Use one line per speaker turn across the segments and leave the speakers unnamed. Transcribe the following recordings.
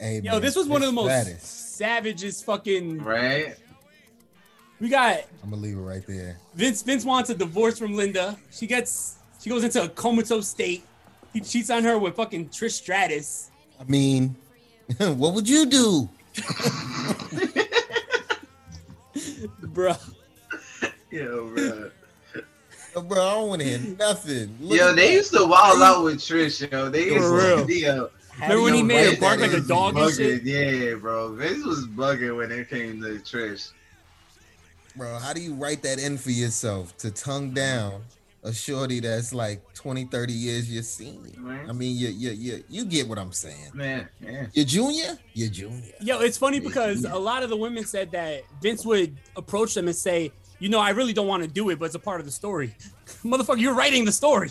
Hey,
Yo,
man,
this was one of the most
that is-
savagest fucking.
Right?
We got
I'm gonna leave it right there.
Vince. Vince wants a divorce from Linda. She gets. She goes into a comatose state. He cheats on her with fucking Trish Stratus.
I mean, what would you do?
Bruh.
Yo, bro.
Yo, Bro, I don't want to hear nothing. Look
yo,
at
they
that.
used to wild out with Trish, yo. They used
For
to, yo.
Remember when he
yo,
made her
Vince
bark like a
was
dog and shit?
bugging. Yeah, bro. Vince was bugging when it came to Trish.
Bro, how do you write that in for yourself to tongue down a shorty that's like 20, 30 years your senior?
Right.
I mean, you, you, you, you get what I'm saying.
Man, yeah.
Your junior? Your
Mm-hmm.
junior.
Yo, it's funny
Yeah,
because
yeah.
a lot of the women said that Vince would approach them and say, "You know, I really don't want to do it, but it's a part of the story." Motherfucker, you're writing the story.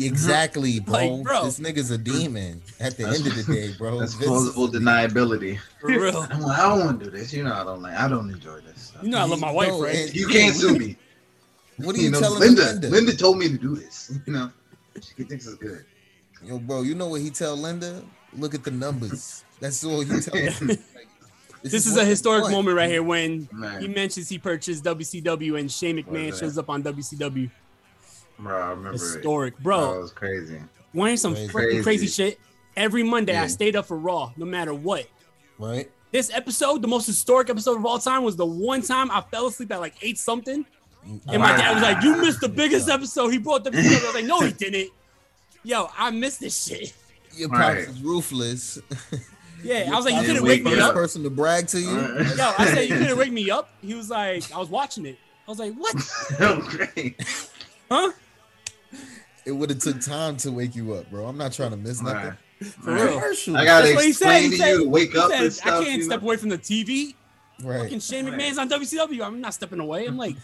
Exactly, bro.
Like, bro.
This nigga's a demon at the end of the day, bro.
That's
This-
plausible deniability.
For real.
I'm like, I don't want to do this. You know, I don't like. I don't enjoy this.
You know, I love my wife,
No,
right?
and-
You can't sue me.
What are you,
You know,
telling
Linda,
Linda?
Linda. told me to do this. You know, she thinks it's good.
Yo, bro, you know what he tell Linda? Look at the numbers. That's all he tell her. Like,
This is
what
a
they
historic
want.
moment right here when
Man.
he mentions he purchased WCW and Shane McMahon
that?
shows up on WCW.
Bro, I remember
Historic,
it. Bro,
bro.
it was crazy.
wearing some
Crazy.
freaking crazy
Crazy.
shit. Every Monday, I
Yeah.
stayed up for Raw, no matter what.
right?
This episode, the most historic episode of all time, was the one time I fell asleep at like eight something, and my dad was like, "You missed the biggest episode." He brought the. I was like, "No, he didn't." Yo, I missed this shit.
Your pops
Right.
is ruthless.
Yeah, I was like, "You
Yeah,
couldn't
we
wake
got
me
First
up."
person to brag to you.
Alright.
Yo, I said, "You couldn't wake me up." He was like, "I was watching it." I was like, "What?
That was great.
Huh?"
It would have took time to wake you up, bro. I'm not trying to miss nothing.
Right.
For real.
Commercial,
I gotta
That's what he said.
explain
He
to
said-
you to wake
he
up
said,
and stuff.
I can't
you
step
know?
away from the TV. Fucking
right?
Shane
Right.
McMahon's on WCW. I'm not stepping away. I'm like,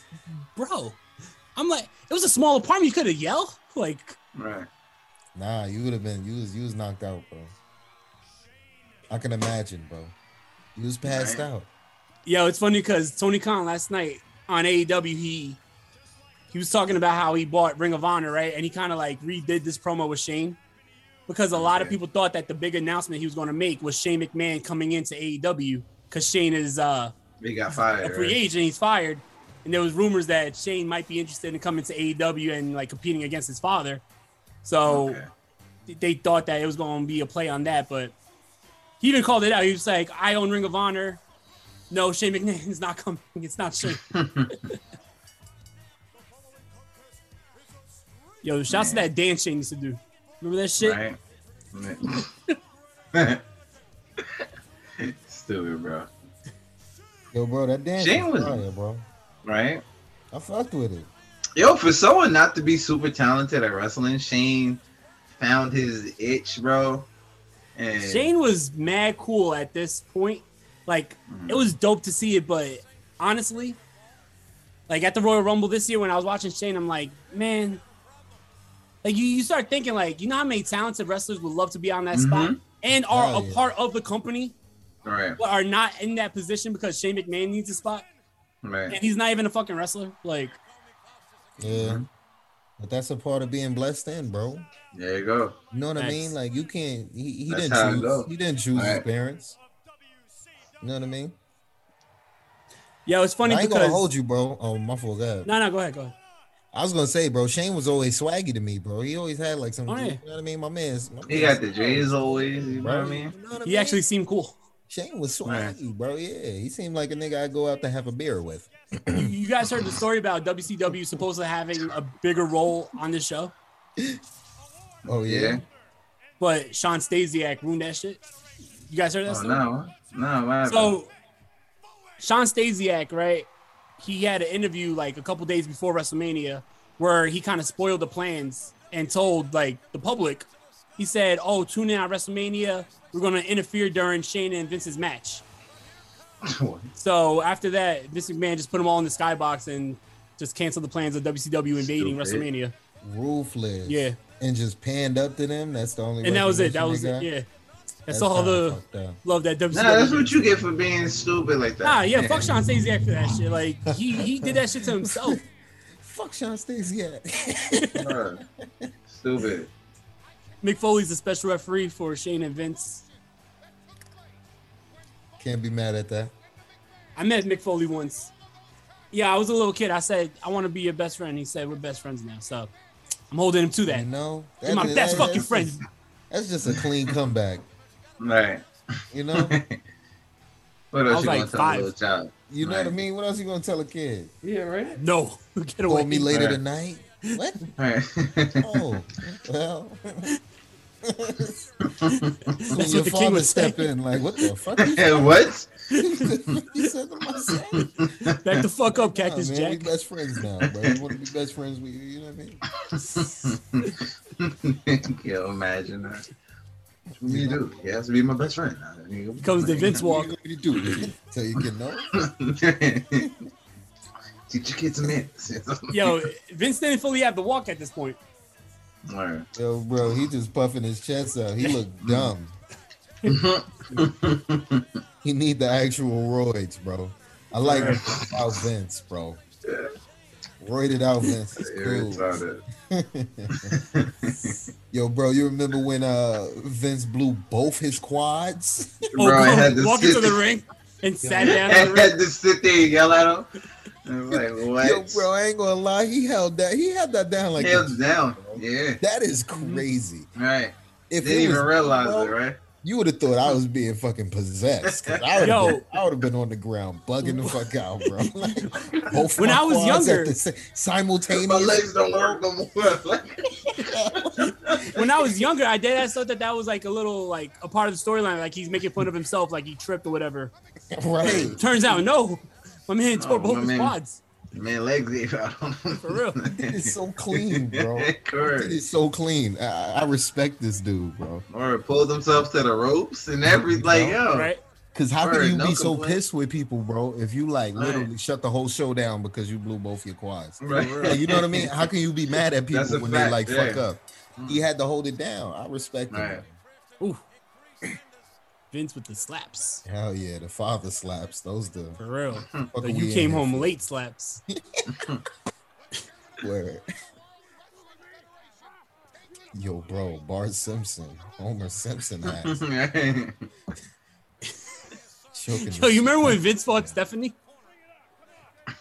bro. I'm like, it was a small apartment. You could have yelled. Like,
Right.
Nah, you would have been. You was you was knocked out, bro. I can imagine, bro. You was passed
Right.
out.
yo, it's funny because Tony Khan last night on AEW, he he was talking about how he bought Ring of Honor, right? And he kind of like redid this promo with Shane because a lot of
Okay.
people thought that the big announcement he was going to make was Shane McMahon coming into AEW because Shane is uh,
They got
a
fired.
free
Right?
agent. He's fired, and there was rumors that Shane might be interested in coming to AEW and like competing against his father. So.
Okay.
they thought that it was going to be a play on that, but he even called it out. He was like, "I own Ring of Honor." No, Shane McMahon is not coming. It's not Shane. Yo, shouts to that dance Shane used to do. Remember that shit?
Right. Stupid, bro.
Yo, bro, that dance
Shane
was
was-
fire, bro.
Right?
I fucked with it.
Yo, for someone not to be super talented at wrestling, Shane found his itch, bro. And
Shane was mad cool at this point. Like it was dope to see it, but honestly, like at the Royal Rumble this year when I was watching Shane, I'm like, man, like you, you start thinking like, you know how many talented wrestlers would love to be on that spot and are
Hell
a
yeah.
part of the company
right,
but are not in that position because Shane McMahon needs a spot and
right,
he's not even a fucking wrestler. Like
Mm-hmm.
Yeah, but that's a part of being blessed, in, bro.
there you go.
You know what I
Facts.
mean? Like you can't. He, he
That's
didn't
how it
choose.
go.
He didn't choose his
Alright.
parents. You know what I mean?
yo, it's funny
I ain't
because
gonna hold you, bro. Oh, my fault. God.
no, no, go ahead, go ahead.
I was gonna say, bro, Shane was always swaggy to me, bro. He always had like some,
Oh, yeah.
you know what I mean? My man's, my
He
man's-
got the J's always. You know what I mean?
You know what I
He
mean?
actually seemed cool.
Shane was swaggy, bro. Yeah, he seemed like a nigga I'd go out to have a beer with.
You guys heard the story about WCW supposedly having a bigger role on this show,
Oh yeah,
Yeah.
but Sean Stasiak ruined that shit. You guys heard that
Oh
story?
no, no. What happened?
So, Sean Stasiak, right? He had an interview like a couple days before WrestleMania where he kind of spoiled the plans and told like the public. He said, "Oh, tune in on WrestleMania. We're going to interfere during Shane and Vince's match." So after that, Vince McMahon just put them all in the skybox and just canceled the plans of WCW invading
Stupid.
WrestleMania.
ruthless.
Yeah.
and just panned up to them. That's the only.
And that was it. That
recognition
was
they
it.
got?
Yeah. That's,
That's
all
kinda
the
fucked up.
uh, love that WCW.
nah, that's what you get for being stupid like that.
Nah, yeah, fuck Sean Stasiak for that shit. Like he he did that shit to himself.
Fuck Sean Stasiak.
Bruh. Stupid.
Mick Foley's the special referee for Shane and Vince.
Can't be mad at that.
I met Mick Foley once. Yeah, I was a little kid. I said I want to be your best friend. He said we're best friends now. So I'm holding him to that.
You know,
You're my
That-
best
that-
fucking
that's
friend.
just- That's just a clean comeback.
Right.
You know,
What
I
else
was
you
like
gonna tell
five.
a little child?
you know what I
Right.
mean. What else you gonna tell a kid?
Yeah, right.
No, get away.
Call me later
Right.
tonight. What?
Right.
Oh, well. That's
what
your
the king
father
would say.
step in, like, what the fuck? You
Yeah, what?
you said to my son? Nah,
Back the fuck up, Cactus
man, we
Jack.
best friends now, bro. You want to be best friends with you? You know what I mean?
Yo, imagine that. What you do? He has to be my best friend.
Comes the Vince walk.
What do you do? Tell you get no.
Teach your kids a man.
Yo, Vince didn't fully have the walk at this point.
Alright.
Yo, bro, he just puffing his chest out. He looked dumb. he need the actual roids, bro. I like out Vince, bro. Roided out Vince is cool.
Irritated.
Yo, bro, you remember when uh Vince blew both his quads?
Oh,
Bro, I had to
walk
sit-
into the ring and sat down.
I
on the ring.
had to sit there and yell at him. I was like, what?
Yo, bro, I ain't gonna lie, he held that. He held that down like
Hands
this.
down. Yeah. Mm-hmm.
that is crazy.
Right.
If
Didn't
it was
even realize
me, bro,
it, right?
You would have thought I was being fucking possessed. 'cause I would
Yo.
have been, on the ground bugging the fuck out, bro. Like, both
When
my
I was
quads at
younger-
the sa-
My
simultaneous.
legs don't work no more.
When I was younger, I did. I thought that that was like a little like a part of the storyline. Like he's making fun of himself, like he tripped or whatever.
Right.
Turns out, no, my man tore
Oh,
both
my
his
man.
quads.
Man, legs gave out on him.
For real.
It's so clean, bro.
Correct.
It's so clean. I, I respect this dude, bro.
Or pulled themselves to the ropes and everything. Like, yo,
Right?
Cause how
Word,
can you
no
be so
complaint.
pissed with people, bro? If you like
Right.
literally shut the whole show down because you blew both your quads.
Right.
Like, you know what I mean? How can you be mad at people
That's a
when they
fact,
like fuck
yeah. Mm.
up? He had to hold it down. I respect him.
Right.
Ooh. Vince with the slaps.
Hell yeah, the father slaps. Those the
For real.
fuck
The
we
you
in
came
here
home late slaps.
Word. Yo, bro, Bart Simpson, Homer Simpson ass.
Yo,
Choking the
you remember when Vince fought Stephanie?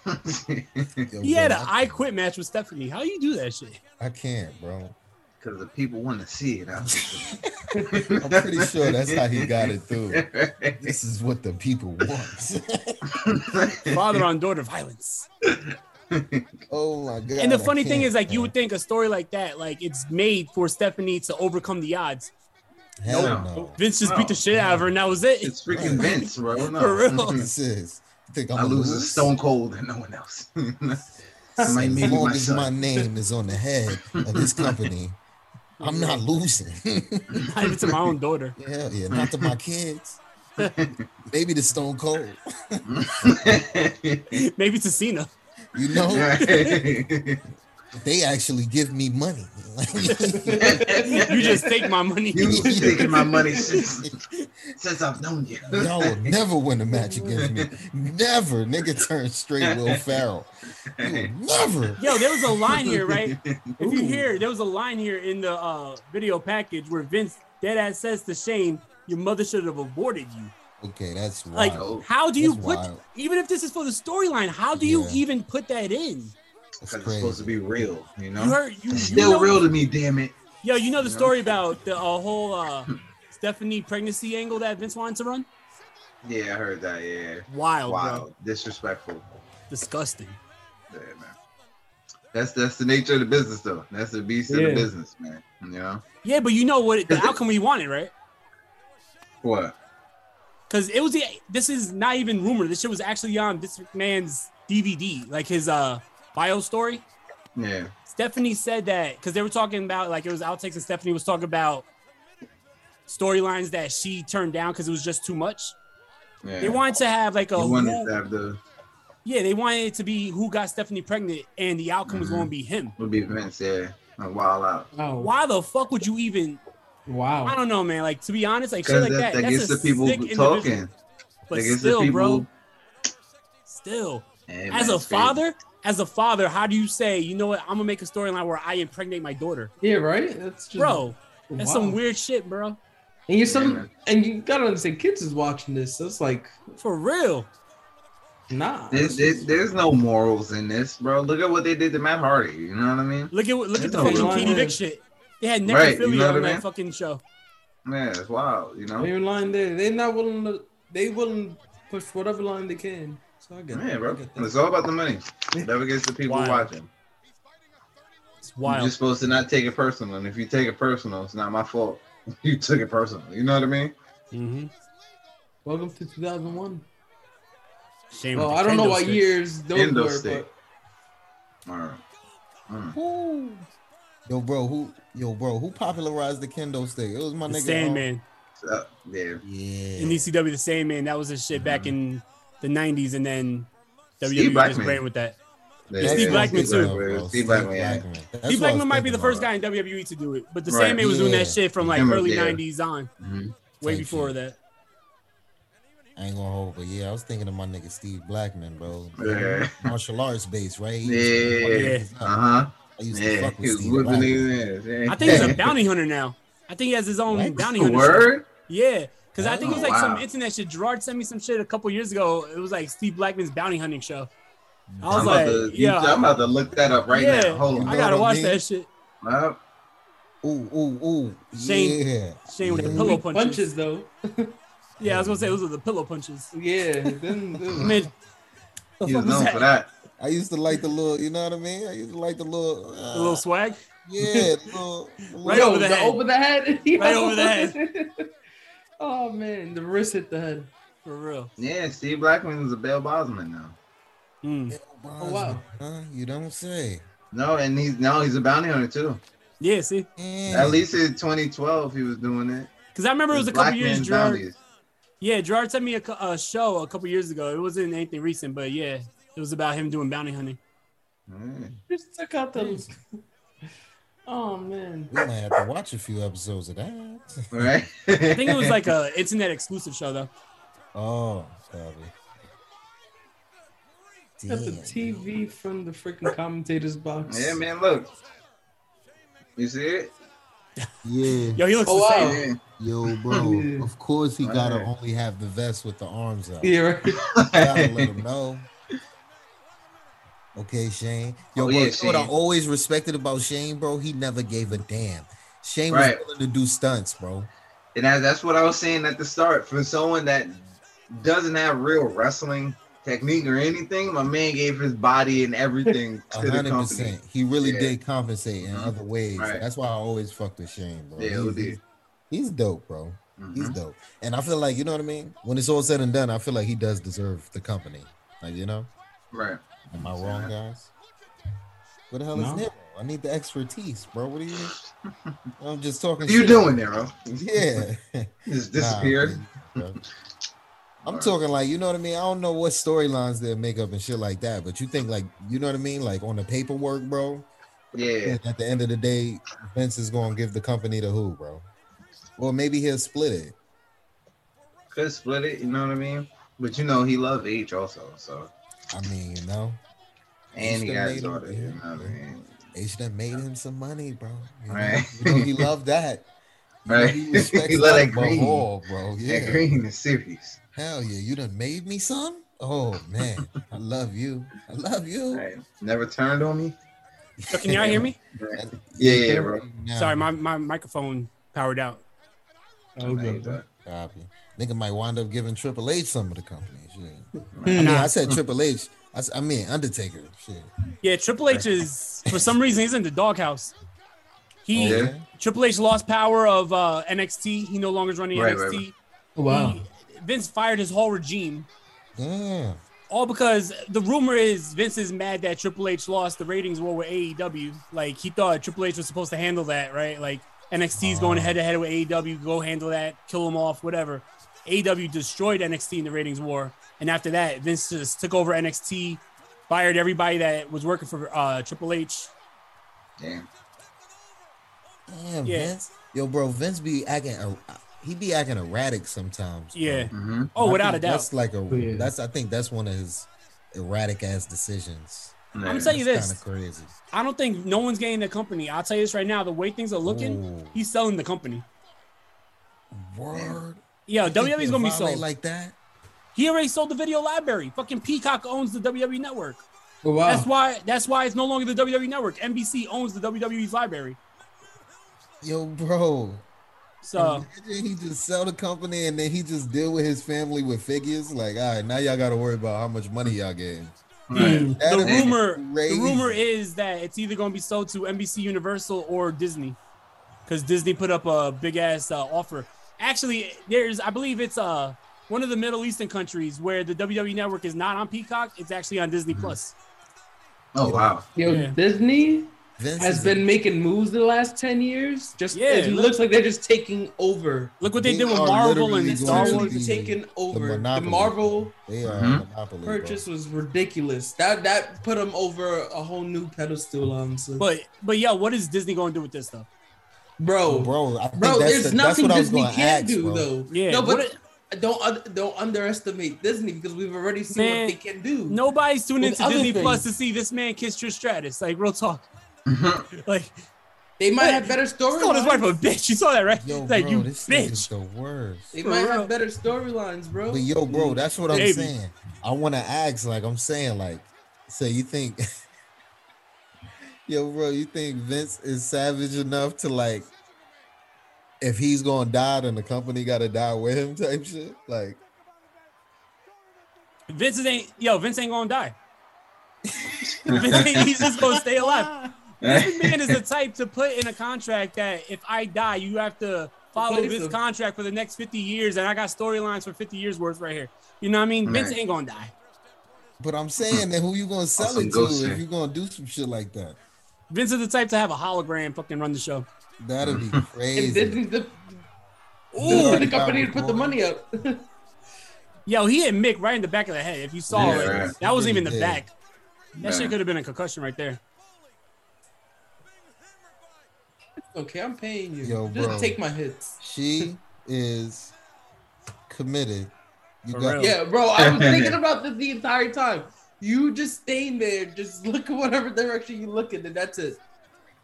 shit- Yo,
He had
bro,
an
I
I quit match with Stephanie. How you do that shit?
I can't, bro.
Because the people want to see it. I'm just-
I'm pretty sure that's how he got it through. This is what the people want.
Father on daughter violence.
oh my god.
and the
I
funny thing
can't,
is, like, you would
bro.
think a story like that, like, it's made for Stephanie to overcome the odds.
Hell
No.
no.
Vince just beat the
No.
shit out of her, and that was it.
It's freaking Vince, bro. No.
For real.
This is. You think I'm
I lose a stone cold and no one else. Somebody
As
maybe my
long as my
son.
name is on the head of this company, I'm not losing.
Not even to my own daughter.
Hell yeah, not to my kids. Maybe the Stone Cold.
Maybe to Cena.
You know,
Right.
they actually give me money.
You just take my money.
you taking my money since, since I've known you.
Y'all will never win a match against me. Never. Nigga turn straight Will Farrell. You will never.
Yo, there was a line here, right? If you hear, there was a line here in the uh, video package where Vince dead ass says to Shane, "Your mother should have aborted you."
Okay, that's
Like,
wild.
how do you
That's
put?
wild.
Even if this is for the storyline, how do you
Yeah.
even put that in?
because it's
crazy.
supposed to be real, you know.
You heard you, you
it's still
know-
real to me, damn it.
Yo, you know the story about the uh, whole uh, Stephanie pregnancy angle that Vince wanted to run?
Yeah, I heard that. Yeah,
Wild, bro.
wow, disrespectful.
Disgusting.
Yeah, man. That's that's the nature of the business, though. That's the beast of
Yeah.
the business, man. You know
Yeah, but you know what the outcome we wanted, right?
what?
Because it was the, this is not even rumor. This shit was actually on this man's DVD, like his uh bio story.
Yeah,
Stephanie said that because they were talking about like it was outtakes, and Stephanie was talking about storylines that she turned down because it was just too much.
yeah.
They wanted to have like a
you wanted
who-
to have the
yeah, they wanted it to be who got Stephanie pregnant, and the outcome was going to be him.
would be Vince, yeah, a wild out.
Oh wow!
Why the fuck would you even? I
Wow!
don't know, man. Like to be honest, like shit
Because
like that.
that, that
that's
gets
a
the people
sick individual.
talking.
But
that gets
still,
the people.
bro, still,
Yeah, man,
as a
it's crazy.
father, as a father, how do you say, you know what? I'm gonna make a storyline where I impregnate my daughter,
Yeah, right. That's just
bro. That's some
wow.
weird shit, bro.
And you
Yeah,
some
man.
and you gotta understand, kids is watching this. So it's like
For real.
nah.
There's, there's, there's no morals in this, bro. Look at what they did to Matt Hardy. You know what I mean?
Look at what- look at the
No,
fucking
bro.
Katie Vick shit. They had necrophilia
Right, you know what I
on that
mean?
fucking show.
Yeah, it's wild. You know?
They're lying there. They're not willing to. They willing to push whatever line they can. So I get. it.
Yeah,
I
bro.
get that.
It's all about the money. Whatever gets the people
Wild.
watching.
It's
You're
wild.
just supposed to not take it personal. And if you take it personal, it's not my fault. You took it personal. You know what I mean?
Mm-hmm.
Welcome to 2001.
Shame.
Well,
with the
I don't know
kendo
what
stick.
years those
Kendo
were,
stick.
but
All right.
Yo, bro, who yo, bro, who popularized the kendo stick? It was my
The
nigga. um,
Sandman
So, yeah. Mm-hmm.
Yeah.
in ECW, the Sandman. That was his shit back in the '90s, and then
Steve
WWE just
Blackman.
ran with that.
Yeah,
Steve
yeah,
Blackman,
Steve
too.
Blackman,
Bro,
Steve Blackman, yeah.
That's
Steve
what I was
Blackman might be the
thinking
first guy
about.
in WWE to do it, but the
Right,
Sandman was doing
yeah.
that shit from like
Him up
early
there.
'90s on,
Mm-hmm.
way
Type
before
shit.
that.
I ain't gonna hold, but yeah, I was thinking of my nigga Steve Blackman, bro.
Yeah.
Martial arts base, right? He used to-
Yeah.
Yeah.
Uh huh.
I used to
Yeah.
fuck
He
with
was
Steve
whooping
Blackman.
niggas' ass. Yeah.
I think he's a bounty hunter now. I think he has his own
What?
bounty hunter. shit.
Word?
Yeah, because I think it was
Oh,
like some
wow.
internet shit. Gerard sent me some shit a couple years ago. It was like Steve Blackman's bounty hunting show. I was
I'm,
like,
about to,
yeah,
I'm about to look that up right
yeah,
now. Hold on.
I gotta
Hold on,
watch
man.
that shit.
Well,
Ooh, ooh, ooh.
Shane-
yeah.
Shane with the
Yeah.
pillow
Weak
punches.
punches though.
Yeah, I was gonna say those are the pillow punches.
yeah. Then, then-
Man, the
he
fuck
was
was
known
that?
for that.
I used to like the little, you know what I mean? I used to like the little, uh,
The little swag.
yeah, the little, the little
Right
Yo,
over the
the
head.
over the head. Yo.
Right over the head.
oh man, the wrist hit the head.
For real.
Yeah, Steve Blackman was a Bill Bosman now.
Mm.
Bronze,
Oh, wow.
huh? You don't say.
No, and he's now he's a bounty hunter too.
Yeah, see,
Yeah.
At least in 2012 he was doing it.
because I remember it was a couple
Black
years.
man
Gerard,
bounties.
yeah, Gerard sent me a, co- a show a couple years ago. It wasn't anything recent, but yeah, it was about him doing bounty hunting.
Yeah.
Just took out the. Oh man.
we might have to watch a few episodes of that.
Right.
I think it was like a Uh, internet exclusive show though.
Oh, probably.
Got the
Damn.
TV from the freaking commentator's box.
Yeah, man. Look. You see it?
Yeah,
Yo, he looks
Oh,
the same.
wow.
Yeah.
yo, bro. Of course, he gotta
Alright.
only have the vest with the arms out.
Yeah, right.
gotta let him know. Okay, Shane. Yo,
Oh,
bro,
yeah,
you know what I
Shane.
always respected about Shane, bro? He never gave a damn. Shane
Right.
was willing to do stunts, bro.
And that, that's what I was saying at the start. For someone that doesn't have real wrestling technique or anything, my man gave his body and everything
A
to the
hundred
company.
percent. He really
Yeah. Mm-hmm.
did compensate in other ways.
Right.
That's why I always fucked with Shane, bro.
Yeah,
he's,
OD.
he's- he's dope, bro. He's
Mhm.
dope. And I feel like, you know what I mean? When it's all said and done, I feel like he does deserve the company. Like, you know?
Right.
Am I wrong, guys? What the hell
No.
is Nero? I need the expertise, bro. What are you? I'm just talking.
What are you
shit.
doing there, bro?
Yeah.
Just disappeared.
Nah, man, bro. I'm talking like you know what I mean. I don't know what storylines they make up and shit like that, but you think like you know what I mean, like on the paperwork, bro.
Yeah.
And at the end of the day, Vince is gonna give the company to who, bro? Or maybe he'll split it.
Could split it, you know what I mean? But you know he loved H also, so
I mean, you know,
and he
Houston
got
made
his
him,
daughter,
yeah.
you know what I mean?
they should have made him some money, bro. You know,
Right.
You know, he loved that. You know,
Right.
he respects
He love that
above
green.
all, bro.
That
Yeah.
green is serious.
Hell yeah, you done made me some. Oh man, I love you. I love you.
Right. Never turned on me.
So can y'all hear me?
Yeah, yeah, bro.
Now,
Sorry, my, my microphone powered out.
Oh,
Nah, you
good, bro.
done.
copy. Nigga might wind up giving Triple H some of the companies. Yeah. I, mean, I said Triple H. I, s- I mean Undertaker. Shit.
Yeah, Triple H is for some reason he's in the doghouse. He
Oh, Yeah.
Triple H lost power of uh, NXT. He no longer is running
Right,
NXT.
right, right.
Oh, Wow.
He- Vince fired his whole regime,
Damn.
all because the rumor is Vince is mad that Triple H lost the ratings war with AEW. Like he thought Triple H was supposed to handle that, right? Like NXT is going head to head with AEW. Go handle that, kill him off, whatever. AEW destroyed NXT in the ratings war, and after that, Vince just took over NXT, fired everybody that was working for uh, Triple H.
Damn.
Damn,
Yeah.
Vince. Yo, bro, Vince be acting. er- He be acting erratic sometimes. bro.
Yeah.
And
Mhm.
Oh,
I
without a
think
doubt.
That's like a.
Oh, Yeah.
That's. I think that's one of his erratic ass decisions.
I'm
gonna tell you
That's
this.
Kind of crazy.
I don't think no one's getting the company. I'll tell you this right now. The way things are looking,
Ooh.
he's selling the company.
Word.
Yeah,
Think
WWE's E gonna be
violate
sold.
like that.
he already sold the video library. Fucking Peacock owns the WWE network.
Oh, wow.
That's why. That's why it's no longer the WWE network. NBC owns the WWE's library.
Yo, bro.
So
Imagine he just sell the company and then he just deal with his family with figures. Like, all right, now y'all got to worry about how much money y'all getting.
Right.
That
the
is
rumor,
crazy.
the rumor is that it's either gonna be sold to NBC Universal or Disney, because Disney put up a big ass uh, offer. Actually, there's, I believe it's uh one of the Middle Eastern countries where the WWE network is not on Peacock. It's actually on Disney Plus.
Oh wow.
Yo,
Yeah.
Disney
Vince
has
is
been making moves the last 10 years. Just
Yeah,
It
look-
looks like they're just taking over.
Look what they,
They
did with
are
Marvel
literally
and Star
going to
Wars.
be
They're taking
a-
over. The,
monopoly.
Marvel
They are
Mhm.
a monopoly. bro.
purchase was ridiculous. That that put them over a whole new pedestal, honestly.
But but yeah, what is Disney going to do with this though?
bro, bro,
bro. I think that's
there's
the, that's
nothing
what I was
Disney
going to
can
ask,
do
bro.
though.
Yeah,
no, but
what-
don't un- don't underestimate Disney because we've already seen
Man,
what they can do.
Nobody's tuning
With
into
other
Disney Plus to
things.
see this man kiss Trish Stratus. Like real talk. like
they might
Wait,
have better
he called his wife
storylines.
a bitch. You saw that right?
Yo,
like
bro,
you
this nigga's
bitch.
the worst.
They might
For real.
have better storylines, bro.
But yo, bro, that's what I'm
Maybe.
saying. I want to ask, like, I'm saying, like, so you think, yo, bro, you think Vince is savage enough to like, if he's gonna die, then the company gotta die with him, type shit. Like,
Vince is ain't yo. Vince ain't gonna die. Vince ain't, he's just gonna stay alive. This man is the type to put in a contract that if I die, you have to follow
Replace
this
him.
contract for the next 50 years, and I got storylines for 50 years worth right here. You know what I mean? Vince
Right.
ain't gonna die.
but I'm saying that who you gonna sell
Awesome
it to
ghost
if
shit.
you gonna do some shit like that?
Vince is the type to have a hologram fucking run the show.
That'd be
and
crazy.
Disney's the
Ooh,
the company to put the money up.
Yo, he hit Mick right in the back of the head. If you saw
Yeah,
it,
right.
that wasn't even the
Yeah.
back. That
Yeah.
shit could have been a concussion right there.
okay, I'm paying you.
Yo,
Just
bro.
take my hits.
She is committed. You
For
got
real.
Yeah, bro, I was thinking about this the entire time. You just staying there, just look at whatever direction you look in, and that's it.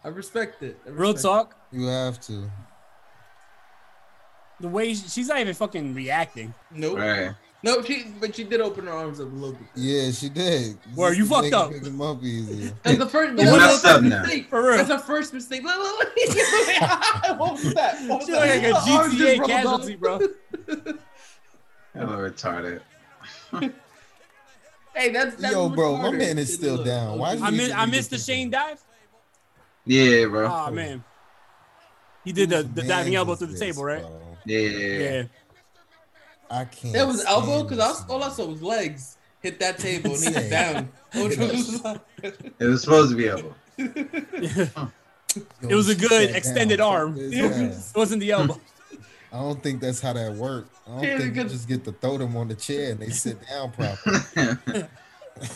I respect it. I
Real
respect
talk,
you have to.
the way she- she's not even fucking reacting.
it. Nope.
Right.
Nope, she but she did open her arms up a little bit.
Yeah, she did.
Word,
Just
you
to
fucked
make-
up.
Make him up easier.
That's the first
It's
that was
messed
the first
up now.
mistake.
For real.
That's her first mistake. Look, look, look. what was that? What was
She look like a
Her arms
GTA
just rolled up.
casualty, bro.
Hella retarded.
Hey, that's, that's
Yo,
much
bro, my
harder
man is
than
still
look.
down. Why
I
you-
miss, I missed the Shane dive.
Yeah, bro.
Oh man, he did the,
Whose
the
man
diving elbow
is
through the
this,
table, right?
bro?
yeah, yeah, yeah.
Yeah,
I can't.
That was elbow
stand
because
this
all I
man.
saw was legs hit that table and he
Insane.
was down. Which was like-
It was supposed to be elbow.
Yo,
It was a
she
good
sat down.
extended
Fuck
arm.
this ass.
it wasn't the elbow.
I don't think that's how that worked. I don't
Yeah,
think you
because-
just get to throw them on the chair and they sit down properly. I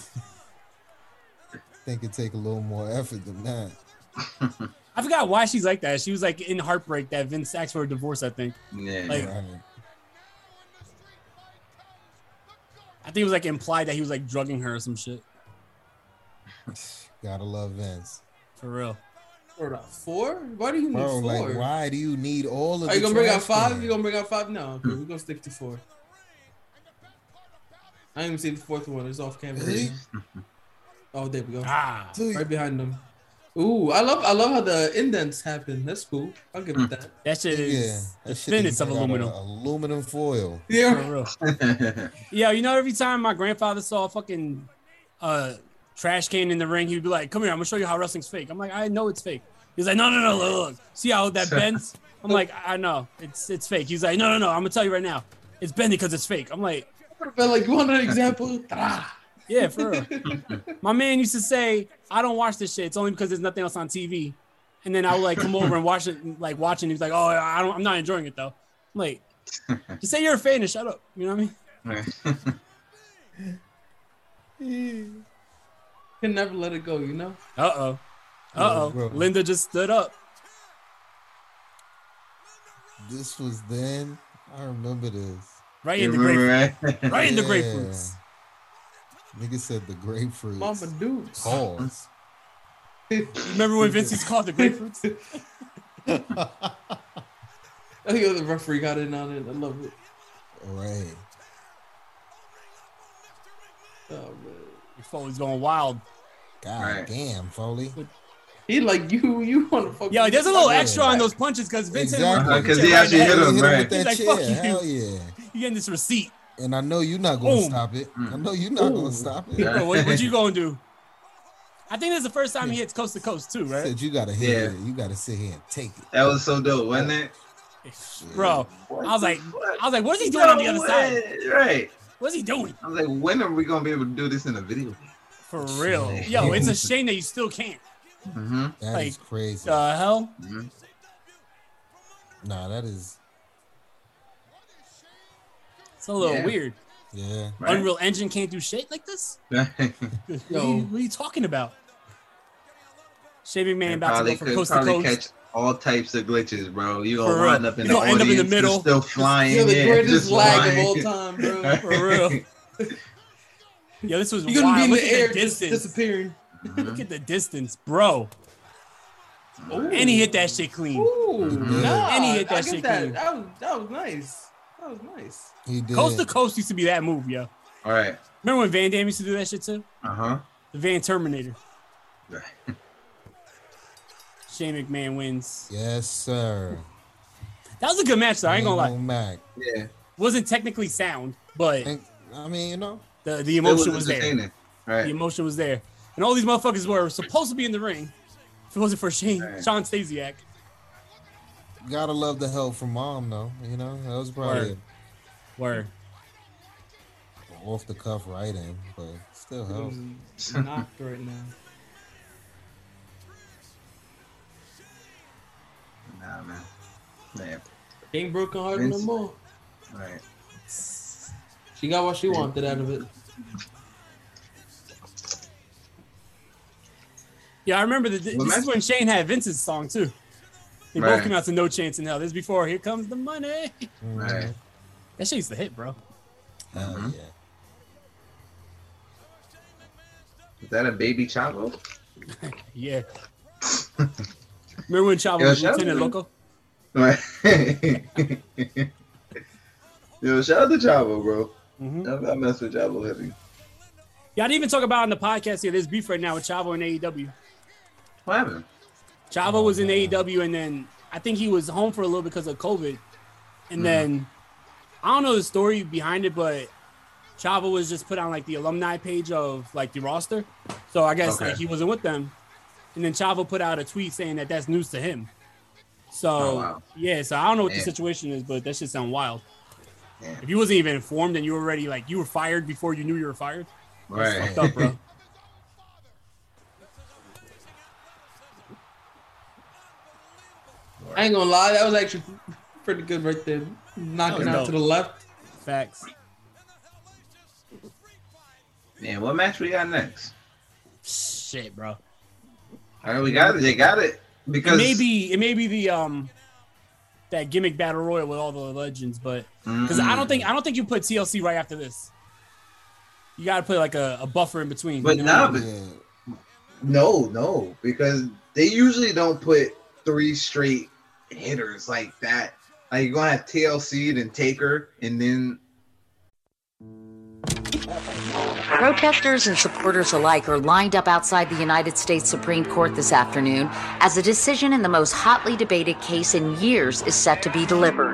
think it take a little more effort than that.
I forgot why she's like that. She was like in heartbreak that Vince asked for a divorce. I think.
Yeah.
Like-
Right.
I think it was like implied that he was like drugging her or some shit.
Gotta love Vince.
For real.
Or the Four? Why do you need
Bro,
four?
like, why do you need all of
Are you
the
gonna bring out
trash
five?
cans?
You gonna bring out five? No, okay, we're gonna stick to four. I didn't even see the fourth one. It's off camera.
Really?
Oh, there we go.
Ah,
Right behind them. Ooh, I love I love how the indents happen. That's cool. I'll give it that.
that shit
yeah,
is
that
the
shit is
thinnest of
made out
aluminum.
aluminum foil.
For
Yeah.
real.
yeah,
Yeah, you know, every time my grandfather saw a fucking uh, trash can in the ring, he'd be like, "Come here, I'm gonna show you how wrestling's fake." I'm like, "I know it's fake." He's like, "No, no, no, look, look. see how that bends?" I'm like, "I know, it's it's fake." He's like, "No, no, no, I'm gonna tell you right now, it's bending because it's fake." I'm like,
But like you want an example? Ah.
"Yeah, for real." my man used to say, "I don't watch this shit. It's only because there's nothing else on TV." And then I would like come over and watch it, like watching. He's like, "Oh, I don't, I'm not enjoying it though." I'm like, "Just say you're a fan and shut up." You know what I mean?
Can never let it go, you know?
Uh oh. Uh
bro.
oh. Linda just stood up.
This was then. I remember this.
Right
you
in the grapefruit.
remember right?
Right in the
Yeah.
grapefruits.
Nigga said the grapefruits.
Mama dudes.
Pause.
Remember when Vince's called the grapefruits?
I think the referee got in on it. I love it.
Right.
Oh man.
Your phone's going wild.
God
Right.
damn, Foley.
He like you you wanna fuck
Yo,
with
there's a
me.
little extra on those punches because Vince
Exactly.
hit him.
Because
with
Uh-huh,
the
he actually
chair
hit
right
him,
in the
right.
with that
He's like,
chair.
"Fuck you."
Hell yeah.
head. You getting this receipt?
And I know you're not going to
Boom.
stop it. I know you're not going
Ooh.
to stop it.
Yeah.
Bro, what, what you gonna do? I think this is the first time he hits coast to coast too,
He
right?
Said you got to hit
Yeah.
it. You got to sit here and take it.
That was so dope, wasn't it?
Bro, I was like,
What?
I was like, what is he doing on the
No
other side?
way. Right.
What's he doing?
I was like, when are we gonna be able to do this in a video?
For real? Yo, it's a shame that you still can't.
Mm-hmm.
That is
Like, uh-huh.
crazy.
The hell?
nah, that is.
It's a little
Yeah.
weird.
Yeah.
Right.
Unreal Engine can't do shit like this. What, are
Yo.
you, what are you talking about? Shaving man
And
about to
probably
go from
could
coast to
probably
coast.
catch all types of glitches, bro. You gonna
For real.
wind up in
You
the
gonna end up in the
audience,
middle.
You're still flying.
You're the
yeah,
greatest
just
lag of
flying.
all time, bro.
For real. Yo, this was
You're gonna
wild.
be in
Look
the
at
air
the
just
distance.
disappearing.
Look at the distance, bro.
Ooh.
And he hit that shit clean.
Ooh,
Mm-hmm.
nah,
And he hit that
I get
shit
That.
clean.
that was that was nice. That was nice.
He did.
Coast to coast used to be that move, yo.
All right.
Remember when Van Damme used to do that shit too?
Uh
The Van Terminator.
huh.
Shane McMahon wins.
Yes, sir.
That was a good match, though. I ain't gonna lie.
Mac.
Yeah.
Wasn't technically sound, but
Think- I mean, you know,
the, the
That was
emotion was there.
entertaining.
The
Right.
emotion was there. And all these motherfuckers were supposed to be in the ring. If it wasn't for Shane,
Right.
Sean Stasiak.
gotta love the help from mom, though. You know, that was probably
Word. Word.
off the cuff writing, but still help.
Mm.
He's knocked right now.
Nah, man. Man.
Ain't broken hearted no
Vince.
more.
All right.
She got what she wanted out of it.
Yeah, I remember that
Well,
this is
imagine-
when Shane had Vince's song too. They both
Right.
came out to No Chance in Hell. This is before Here Comes the Money.
All right.
That shit used to hit, bro.
Hell
Mhm.
yeah.
Is that a baby Chavo?
Yeah. Remember when Chavo
Yo,
was
shout out
Lieutenant
to-
Loco?
Right. Yo, shout out to Chavo, bro.
Mhm.
I, I mess with Chavo heavy.
Yeah, I didn't even talk about on the podcast here. There's beef right now with Chavo and AEW.
What happened?
Chavo was in AEW, and then I think he was home for a little because of COVID. And then I don't know the story behind it, but Chavo was just put on like the alumni page of like the roster. So I guess
Okay.
like he wasn't with them. And then Chavo put out a tweet saying that that's news to him. So
Oh, wow.
yeah, so I don't know what the
Man.
situation is, but that shit sound wild.
Yeah.
If you wasn't even informed and you were already like you were fired before you knew you were fired,
Right.
fucked up, bro.
I ain't gonna lie, that was actually pretty good right there. Knocking
Oh,
That was
out to the left.
Facts.
Man, what match we got next?
Shit, bro.
All right, we got it. They got it. Because
Maybe it may be the um that gimmick battle royal with all the legends, but because I don't think I don't think you put TLC right after this. You gotta put like a, a buffer in between.
But
you
nah, but-
Yeah.
No, no, because they usually don't put three straight hitters like that. Like you're gonna have TLC, then Taker, and then
Protesters and supporters alike are lined up outside the United States Supreme Court this afternoon as a decision in the most hotly debated case in years is set to be delivered.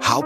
How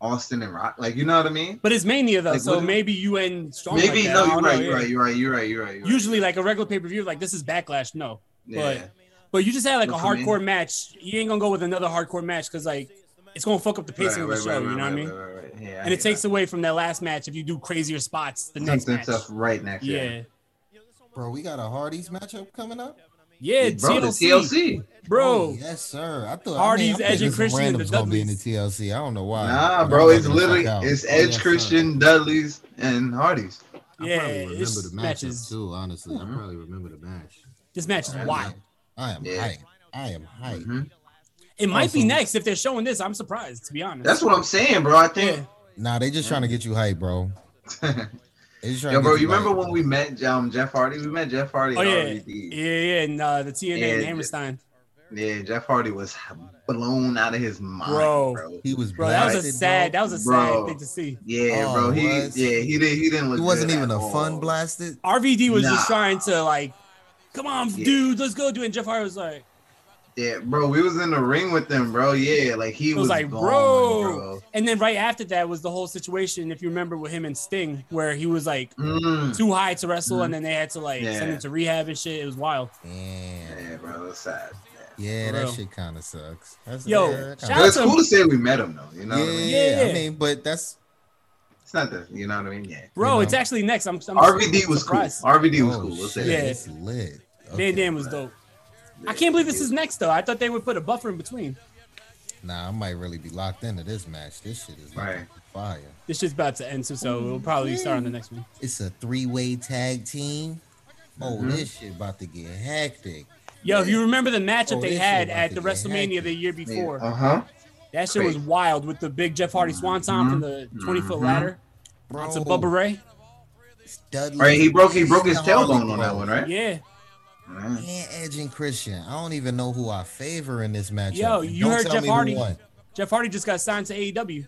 Austin and Rock. Like, you know what I mean?
But it's mania though,
Like,
so
what-
maybe you end strong. like
Maybe
that.
no,
I
you're
don't
right,
know,
you're
yeah.
right, you're right, you're right, you're right, you're right.
Usually, like a regular pay per view, like this is backlash. No,
Yeah.
but but you just had like
But
a
for me-
hardcore match. You ain't gonna go with another hardcore match because like it's gonna fuck up the pacing
Right,
of the
right,
show.
right,
you know
right,
what I
right,
mean?
right, right, right. Yeah, I
and it
hear
takes
that.
away from that last match if you do crazier spots the next
something
match.
stuff right next year.
Yeah,
Bro, we got a Hardy's matchup coming up.
yeah,
Bro, the
TLC,
TLC.
Oh,
bro.
yes, sir. I thought
Hardy's,
I mean, I'm
Edge, and
thinking some
Christian,
random's
the
gonna be in the
Dudleys.
TLC. I don't know why.
Nah,
I'm
bro, it's
about to
literally
check out.
it's
Oh,
Edge,
yes, sir.
Christian, Dudley's, and Hardy's. Mm-hmm.
I
Yeah,
probably remember
this
the matchup
match is
too. Honestly, I probably remember the match.
this match is wild.
I am
Yeah. Mm-hmm.
hype. I am hype.
It might be
Awesome.
next if they're showing this. I'm surprised to be honest.
That's what I'm saying, bro. I think.
Yeah.
Nah, they just trying to get you hype, bro. They just trying
Yo,
to
bro,
get
you remember
hype.
when we met um, Jeff Hardy? We met Jeff Hardy.
Oh
at
yeah,
RVD.
yeah, yeah, and uh, the TNA and
Yeah.
Hammerstein.
Yeah, Jeff Hardy was blown out of his mind,
Bro.
bro.
he was
Bro, that was a
blasted,
sad.
bro.
That was a sad
Bro.
thing to see.
Yeah,
Oh,
bro. He
was?
yeah, he didn't he didn't look.
He wasn't
good
even
at
a
all.
fun blasted.
RVD was
Nah.
just trying to like, come on,
Yeah.
dude, let's go do it. And Jeff Hardy was like,
Yeah, bro. We was in the ring with him, bro. Yeah, like he
it was, like,
gone,
bro.
bro.
And then right after that was the whole situation, if you remember, with him and Sting, where he was like
Mm.
too high to wrestle, and then they had to like send
Yeah.
him to rehab and shit. It was wild.
Damn.
Yeah, bro. That's sad.
Yeah, that
Bro.
shit kind of sucks. That's,
Yo,
yeah, that kinda-
shout
But it's
Awesome.
cool to say we met him though. You know,
yeah,
what I mean?
yeah,
Yeah.
I mean, but that's
it's not that. You know what I mean? Yeah.
Bro,
You know.
it's actually next. I'm, I'm
RVD was cool.
surprised.
RVD was
oh,
cool. We'll say
shit,
that.
Yeah.
it's lit.
Van
Okay.
Dam was dope. I can't believe this is next though. I thought they would put a buffer in between.
Nah, I might really be locked into this match. This shit is
Right.
fire.
This shit's about to end soon, so we'll probably start on the next one.
It's a three-way tag team. Oh,
Mm-hmm.
this shit about to get hectic.
Yo, if you remember the matchup
Oh,
they
this shit
had
about
at
to
the
get
WrestleMania the
hectic.
year before,
Uh huh.
that shit was
crazy.
wild with the big Jeff Hardy swanton from the 20 foot ladder
Mm-hmm. Bro,
onto Bubba Ray.
Dudley.
Right, he broke- he broke his
Harley
tailbone on that
Quinn.
one, right?
Yeah.
And Edge and Christian. I don't even know who I favor in this matchup.
Yo, you
Don't
heard
tell
Jeff
me who
Hardy.
won.
Jeff Hardy just got signed to AEW.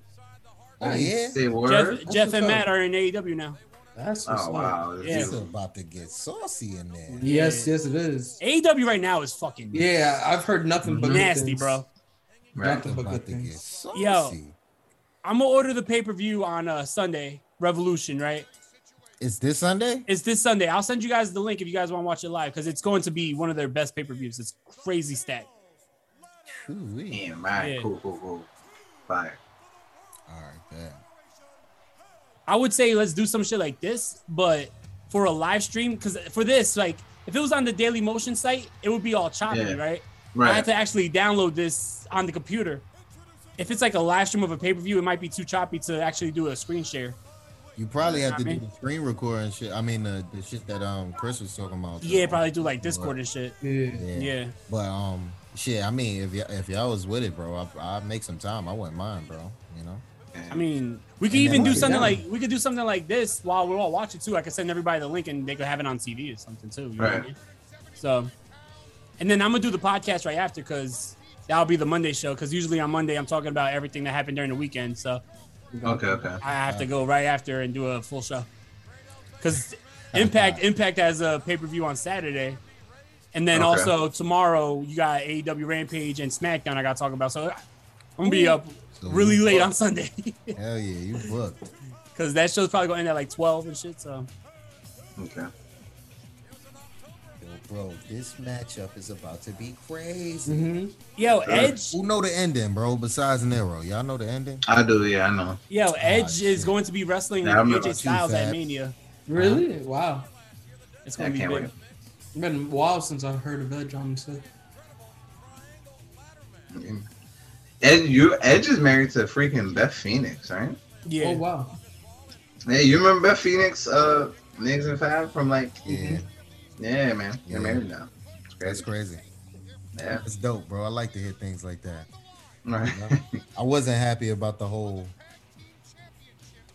Oh, yeah? Say word?
Jeff, Jeff
That's
and
what's
Matt
up.
are in AEW now.
That's
what's Oh, up. wow, this
It's
is-
about to get saucy in there.
Yes, yes, it is.
AEW E right now is fucking
Yeah, I've heard nothing but good
nasty,
things.
bro.
Nothing but
About
good
to get
things.
saucy.
Yo, I'm gonna order the pay per view on uh, Sunday, Revolution. Right?
Is this Sunday?
It's this Sunday. I'll send you guys the link if you guys want to watch it live because it's going to be one of their best pay per views. It's crazy stacked.
Damn, all right,
Yeah.
cool, cool, cool. Fire.
All right, then.
I would say let's do some shit like this, but for a live stream, because for this, like if it was on the Daily Motion site, it would be all choppy,
Yeah.
right?
Right.
I have to actually download this on the computer. If it's like a live stream of a pay per view, it might be too choppy to actually do a screen share.
You probably have to
I
do
mean-
the screen recording shit. I mean, the, the shit that um Chris was talking about.
Yeah, probably do like Discord and shit. Yeah. Yeah.
But um, shit. I mean, if y'all, if y'all was with it, bro, I I make some time. I wouldn't mind, bro. You know.
I mean, we could
And
even
then
do
look it
something
down.
like we could do something like this while we're all watching too. I could send everybody the link and they could have it on TV or something too. You know what I
Right.
mean? So, and then I'm gonna do the podcast right after because that'll be the Monday show. Because usually on Monday I'm talking about everything that happened during the weekend. So
Okay, okay.
I have to go right after and do a full show. Because Impact Impact has a pay per view on Saturday, and then
Okay.
also tomorrow you got AEW Rampage and SmackDown. I got to talk about. So I'm gonna be up
So
really
you
late
booked.
on Sunday.
Hell yeah, you booked.
Because that show's probably going to end at like 12 and shit. So,
Okay.
Yo, bro, this matchup is about to be crazy.
Mm-hmm. yo, Edge,
Who know the ending, bro? Besides Nero, y'all know the ending.
I do, yeah, I know.
yo, Edge is going to be wrestling
Nah, I'm
with AJ
not too
Styles at
fat.
Mania.
Really? Wow.
It's
I
going to be
can't
big.
wait.
It's been a while since I've heard of Edge, honestly.
Ed, you Edge is married to freaking Beth Phoenix, right?
Yeah.
Oh, wow.
Hey, you remember Beth Phoenix, uh, Niggas and Five from like, E
Yeah,
yeah, man,
Yeah.
they're married now. It's
that's
crazy.
crazy.
Yeah.
That's dope, bro. I like to hear things like that.
Right.
I wasn't happy about the whole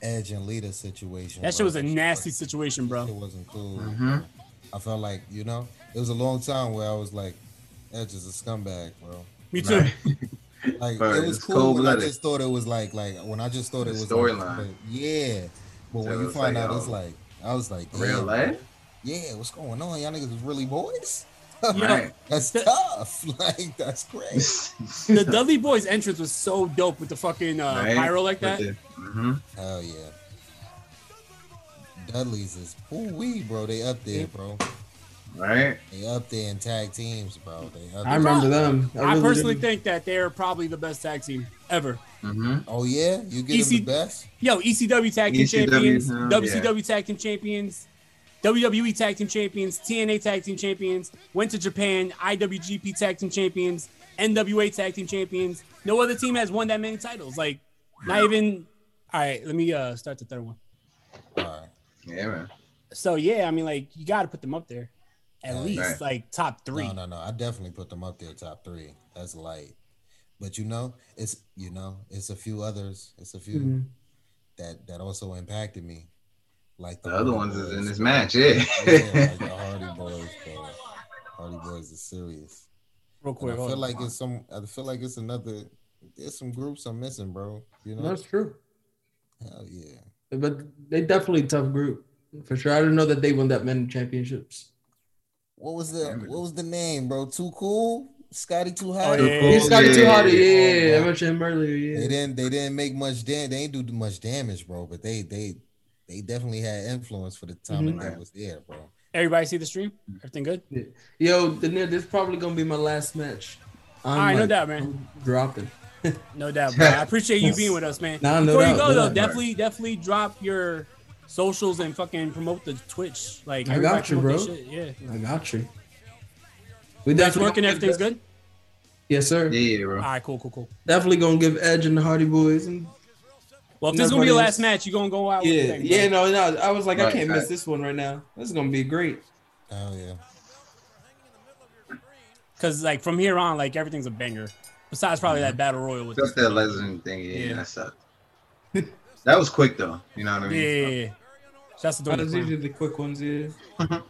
Edge and Lita situation.
That shit
bro.
was a nasty situation,
It
bro.
wasn't cool.
Mhm.
I felt like, you know, it was a long time where I was like, Edge is a scumbag, bro.
Me too.
Like
Bro,
it was
it's
cool when I
cold-blooded.
just thought it was like like when I just thought
The
it was
storyline.
Like, yeah. But
So
when you
it's
find
like,
out
oh,
it's like I was like
Real
damn,
life?
Yeah, what's going on? Y'all niggas is really boys?
Right.
That's tough. Like that's crazy.
The Dudley Boy's entrance was so dope with the fucking uh, pyro like that.
Mm-hmm.
Hell yeah. Dudley's is ooh wee, bro. They up there, bro.
Right.
They up there in tag teams, bro. They up there.
I remember them.
I
really
personally
do.
think that they're probably the best tag team ever.
Mm-hmm.
Oh yeah, you get
EC
them the best.
Yo, ECW tag team
ECW,
champions,
E huh?
WCW tag team champions, WWE tag team champions, TNA tag team champions, went to Japan, IWGP tag team champions, NWA tag team champions. No other team has won that many titles. Like, not even. All right, let me uh start the third one.
Yeah, man.
So yeah, I mean, like, you got to put them up there, at
Right.
least
Right.
like top three.
No, no, no. I definitely put them up there, top three. That's light. But you know, it's you know, it's a few others. It's a few
Mm-hmm.
Mhm.
that that also impacted me, like
The other
Hardy
ones is in
Boys.
this match, yeah.
yeah, like the Hardy Boys, bro. Hardy Boys is serious.
Real
And
quick,
I
hold
feel
on.
like it's some. I feel like it's another. There's some groups I'm missing, bro. You know,
That's true.
hell yeah.
But they definitely a tough group. For sure. I didn't know that they won that many championships.
What was the What was the name, bro? Too cool, Scotty Too Hot.
yeah.
He started too hard. Yeah, yeah, Oh, yeah.
Oh,
I mentioned him earlier.
They
Yeah.
didn't. They didn't make much damage. They didn't do much damage, bro. But they they they definitely had influence for the time
Mhm.
that they was there, bro.
Everybody see the stream? Everything good?
Mm-hmm. Yo, Daniel, this is probably gonna be my last match. I'm
All right, no
like,
doubt, man.
I'm dropping.
No doubt, bro. I appreciate you being with us, man.
Nah, no
Before you
doubt,
go
no
though,
doubt.
definitely, definitely drop your socials and fucking promote the Twitch. Like
I
everybody
got you,
promote
bro.
that shit, Yeah,
I got you. We
that's
definitely
working.
gonna give-
Everything's good.
Yes, sir.
Yeah, yeah, bro.
All right, cool, cool, cool.
Definitely gonna give Edge and the Hardy Boys. And
Well, if this is gonna be your
Nobody
last
else.
match, you gonna go out. with
yeah,
a thing, bro.
yeah, no, no. I was like, I
Right,
can't miss
right.
this one right now. This is gonna be great.
Hell yeah.
Because like from here on, like everything's a banger. Besides
Mm-hmm.
probably that battle royal with
Except
this-
that Lesnar thing, yeah,
Yeah.
that sucked. that was quick though. You know what I
Yeah,
mean?
yeah, yeah. Shouts to Dory the
Those are
Clown.
usually the quick ones, yeah.
Mm-hmm.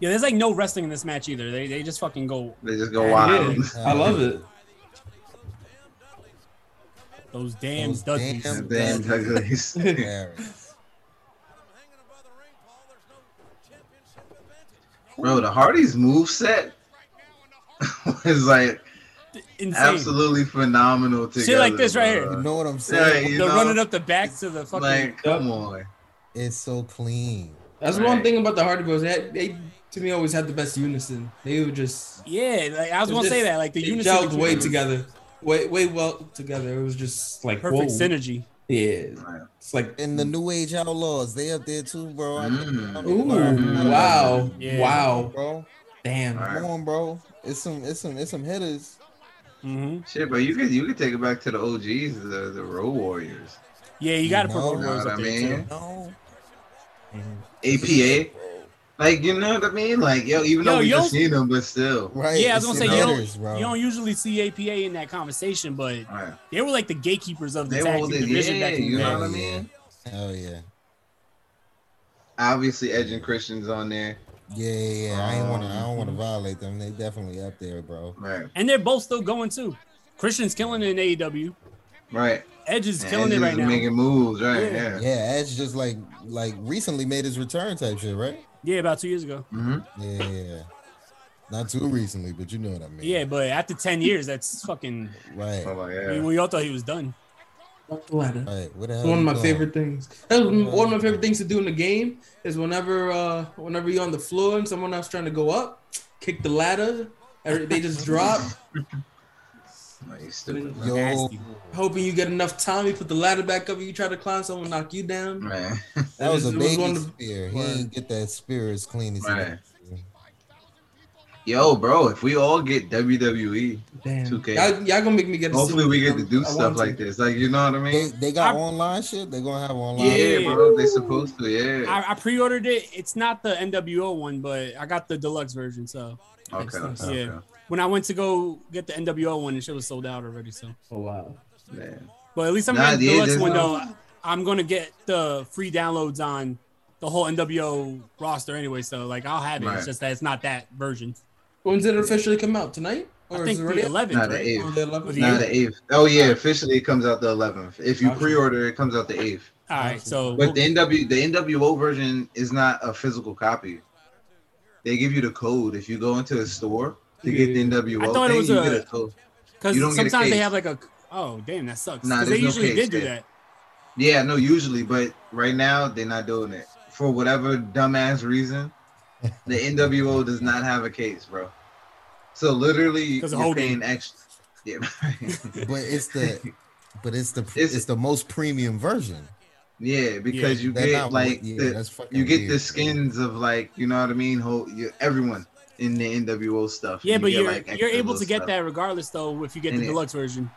Yeah, there's like no wrestling in this match either. They they just fucking go.
They just go wild.
I love it.
Those damn
Those
Dudleys.
damn
Damn, Douglas. Bro, the Hardy's move set was like
Insane.
absolutely phenomenal together.
Shit like this right here.
bro. Yeah, you
They're
know?
running up the back to the fucking.
Like, come on.
It's so clean.
That's
Right.
one thing about the Hardy Boys. They, they to me always had the best unison. They would just
yeah, like I was
It
gonna say
just-
that. Like the
it
unison.
gelled
between
way
them.
together, way way well together. It was just like
Perfect
whoa.
synergy.
Yeah, it's like
And the New Age Outlaws, they up there too, bro. I- I
Ooh,
mean, bro.
wow,
Yeah.
wow,
bro.
damn.
Come on, bro. It's some, it's some, it's some hitters.
Mm-hmm.
Shit, but you could you could take it back to the OGs, the, the Road Warriors.
Yeah, you gotta
You
put
know
Road
what
Warriors
I
up there
mean?
too. Mm-hmm.
APA. Like you know what I mean? Like yo, even
Yo,
though we
you
just
don't-
seen them, but still.
yeah, I was gonna say you don't, you don't usually see APA in that conversation, but they were like the gatekeepers of the
They
tag
were
team
the-
division back
yeah,
in the
you know
day.
what I mean?
Hell yeah.
Obviously, Edge and Christian's on there.
Yeah, yeah, yeah. I ain't wanna, I don't wanna
Um,
violate them. They definitely up there, bro.
Right,
And they're both still going too. Christian's killing it in AEW.
right.
Edge is
And
killing
Edge
it right
is
now.
Making moves, right? Yeah.
yeah. Edge just like, like recently made his return type shit, right?
Yeah, about two years ago.
Mm-hmm.
Yeah, yeah. Not too recently, but you know what I mean.
Yeah, but after ten years, that's fucking.
Right.
Oh,
We, we all thought he was done.
Right. What the
It's
hell
one of
you
my
doing?
favorite things. That's one one of my favorite things to do in the game is whenever uh whenever you're on the floor and someone else trying to go up, kick the ladder, every- they just drop.
Yo. Nasty.
Hoping you get enough time, you put the ladder back up, you try to climb, someone knock you down.
Man.
That was a
It was
baby
one of-
spear. He
Word.
didn't get that spear as clean as he
Right.
did.
Yo, bro, if we all get E, WWE
Damn.
2K,
Y'all, y'all gonna make me get. a
hopefully
suit.
we get to do
I
stuff
want to.
like this. Like you know what I
They,
mean?
they got online shit. They gonna have online.
yeah,
shit.
bro, they supposed to. Yeah.
I, I pre-ordered it. It's not the NWO one, but I got the deluxe version. So
okay. okay.
yeah, when I went to go get the NWO one, the shit was sold out already. So,
Oh wow.
Man.
but at least I'm
Nah, E
getting the
yeah,
deluxe
there's
one
no-
though. I'm gonna get the free downloads on the whole NWO roster anyway. So like I'll have it.
Right.
It's just that it's not that version.
When's it officially come out tonight?
I think the
it already out?
11th.
Not the
right?
eighth.
Oh, the 11th.
Or the
Nah,
eighth.
the eighth. Oh yeah, officially it comes out the eleventh. If you pre-order, it comes out the eighth.
All right, so
But the NW the NWO version is not a physical copy. They give you the code if you go into a store to get the NWO.
I thought it
thing,
was
you
a-
get a code.
because
You don't get a
sometimes they
case.
have like a oh damn that sucks
Nah,
'Cause they
there's no
usually
case
did do
there.
that.
Yeah, no, usually, but right now they're not doing it for whatever dumbass reason. The NWO does not have a case, bro. So literally,
'Cause of
you're
Hogan.
paying extra. Yeah,
But it's the, but it's the, it's, the most premium version.
yeah, because
Yeah,
you
they're
get
not-
like
yeah,
the,
that's fucking
you get
weird,
the
bro.
skins of like you know what I mean. Whole you, everyone in the NWO stuff.
Yeah,
You
but
get,
you're
like, extra
you're able
little
to get
stuff.
that regardless though if you get the
And it-
deluxe version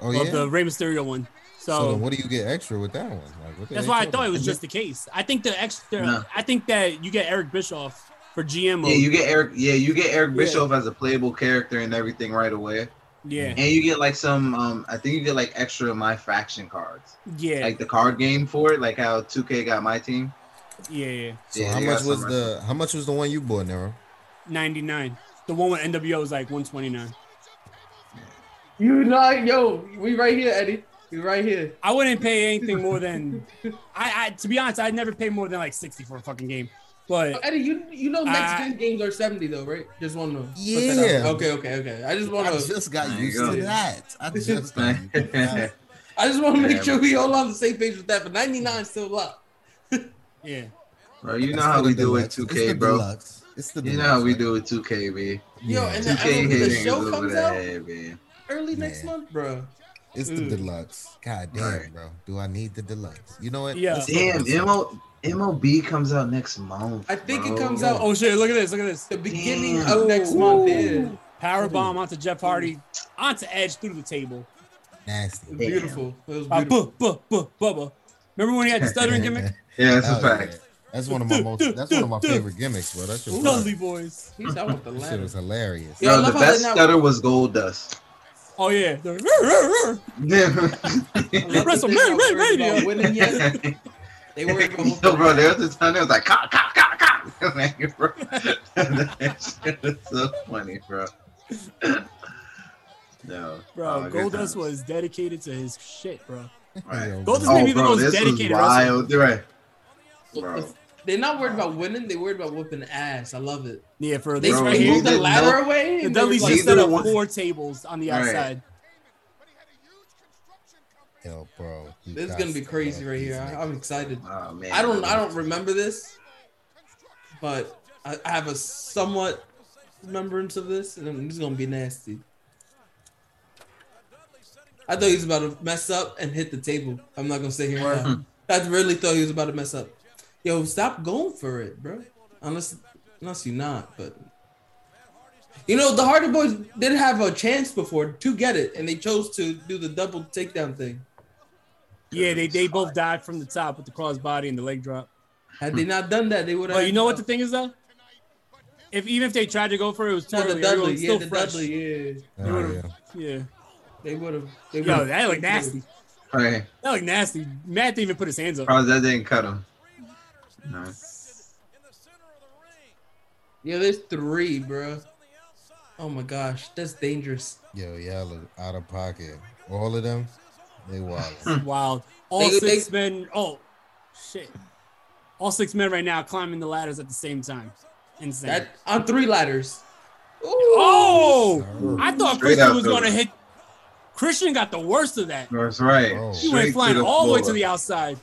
Oh
of
yeah.
the Rey Mysterio one. So,
so then what do you get extra with that one? Like, what the
that's
hell
why I
you
thought it was
talking
just the case. I think the extra.
Nah.
I think that you get Eric Bischoff for GM.
Yeah,
mode.
you get Eric. Yeah, you get Eric
Yeah.
Bischoff as a playable character and everything right away.
Yeah.
and you get like some. Um, I think you get like extra my faction cards,
Yeah.
like the card game for it, like how 2K got my team.
yeah. Yeah.
So
Yeah,
how
they
much
got
was
some-
the uh, how much was the one you bought, Nero?
Ninety nine. The one with NWO is like one twenty nine.
You know, yo, we right here, Eddie. We right here.
I wouldn't pay anything more than. I, I to be honest, I'd never pay more than like sixty for a fucking game. But
Eddie, you you know
I-
Mexican games are seventy though, right? Just want to.
Yeah.
Okay, okay, okay. I just want
I
to.
just got
There you
used
go.
to that. I just got used to that.
yeah,
I just want to
Yeah,
make sure we all on the same page with that. But ninety nine still up.
yeah,
bro, you know
It's
how
the
we do with
deluxe. it's the
2K, bro.
Deluxe. It's the
You
deluxe.
know how we do with 2K, b.
Yo, and then
2K
I mean, when the
hating is
show
over
comes
the
out
head, man.
early next
Yeah.
month, bro.
It's the
Mm.
deluxe. God damn,
Right.
bro. Do I need the deluxe? You know what?
Yeah.
Let's
Damn,
look at this.
MO, MLB comes out next month.
I think it
bro.
comes out
oh shit! Look at this! Look at this!
the beginning
Damn.
of next month. Yeah.
Power bomb onto Jeff Hardy, onto Edge through the table.
nasty.
Damn.
Beautiful. It was
By
beautiful.
buh, buh, buh, bubba. Remember when he had the stuttering gimmick?
Yeah, that's
Hell
a
Oh, yeah.
fact.
That's one of my most. That's one of my favorite gimmicks, bro. That's your.
Dudley boys.
He's out with the
That shit
ladder.
was hilarious.
Yo, I
no, the
love how they're
best
not-
stutter was Gold Dust.
Oh yeah. They're, "Rrr, rrr, rrr." WrestleMania radio.
winning yet. They were
Yo, bro, there was a time they was like, cock, cock, cock, cock. Like, bro, that shit was so funny, bro. no.
Bro,
oh,
Goldust
good times.
was dedicated to his shit, bro.
Right.
Goldust may be the most
Oh, this was
dedicated
Wild.
wrestler.
You're right. Bro.
They're not worried about winning. They're worried about whooping ass. I love it.
Yeah, for
they
this right
they
here.
moved the
Neither-
ladder
no-
away.
The
and they're
Dudleys
like-
just set up four tables on the
All right.
outside.
Yo, bro. you
This is
got
gonna be
to
crazy
love
right
these
here. I, I'm excited.
Oh, man.
I don't. I don't remember this, but I, I have a somewhat remembrance of this, and it's gonna be nasty. I thought he was about to mess up and hit the table. I'm not gonna say here. and
Mm-hmm.
lie. I really thought he was about to mess up. Yo, stop going for it, bro. Unless, unless you're not. But you know, the Hardy Boys did have a chance before to get it, and they chose to do the double takedown thing.
Yeah, they, they both died from the top with the crossbody and the leg drop.
Had they not done that, they would have.
But you know what the thing is though? If even if they tried to go for it, it was too
No, the
early. Everyone
Dudley,
was
yeah,
still
the
fresh.
Dudley, yeah.
They would've-
Oh,
yeah.
They would have. They
Yo, that looked
would've- they would've-
nasty.
Right.
That looked nasty. Matt didn't even put his hands up.
Probably that didn't cut him. No.
Yeah, there's three, bro. Oh my gosh, that's dangerous.
Yo, y'all are out of pocket. All of them, they wild.
Wild. All
Hmm. They-
six men. Oh, shit. All six men right now climbing the ladders at the same time. Insane.
That on three ladders.
Oh, I thought
Straight
Christian
out
was
the-
going to hit. Christian got the worst of that.
That's right.
He went
Straight
flying
through
all the way
floor.
to the outside.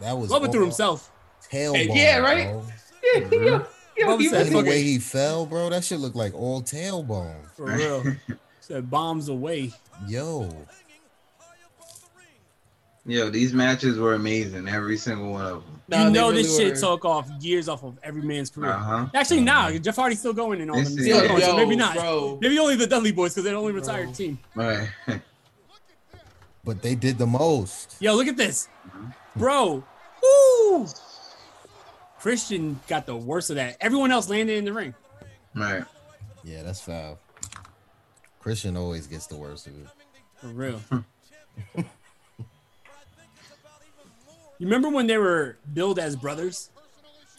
Oh, That was
Bubba through
all
himself.
Tailbone,
Yeah, right?
Bro.
Yeah, yo, yo,
Bubba
he
said,
was-
The way
fucking,
he fell, bro, that shit looked like all tailbone.
for real. Said bombs away.
Yo,
Yo, these matches were amazing. Every single one of them.
Nah,
you
they
know
really
this
were.
shit took off years off of every man's career.
Uh-huh.
Actually, nah, Jeff Hardy's still going in all of them.
This
Still
is-
going, so
Yo,
maybe not.
bro.
Maybe only the Dudley boys because they're the only retired
Bro.
team.
Right.
but they did the most.
Yo, look at this,
Mm-hmm.
bro. Woo! Christian got the worst of that. Everyone else landed in the ring.
right.
Yeah, that's foul. Christian always gets the worst of it.
For real. you remember when they were billed as brothers?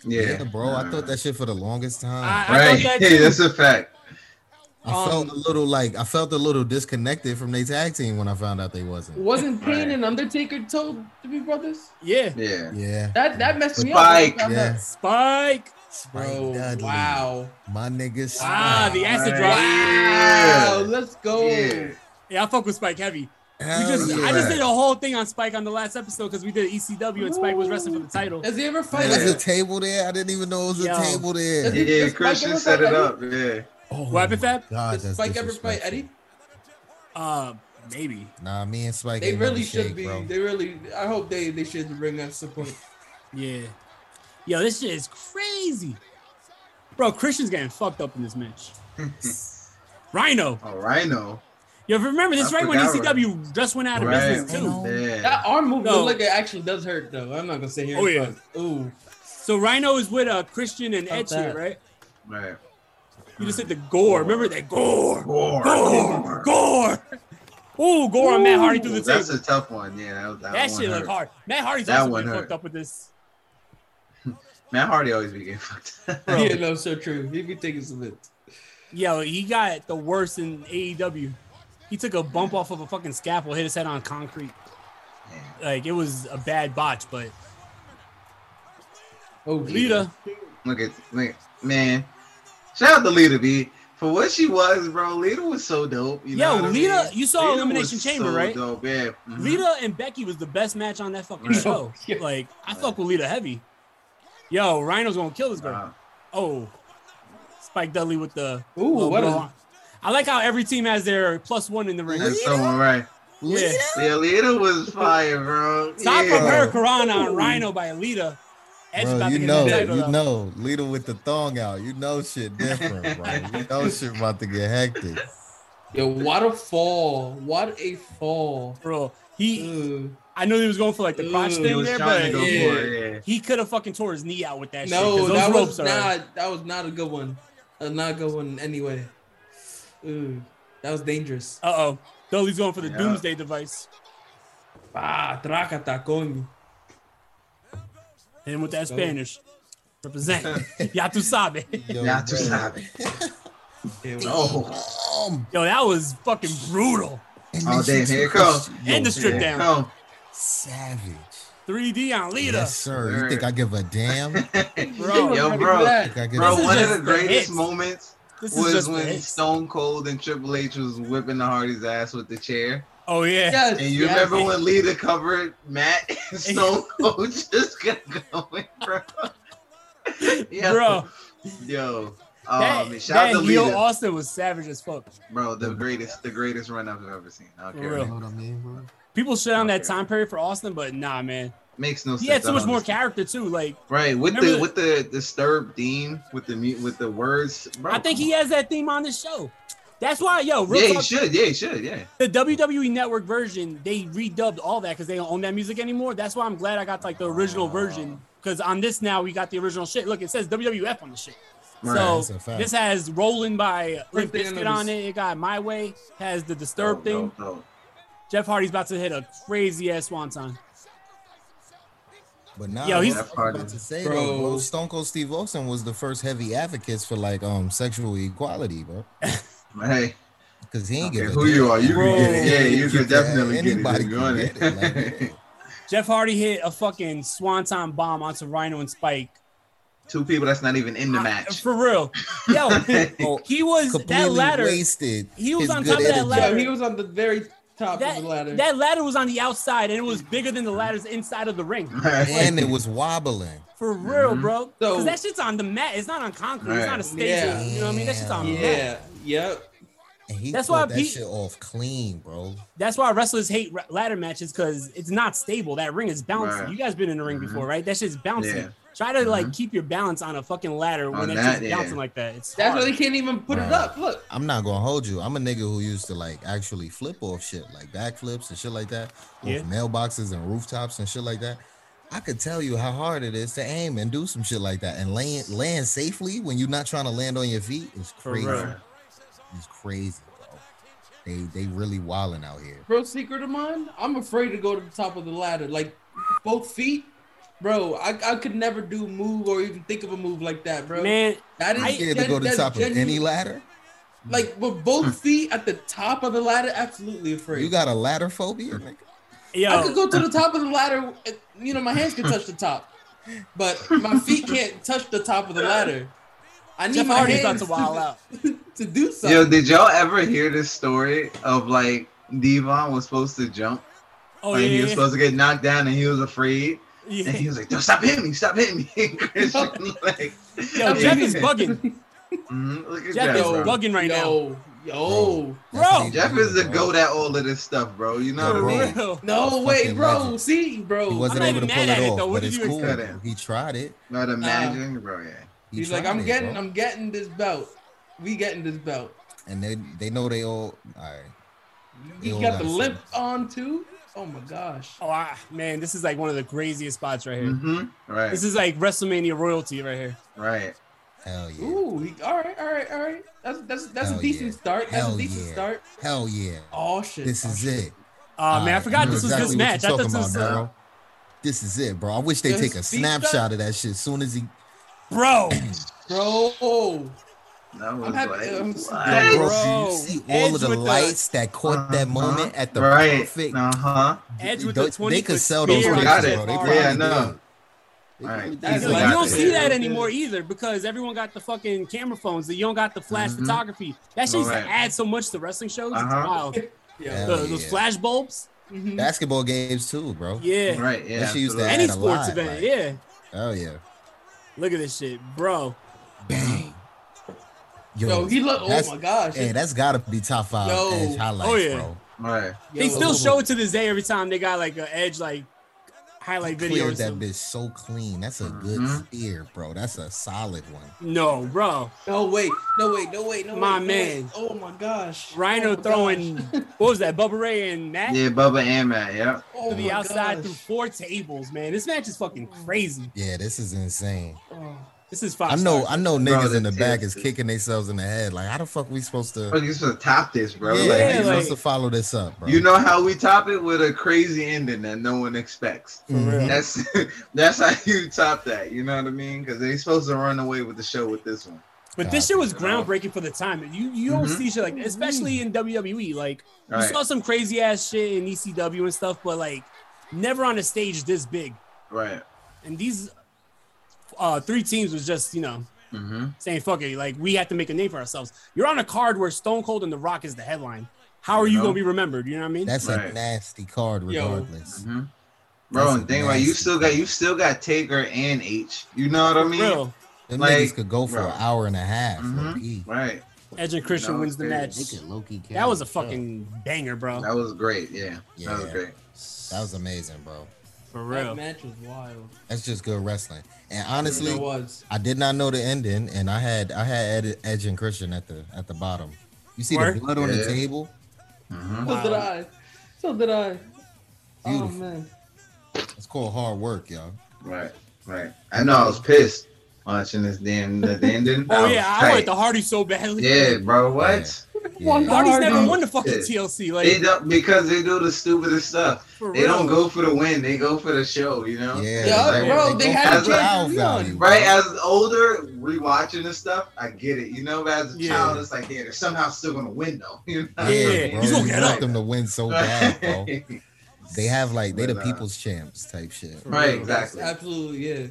Yeah.
bro, I thought that shit for the longest time.
I, I
Right.
thought that
Hey,
too.
that's a fact.
I felt a little like I felt a little disconnected from their tag team when I found out they wasn't.
Wasn't Kane and Undertaker told to be brothers?
yeah.
Yeah.
Yeah,
That that messed me
Spike.
up.
yeah.
Spike.
Spike
Bro,
Dudley.
wow.
My niggas.
Ah, the acid
Right.
drop.
Yeah.
Wow, let's go.
Yeah.
Yeah, I fuck with Spike heavy. We just,
yeah.
I just did a whole thing on Spike on the last episode because we did ECW and Spike was wrestling for the title.
Does he ever fight?
There's
Yeah.
a table there. I didn't even know it was a
Yo.
table there.
Did
Yeah,
Spike
Christian
ever
set
fight
it
Eddie?
up. Yeah.
Oh,
What happened,
my
Fab?
God,
Does
that's
Spike ever fight
disrespectful.
Eddie?
Uh, maybe.
Nah, me and Spike.
They
ain't never
really should
shake,
be.
bro.
They really. I hope they they should bring us support.
Yeah. Yo, this shit is crazy. Bro, Christian's getting fucked up in this match. Rhino.
Oh, Rhino.
You remember this
I
right when
forgot
ECW just went out of
Right.
business too.
Yeah.
That arm movement,
No.
look, it actually does hurt though. I'm not gonna say here.
Oh, yeah.
Ooh.
So Rhino is with uh Christian and
Fuck
Edge
that.
here, right?
Right.
You just hit the gore. Remember that gore.
Gore.
Gore. Gore. Ooh, gore on Matt Hardy through the
That's
table.
a tough one. Yeah. That, was- that,
that
one
shit
hurt.
looked hard. Matt Hardy's
That
also
one
been
hurt.
fucked up with this.
Matt Hardy always be getting fucked up.
Bro.
Yeah, no, so true. He be taking some hits.
Yo, he got the worst in AEW. He took a bump off of a fucking scaffold, hit his head on concrete. Like it was a bad botch, but
Oh,
Lita,
Look at look, man. Shout out to Lita B for what she was, bro. Lita was so dope. You know
Yo,
what I
Lita-
mean?
you saw
Lita
Elimination
was
Chamber,
so
right?
Dope, yeah. Mhm.
Lita and Becky was the best match on that fucking
Right.
show. Like I fuck with Lita heavy. Yo, Rhino's gonna kill this girl.
Wow.
Oh, Spike Dudley with the.
Ooh, what a-
I like how every team has their plus one in the ring.
That's someone right.
Yeah.
Yeah, Lita was fire, bro.
Top
yeah.
of her Karana on Rhino by Alita. Edge
Bro,
about
you
to get
know,
the title.
you
though.
know, Lita with the thong out. You know shit different, bro. You know shit about to get hectic.
Yo, what a fall. What a fall.
Bro, he.
Ugh.
I knew he was going for like the crotch
Ooh,
He
thing
was
there,
trying
but
to go
yeah.
for it. Yeah.
he could have fucking tore his knee out with that shit. 'cause
No,
those
that
ropes
was
are
not that was not a good one. Uh, not a good one anyway. Ooh, that was dangerous.
Uh oh. Dudley's going for the
Yeah.
doomsday device.
Ah, tracata, coño.
And with that Spanish. Represent. ya tu sabe.
Ya tu sabe.
Yo, that was fucking brutal.
Oh, damn, here it comes.
And the strip
Here it
down.
come.
Savage.
3D on Lita.
Yes, sir. You think I give a damn?
Bro.
Yo, bro,
Think I give
bro,
a
one of
damn?
the
the
greatest
hits.
moments
This is just
was
the
when
hits.
Stone Cold and Triple H was whipping the Hardy's ass with the chair.
Oh, yeah.
Yes,
And you
yes.
remember when Lita covered Matt and Stone Cold just got going, bro? yo,
Bro,
Yo. Oh,
that,
man, shout out
that
to
heel
Lita.
Austin was savage as fuck.
Bro, the greatest, the greatest run up I've ever seen. I don't
For
care.
real.
What I mean, bro?
People shit on that time period for Austin, but nah, man.
Oh, Makes no sense.
He had so
I
much
don't
more
understand.
character, too. Like,
Right with
Remember
the,
the-
with the disturbed theme with the mu- with the words. Bro,
I think
come
he has that theme on the show. That's why, yo,
on.
real
Yeah, he
talk,
should. Yeah, he should. Yeah.
the WWE Network version, they redubbed all that because they don't own that music anymore. That's why I'm glad I got like the original version because on this now we got the original shit. Look, it says WWF on the shit.
Right,
that's a
so
fact.
this has Rolling by Limp
Everything
Bizkit
under
on
the-
it. It got My Way. Has the
No,
Disturbed
no,
thing.
Oh, no.
Jeff Hardy's about to hit a crazy ass swanton.
But now,
Yo, he's-
what I was about to say,
Bro.
though, bro, Stone Cold Steve Austin was the first heavy advocates for like um sexual equality, bro.
Hey,
Because he ain't
okay,
give a
who you are? You
Bro.
can get it. Yeah, you
You
can
can-
definitely get it.
anybody
if you want
can
it.
get it, like-
Jeff Hardy hit a fucking swanton bomb onto Rhino and Spike.
Two people that's not even in the
I-
match.
for real. Yo,
Oh,
he was
completely
that ladder.
wasted.
he was
his
on
good
top of that
energy.
ladder.
Yeah, he was on the very top
That,
of the ladder.
that ladder was on the outside and it was bigger than the ladders inside of the ring.
and it Mm-hmm. was wobbling.
For real, bro. Because
So-
that shit's on the mat. It's not on concrete. It's
Right.
not a stage.
Yeah.
You know what I mean? That shit's on the mat.
yeah, yep.
And he
That's
That's
why
that
Pete-
shit off clean, bro.
That's why wrestlers hate ra- ladder matches because it's not stable. That ring is bouncing.
Right.
You guys been in the ring
Mm-hmm.
before, right? That shit's bouncing.
Yeah.
Try to like keep your balance on a fucking ladder when
On
it's
that,
just
yeah.
bouncing like that. It's
That's
hard.
why they can't even put it
Right.
up. Look,
I'm not gonna hold you. I'm a nigga who used to like actually flip off shit, like backflips and shit like that,
Yeah.
off mailboxes and rooftops and shit like that. I could tell you how hard it is to aim and do some shit like that and land land safely when you're not trying to land on your feet is
For
crazy.
real.
It's crazy, bro. They they really wilding out here.
bro, secret of mine, I'm afraid to go to the top of the ladder. Like both feet, bro. I, I could never do a move or even think of a move like that, bro.
man.
that
You scared to
that-
go to the
that's
top of
genuine-
any ladder? Hmm.
Like with both feet at the top of the ladder, absolutely afraid.
You got a ladder phobia? nigga?
I could
Yo,
go to the top of the ladder. uh, You know, my hands can touch the top, but my feet can't touch the top of the ladder. I need
Jeff
my
Hardy's about
hands
to wild out.
to do something.
Yo, did y'all ever hear this story of like Devon was supposed to jump?
Oh
like, he
yeah,
was supposed to get knocked down and he was afraid.
yeah.
And he was like, "Don't stop hitting me! Stop hitting me!" And Christian, like,
Yo, Jeff is bugging.
Mhm, look at
Jeff
that,
is
bro.
bugging right now.
yo, yo,
That's
Bro.
what he
Jeff
doing,
is the
bro.
goat at all of this stuff, bro. You know
For
what I mean?
real.
no
Fucking
way, bro.
legend.
See, bro,
He wasn't
not
able to
even
pull
mad
it
at it,
off,
though. What
but
did
it's
you
cool.
expect?
though. He tried it.
Not imagine, bro. Yeah.
He
He's like,
tried
I'm
it,
getting,
bro.
I'm getting this belt. We getting this belt.
and they they know they all all right.
You
Yo,
got the
that's-
limp on too. Oh my gosh.
Oh I, man, this is like one of the craziest spots right here.
hmm Right.
This is like WrestleMania royalty right here.
right.
Hell yeah.
Ooh, he, all right, all right, all right. That's that's that's
Hell
a decent
yeah.
start. That's
Hell
a decent
yeah.
start.
Hell yeah.
Oh shit.
This
Oh,
is
shit.
it.
Uh, man, I
Alright,
forgot
you know
this was
exactly
this
what
match. I
you're
thought this
talking
was,
about,
uh,
bro. This is it, bro. I wish they
Yo,
take a
his feet
snapshot
up.
of that shit as soon as he
bro.
Bro.
That was
I'm happy-
like,
I'm
what?
bro,
Bro,
you see all
Edge
of the
with the-
lights that caught that moment at the
Uh-huh. right.
perfect
Uh huh.
Edge
They-
with the
they
20
could
foot
sell those
spear on
pictures,
Jeff
bro. They
Hardy.
probably- Yeah,
did.
no.
They
All right.
really did.
That's
Yo,
They
you
got
don't
that.
see that anymore either because everyone got the fucking camera phones. That you don't got the flash photography. That shit used to
Mm-hmm. Right.
add so much to wrestling shows. It's
Uh-huh.
wild.
Yeah.
Hell
The- those
yeah.
flash bulbs.
Basketball games too, bro.
Yeah.
Right. Yeah.
That shit used to
absolutely.
add
Any
a
sports
lot,
event.
like-
yeah.
Oh yeah.
Look at this shit, bro.
Bang.
Yo, he look- oh
that's-
my gosh.
Hey, that's gotta be top five
Yo.
Uh, edge highlights,
Oh, yeah.
bro.
Right.
they
Yo.
still show it to this day every time they got like an edge like highlight video. Or
Cleared that
something.
bitch so clean. That's a good
Mm-hmm.
spear, bro. That's a solid one.
No, bro.
No wait. No wait. No wait. No
My
wait, no
man.
wait. Oh my gosh.
Rhino
Oh my
throwing
gosh.
what was that? Bubba Ray and Matt
Yeah, Bubba and Matt. Yep.
Oh
to the
my
outside
gosh.
through four tables, man. This match is fucking crazy.
Yeah, this is insane.
Oh.
This is five.
I know,
stars.
I know, niggas in the back is kicking themselves in the head. Like, how the fuck we supposed to?
Bro, you supposed to top this, bro.
Yeah,
Like,
you
you know-
supposed to follow this up, bro.
You know how we top it with a crazy ending that no one expects.
real.
That's that's how you top that. You know what I mean? Because they supposed to run away with the show with this one.
But this shit
Oh.
was groundbreaking for the time. You you don't see shit like that, especially in WWE. Like you
Right.
saw some crazy ass shit in ECW and stuff, but like never on a stage this big.
Right.
And these uh three teams was just, you know,
Mm-hmm.
saying fuck it, like we have to make a name for ourselves. You're on a card where Stone Cold and The Rock is the headline. How are you
know?
gonna be remembered? You know what I mean?
That's a nasty card,
Yo.
regardless.
Mm-hmm. Bro,
That's
and think about it, you still got you still got Taker and H. You know what I mean?
real.
Them
Like,
niggas could go for
bro. Mm-hmm.
an hour and a half. for P.
Right.
Edge and Christian
No,
wins the
it's
match.
crazy. They could low-key
That
carry
was a
the show.
fucking banger, bro.
That was great. Yeah.
Yeah,
That was great.
that was amazing, bro.
For
That
real.
match was wild.
That's just good wrestling. And honestly,
It was.
I did not know the ending, and I had I had Ed, Edge and Christian at the at the bottom. You see
Word?
the blood on the
Yeah.
table?
So did I. So did I. Oh
Beautiful.
man.
It's called hard work, y'all.
Right. Right.
Oh,
I know I was pissed watching this damn the ending.
Oh
was
yeah, I
tight.
wanted the Hardy so badly.
Yeah, bro. What?
One
Hardy's
Hardy.
never won the fucking
Yeah.
TLC. Like
They don't because they do the stupidest stuff.
For
They don't
real.
go for the win. They go for the show. You know.
Yeah,
Yeah,
like,
bro,
they
they
go
had
for
a
the
crowd
chance
value.
on.
Right as older, rewatching this stuff, I get it. You know, but as a
Yeah.
child, it's like, yeah, they're somehow still gonna win though. You know?
Yeah,
bro,
he's
you
gonna get
want
up.
them to win so bad, bro. They have like they the
But, uh,
people's champs type shit.
Right, exactly.
Absolutely, yeah.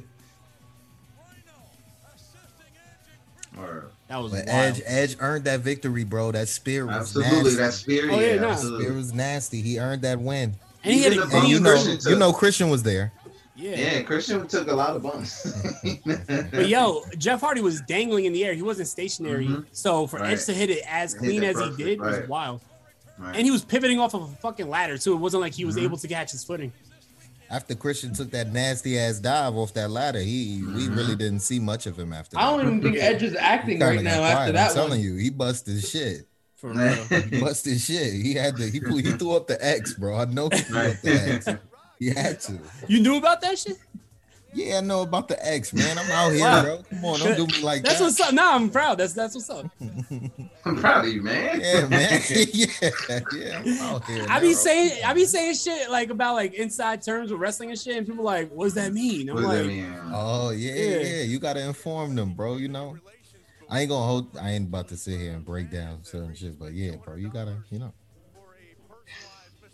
Or-
that was
But
wild.
Edge Edge earned that victory, bro. That spear was
Absolutely,
nasty.
that spirit.
Oh, yeah,
yeah,
nah.
absolutely.
spear was nasty. He earned that win.
and he had
Even
a
the
And
Bumps
you
clean
know,
Christian took.
you know Christian was there.
yeah.
Yeah, Christian took a lot of bumps.
But yo, Jeff Hardy was dangling in the air. He wasn't stationary.
Mhm.
So for
Right.
Edge to hit it as
Hit
clean
it
as
perfect,
he did was
right.
wild.
Right. Mm-hmm.
And he was pivoting off of a fucking ladder too. It wasn't like he was able to catch his footing.
After Christian took that nasty ass dive off that ladder, he we
Mm-hmm.
really didn't see much of him after.
I
that.
don't even think Edge is acting
Kinda
right
got
now
quiet.
after
I'm
that
telling
one.
you, he busted shit.
For real.
He busted shit. He had to. He, blew- he threw up the X, bro. I know he threw up the X. He had to.
you knew about that shit?
Yeah, I know about the X, man. I'm out here,
Wow.
bro. Come on, don't do me like
That's
that.
what's up. Nah, I'm proud. That's that's what's up.
I'm proud of you, man.
yeah, man. yeah, yeah. I'm out here.
I be
bro.
saying I be saying shit like about like inside terms with wrestling and shit, and people like, what does that mean? I'm
What does
like,
that mean?
Oh yeah, yeah,
Yeah.
yeah. You gotta inform them, bro. You know, I ain't gonna hold. I ain't about to sit here and break down certain shit, but yeah, bro. You gotta, you know,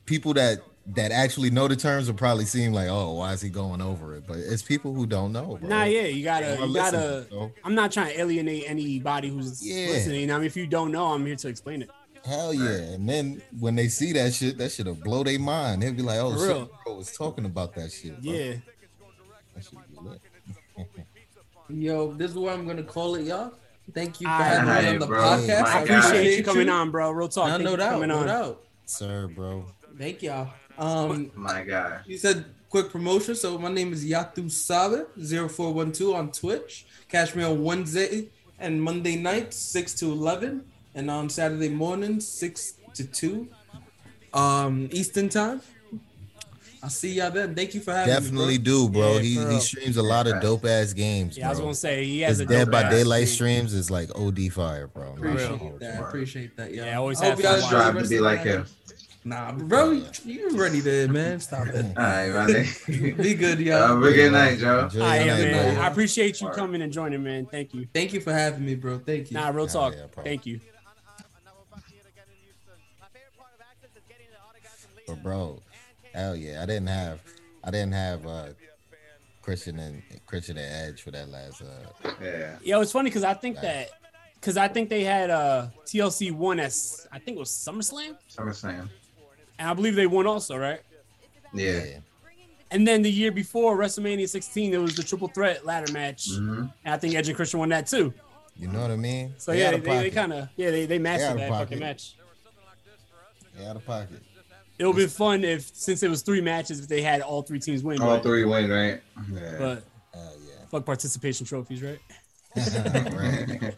people that that actually know the terms will probably seem like, oh, why is he going over it? But it's people who don't know, bro.
Nah, yeah, you gotta,
Y'all
you
listen,
gotta.
bro.
I'm not trying to alienate anybody who's
Yeah.
listening. I mean, if you don't know, I'm here to explain it.
Hell yeah. And then when they see that shit, that shit'll blow their mind. They'll be like, oh,
For
shit,
real.
bro was talking about that shit. Bro.
Yeah,
That shit be lit.
Yo, this is where I'm gonna call it, y'all. Thank you for
All
having
right,
me on the
bro.
podcast.
My
I
God.
appreciate you coming on, bro. Real talk.
I
Thank
know
you for
that.
Coming
no
on.
doubt.
Sir, bro.
Thank y'all. Um,
My God.
You said quick promotion. So my name is Yatu Sabe 0412 on Twitch. Catch me on Wednesday and Monday night, 6 to 11. And on Saturday morning, 6 to 2 um, Eastern time. I'll see y'all then. Thank you for having
Definitely
me.
do, bro.
Yeah,
he,
for
he
real.
streams a lot of
Right.
dope ass games.
Yeah, I was
bro.
gonna say he has
His
a
Dead
dope
by
ass
Daylight
stream.
streams is like OD fire, bro.
bro.
Like,
Appreciate that. Appreciate that. Yeah,
Yeah, always
I hope
have
y'all
fun.
Just
enjoy the
drive to
rest
be
of
like
your
him.
night. Nah, bro, you- you ready there, man. Stop it.
All right, Uh, brother.
Be good,
Have
y'all.
a good night, Joe.
enjoy your
I am,
night,
man.
bro.
I appreciate you
Alright.
coming and joining, man. Thank you.
Thank you for having me, bro. Thank you.
Nah, real
Yeah,
talk.
yeah, probably.
Thank you.
But bro, hell yeah. I didn't have I didn't have uh Christian and Christian and Edge for that last uh
Yeah.
Yo, it's funny because I think that because I think they had uh TLC one at s- I think it was SummerSlam,
SummerSlam.
and I believe they won also, right?
Yeah.
yeah.
And then the year before WrestleMania 16, it was the triple threat ladder match.
Mhm.
And I think Edge and Christian won that too.
You know what I mean?
So yeah,
out
they,
of
they,
pocket.
kind of yeah they they
out
mastered
of
that
pocket.
fucking match.
They out of pocket.
It would be fun if since it was three matches if they had all three teams win.
All
but-
three win, right? Yeah.
But
Hell
fuck participation trophies, right?
yeah. right.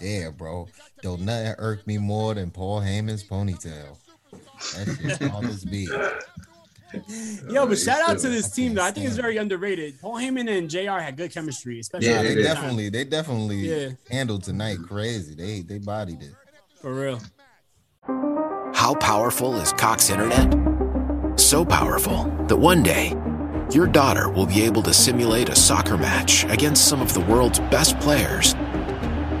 Yeah, bro. Don't nothing irk me more than Paul Heyman's ponytail. That shit all this beat.
Yo, but shout out to this team though. I think it's very underrated. Paul Heyman and JR had good chemistry, especially
Yeah,
at
they
the time.
definitely, they definitely
Yeah.
handled tonight crazy. They they bodied it.
for real.
How powerful is Cox Internet? So powerful that one day, your daughter will be able to simulate a soccer match against some of the world's best players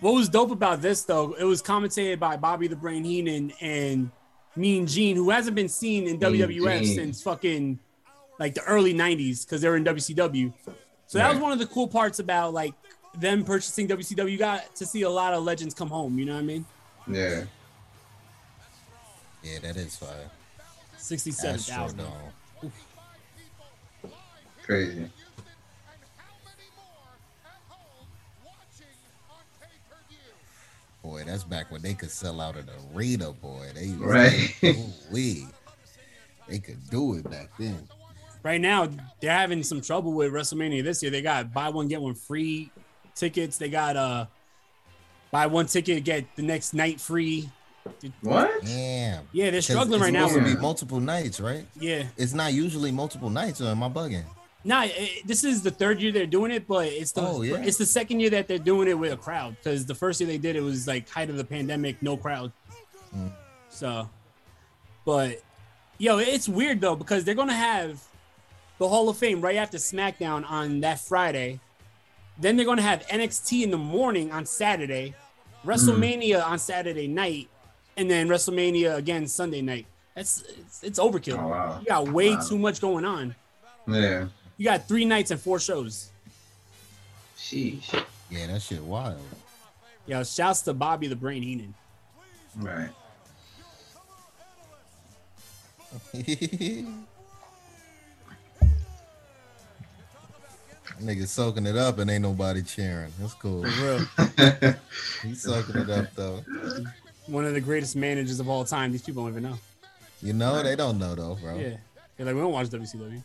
What was dope about this though, it was commentated by Bobby the Brain Heenan and Mean Gene, who hasn't been seen in WWF
Gene.
since fucking like the early '90s because they were in WCW. So that was
Right.
one of the cool parts about like them purchasing WCW. You got to see a lot of legends come home. You know what I mean?
Yeah.
Yeah, that is fire.
Sixty-seven thousand.
Astrodome.
Crazy.
Boy, that's back when they could sell out an arena, boy. They
Right.
we they could do it back then.
Right now, they're having some trouble with WrestleMania this year. They got buy one get one free tickets. They got uh buy one ticket get the next night free.
Damn.
Yeah, they're
'Cause
struggling
it's
right now.
Supposed to be multiple nights, right?
Yeah.
It's not usually multiple nights, or am I bugging?
Nah, it, this is the third year they're doing it, but it's the
Oh, yeah.
it's the second year that they're doing it with a crowd because the first year they did it was like height of the pandemic, no crowd.
Mm.
So, but yo, it's weird though because they're gonna have the Hall of Fame right after SmackDown on that Friday. Then they're gonna have NXT in the morning on Saturday, WrestleMania on Saturday night, and then WrestleMania again Sunday night. That's it's, it's overkill.
Oh, wow.
You got way
Wow.
too much going on.
Yeah.
You got three nights and four shows.
Sheesh.
Yeah, that shit wild.
Yo, shouts to Bobby the Brain Heenan.
Right.
Niggas soaking it up and ain't nobody cheering. That's cool. He's soaking it up though.
One of the greatest managers of all time. These people don't even know.
You know they don't know though, bro.
Yeah. They're like, we don't watch WCW.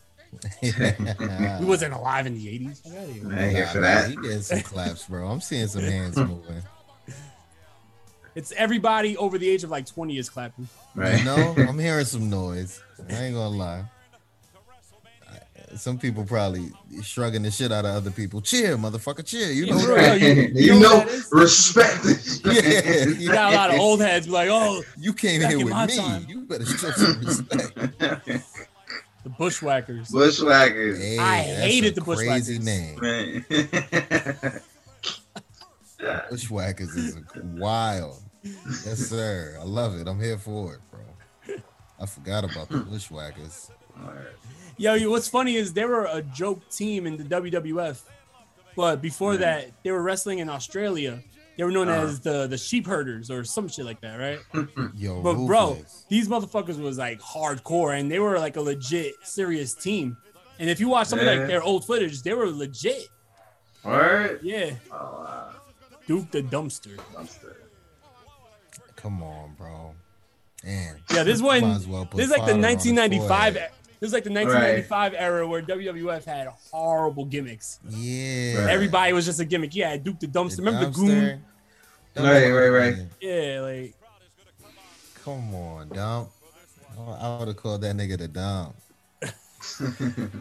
Yeah.
we wasn't alive in the 80s. Fuck outta here.
Nah, He getting some claps, bro. I'm seeing some hands moving.
It's everybody over the age of like 20 is clapping.
You know, I'm hearing some noise. I ain't gonna lie. I- Some people probably shrugging the shit out of other people. Cheer, motherfucker, cheer. You know,
Yeah, bro, you- You you know know,
respect.
yeah,
You got a lot of old heads be like, oh,
you came
back
here
in
with
my
me.
time.
You better show some respect.
The Bushwhackers.
Bushwhackers.
I hated the Bushwhackers.
Crazy name. Bushwhackers is wild. Yes, sir. I love it. I'm here for it, bro. I forgot about the Bushwhackers.
Yo, you- what's funny is they were a joke team in the WWF, but before that, they were wrestling in Australia. They were known
Uh.
as the the sheep herders or some shit like that, right?
Yo,
but bro, these motherfuckers was like hardcore, and they were like a legit serious team. And if you watch some of
Yeah.
like, their old footage, they were legit.
Word?
Yeah. Duke the dumpster. Dumpster.
Come on, bro. Man.
Yeah, this
Might
one.
as well put
this is like
fire
the
on his
1995.
forehead.
This is like the 1995 era where WWF had horrible gimmicks.
Yeah.
Everybody was just a gimmick. Yeah, Duke the Dumpster. Remember the
dumpster.
goon?
Right, right, right.
Yeah, like
Come on, dump. Oh, I would have called that nigga the dump.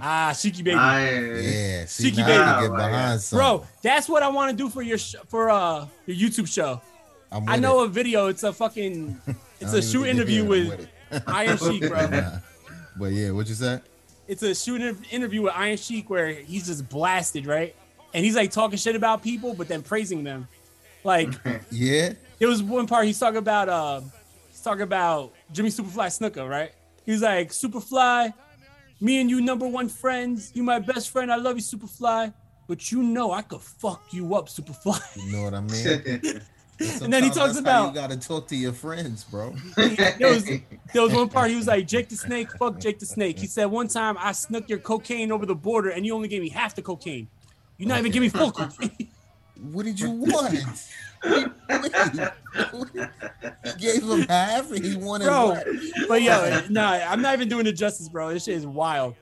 ah, Shiki baby.
yeah, see,
Shiki
now
baby.
I can get behind some.
Bro, that's what I want to do for your sh- for uh your YouTube show.
I'm
I
with
know a video. It's a fucking. It's
don't
a
even
shoot
think
interview
I'm
with
it.
Iron Sheik, bro.
Nah. But yeah, what you said?
it's a shooting interview with Iron Sheik where he's just blasted, right? And he's like talking shit about people, but then praising them. Like
Yeah.
there was one part he's talking about, uh, he's talking about Jimmy Superfly Snooker, right? He's like Superfly, me and you number one friends. You my best friend. I love you, Superfly. But you know I could fuck you up, Superfly.
You know what I mean?
And then he
Sometimes
talks
that's how
about-
you gotta talk to your friends, bro.
there was there was one part he was like Jake the Snake, fuck Jake the Snake. He said one time I snuck your cocaine over the border and you only gave me half the cocaine. You not even give me full cocaine.
What did you want? Gave him half and he wanted
bro.
what?
But yo, nah, I'm not even doing it justice, bro. This shit is wild.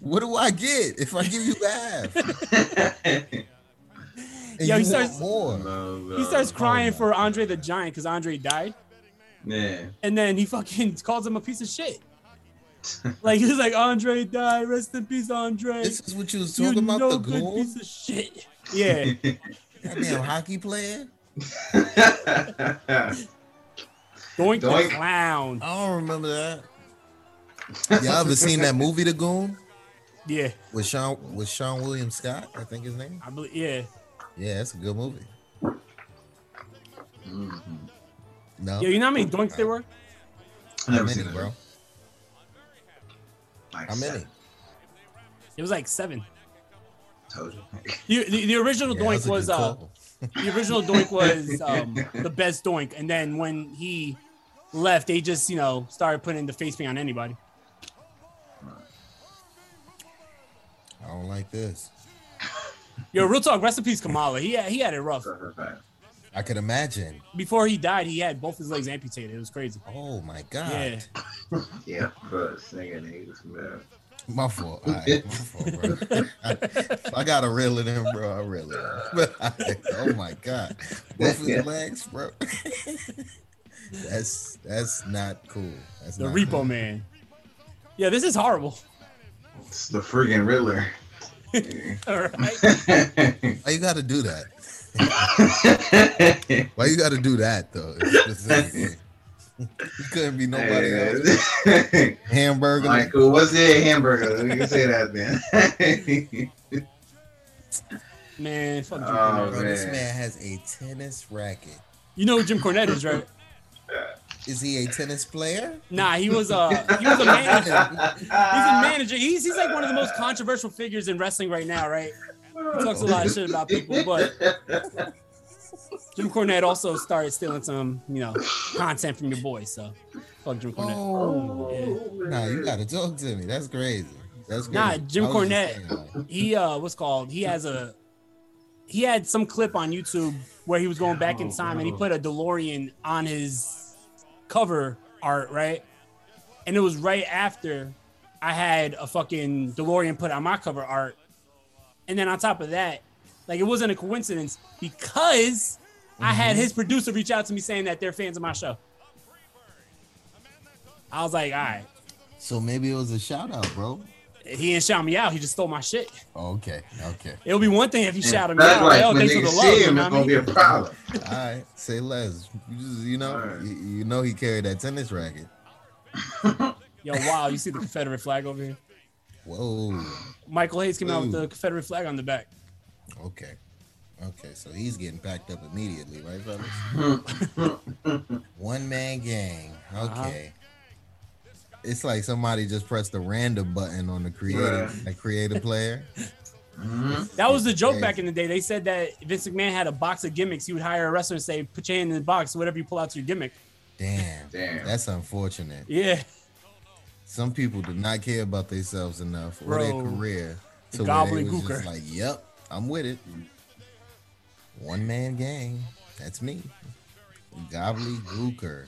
What do I get if I give you half? And
Yo, he
you
starts
want Oh, more.
he starts crying for Andre the Giant because Andre died,
Yeah.
and then he fucking calls him a piece of shit. like he's like Andre died, rest in peace, Andre. This
is what you was talking about,
no
the
good
goon?
piece of shit. Yeah.
Goddamn hockey player.
Doink the Doink. clown.
I don't remember that. Y'all ever seen that movie, The Goon?
Yeah.
With Sean with Sean William Scott, I think his name.
I believe. Yeah.
Yeah, that's a good movie. No.
Yo, you know how many doinks there were?
How many, bro? How many?
It was like seven.
Told
The,
you.
the, the original
Yeah,
doink
that
was
was a good
uh, the original doink was um, the best doink, and then when he left, they just you know started putting the face paint on anybody.
I don't like this.
Yo, real talk, rest in peace, Kamala. He had, he had it rough.
I could imagine.
Before he died, he had both his legs amputated. It was crazy.
Oh my
Yeah.
God.
Yeah, bro. Singing niggas, man.
My fault. All right, my fault, bro. I, gotta reel it in, bro. I reel it. In. oh my God. Both his legs, bro. That's that's not cool. That's
The
not
Repo
cool.
Man. Yeah, this is horrible.
It's the friggin' Riddler.
All right.
Why you gotta do that? Why you gotta do that though? Specifically? You couldn't be nobody
Hey,
else. hamburger.
Michael, what's it? Hamburger. We can say that then.
Man, fuck Jim
Oh,
Cornette.
Bro, this
man.
man has a tennis racket.
You know who Jim Cornette is, right?
Is he a tennis player?
Nah, he was uh he was a manager. He's a manager. He's he's like one of the most controversial figures in wrestling right now, right? He talks a lot of shit about people, but Jim Cornette also started stealing some, you know, content from your boy. So fuck Jim Cornette. Yeah.
Oh. Nah, you gotta talk to me. That's crazy. That's crazy.
Nah, Jim
I was just saying, like,
Cornette. He uh, what's called? He has a he had some clip on YouTube where he was going back
Oh,
in time and he put a DeLorean on his cover art, right? And it was right after I had a fucking DeLorean put on my cover art, and then on top of that, like it wasn't a coincidence because I had
Mhm.
his producer reach out to me saying that they're fans of my show. I was like, all right.
So maybe it was a shout out, bro.
He didn't shout me out. He just stole my shit.
Oh, Okay, okay.
It would be one thing if you
Yeah,
shout him
that's
out.
right.
Like, oh,
When
thanks
they
for the
see
love. you
him,
know
it's
what I
gonna be
mean?
a problem. All right, say less. You, just- you know, you, you know, he carried that tennis racket.
Yo, wow, you see the Confederate flag over here?
Whoa.
Michael Hayes came out with
Ooh.
the Confederate flag on the back.
Okay. Okay, so he's getting packed up immediately, right,
Uh-huh.
fellas? One man gang. Okay. It's like somebody just pressed the random button on the creative,
Bruh.
a creative player. Mm-hmm.
That was the joke back in the day. They said that if Vince McMahon had a box of gimmicks, he would hire a wrestler and say, "Put your hand in the box. Whatever you pull out's your gimmick."
Damn. Damn. That's unfortunate.
Yeah.
Some people do not care about themselves enough or
Bro.
their career
The
to where they
gobbling
was
gooker.
just like, "Yep, I'm with it." One man gang. That's me. Gobbly gooker.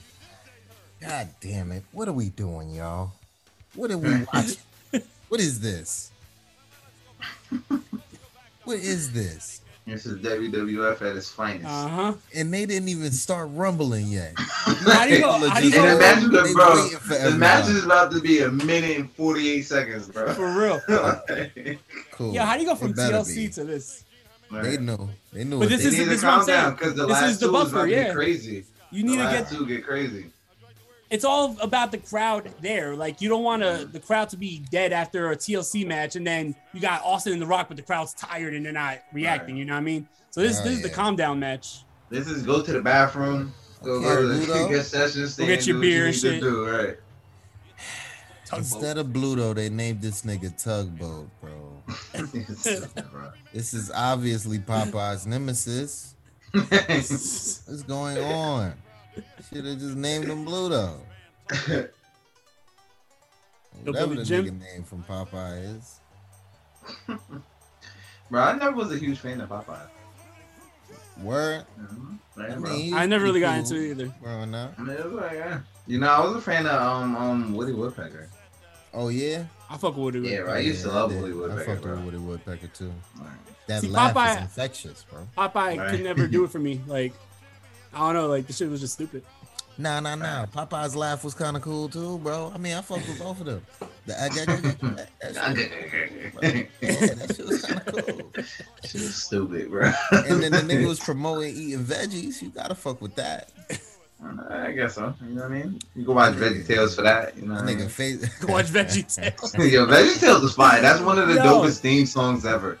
God damn it! What are we doing, y'all? What are we watching? what is this? What is this?
This is WWF at its finest.
huh.
And they didn't even start rumbling yet.
Uh-huh. How do you go- how do you go- And imagine the-
They
bro,
waiting for
the
everybody.
match is about to be a minute and 48 seconds, bro.
For real.
cool.
Yeah, how do you go
It
from
better
TLC
be.
to this?
They know. They
But
know. what
this
they
is
did.
this is what I'm saying.
because the
this
last
is the
two is about
buffer.
to get
Yeah,
crazy.
You need to
the last
get.
two get crazy.
It's all about the crowd there. Like you don't want to the crowd to be dead after a TLC match, and then you got Austin and The Rock, but the crowd's tired and they're not reacting. You know what I mean? So this
Oh,
this is the
yeah.
calm down match.
This is go to the bathroom, go
Okay,
go to
Ludo.
the get sessions,
Go get your beer and shit.
Do, right.
Instead of Bluto, they named this nigga Tugboat, bro. this is obviously Popeye's nemesis. What's going on? Should have just named him Bluto. Whatever
Billy
the
Jim?
nigga name from Popeye is.
Bro, I never was a huge fan of Popeye.
Word.
Right,
I
bro.
mean,
I never really got
he's
into it either.
Growing up.
You know, I was a fan of um um Woody Woodpecker.
Oh yeah.
I fuck with Woody
Yeah,
Woodpecker.
right. I used to love
did.
Woody
I
Woodpecker,
fucked
bro.
with Woody Woodpecker too. That
See,
laugh
Popeye-
is infectious, bro.
Popeye
Right.
could never do it for me. Like I don't know. Like the shit was just stupid.
Nah, nah, nah. Popeye's laugh was kind of cool too, bro. I mean, I fucked with both of them. The I got that, that shit, bro. Yeah, that shit was kind of cool.
She was stupid, bro.
And then the nigga was promoting eating veggies. You gotta fuck with that.
Uh, I guess so. You know what I mean? You can watch VeggieTales for that. You know, what I mean?
Nigga face.
Watch VeggieTales.
Yo, VeggieTales is fine. That's one of the
Yo.
dopest theme songs ever.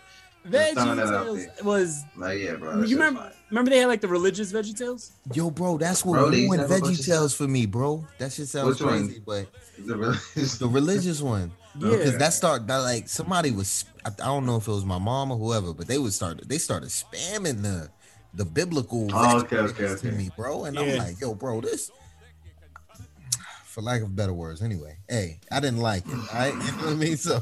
Just throwing that out
VeggieTales was.
Like, yeah, bro. that
You
shit's
remember? Remember they had like the religious VeggieTales.
Yo, bro, that's what
Bro, they
ruined
never purchased-
VeggieTales for me, bro. That shit sounds
Which one?
crazy, but
the religious,
one.
Yeah.
Because that start that like somebody was I, I don't know if it was my mom or whoever, but they would start they started spamming the the biblical
Oh, okay, okay,
references to
okay.
me, bro. And
Yeah.
I'm like, yo, bro, this for lack of better words, anyway. Hey, I didn't like it. I you know what I mean? So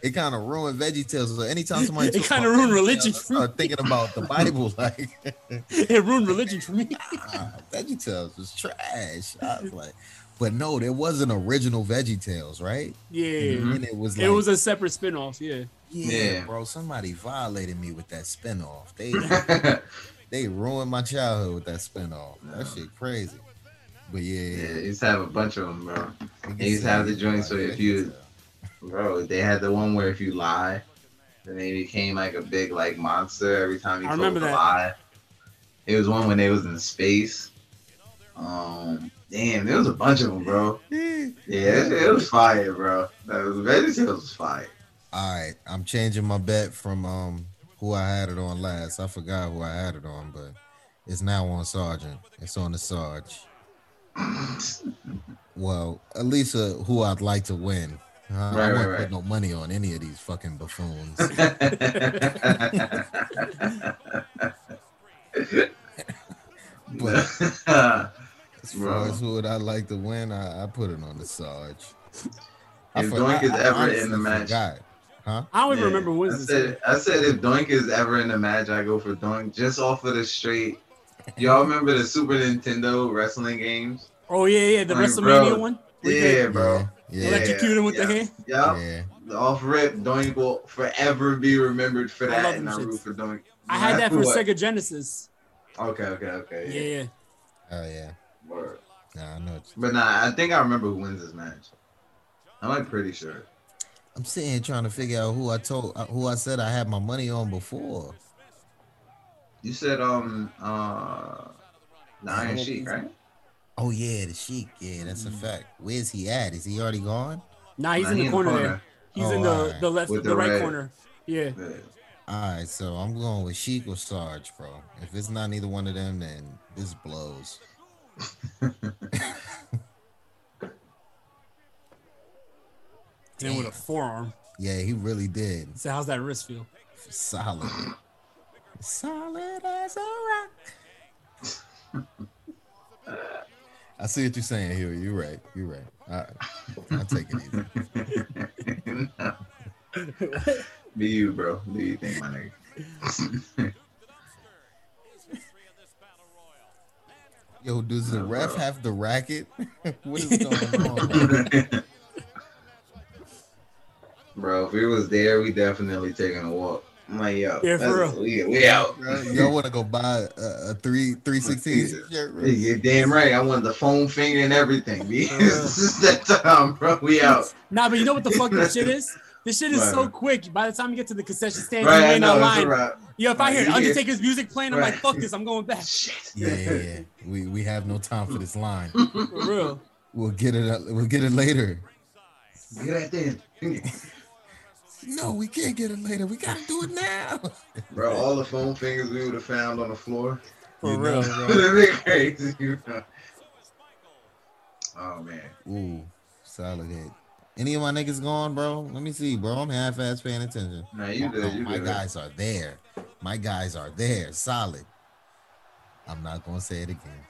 it kind of ruined VeggieTales. So anytime somebody
It
talks
kinda
about
ruined
VeggieTales,
religion
I
for
start thinking about the Bible, like Ah,
it ruined religion for me.
VeggieTales was trash. I was like, but no, there was an original VeggieTales, right?
Yeah.
Mm-hmm.
And then it was like,
it was a separate spinoff. Yeah.
yeah, bro, somebody violated me with that spinoff. They they ruined my childhood with that spinoff. That shit crazy. But yeah,
Yeah, they used to have a bunch of them, bro.
can
They used to have the
say
joints where
anybody,
if you, bro, they had the one where if you lie, then they became like a big like monster every time you
I
told
remember
a
that.
lie. It was one when they was in space. Um, damn, there was a bunch of them, bro.
Yeah,
it, it was fire, bro. That was VeggieTales was fire.
All right, I'm changing my bet from um who I had it on last. I forgot who I had it on, but it's now on Sergeant. It's on the Sarge. well, at least uh, who I'd like to win. Uh,
Right,
I
right,
won't put
right.
no money on any of these fucking buffoons. but as far
Bro.
as who would I like to win, I, I put it on the Sarge.
If
for-
Doink is ever in the
honestly
match-
forgot. huh?
I don't even
Yeah.
remember when
I
was this.
said, I said if Doink is ever in the match, I go for Doink just off of the straight. Y'all remember the Super Nintendo wrestling games?
Oh yeah, yeah, the
Like,
WrestleMania
bro,
one. We
Yeah,
did.
bro.
Yeah. Electrocute him with the hand.
Yup. The off rip, Doink will forever be remembered for
I love
that, and
them
I
shits.
root for Doink.
I had that for
What?
Sega Genesis.
Okay, okay, okay.
Yeah, yeah.
Oh yeah.
Word.
Nah, I know. It's,
But nah, I think I remember who wins this match. I'm like pretty sure.
I'm sitting here trying to figure out who I told, uh, who I said I had my money on before.
You said um uh the Iron Sheik, right?
Oh yeah, the Sheik. Yeah, that's a fact. Where's he at? Is he already gone?
Mm. Nah, he's
Nah,
in
he
the corner there. He's
Oh,
in the,
alright.
the left, the,
With the
right
red.
corner. Yeah.
All right, so I'm going with Sheik or Sarge, bro. If it's not neither one of them, then this blows.
And with a forearm.
Yeah, he really did.
So how's that wrist feel?
Solid. Solid as a rock. I see what you're saying, Huey. You're right. You're right. All right. I'll take it easy.
Be you, bro. Do you think, my nigga?
Yo, does the ref have the racket? what is going on?
bro, if we was there, we definitely taking a walk. I'm like, yo,
Yeah, for
that's-
real.
We, we out.
Bro, y'all want to go buy a, a three three sixteen shirt? bro?
You're damn right. I wanted the foam finger and everything. B. it's just that time, bro. We out.
Nah, but you know what the fuck this shit is? This shit is so
Right.
quick. By the time you get to the concession stand,
Right,
you
I
ain't
know, that's
online.
a wrap.
Yo, if I
Right,
hear
yeah.
Undertaker's music playing, I'm like,
Right.
fuck this, I'm going back.
Yeah, yeah, yeah. We we have no time for this line.
For real.
We'll get it. uh, We'll get it later.
Get that thing.
No, we can't get it later. We gotta do it now.
Bro, all the foam fingers we would have found on the floor.
For
You
real,
know?
bro.
That'd be crazy, bro. Oh man.
Ooh, solid hit. Any of my niggas gone, bro? Let me see, bro. I'm half ass paying attention.
Nah, you good, you
my
good.
guys are there. My guys are there. Solid. I'm not gonna say it again.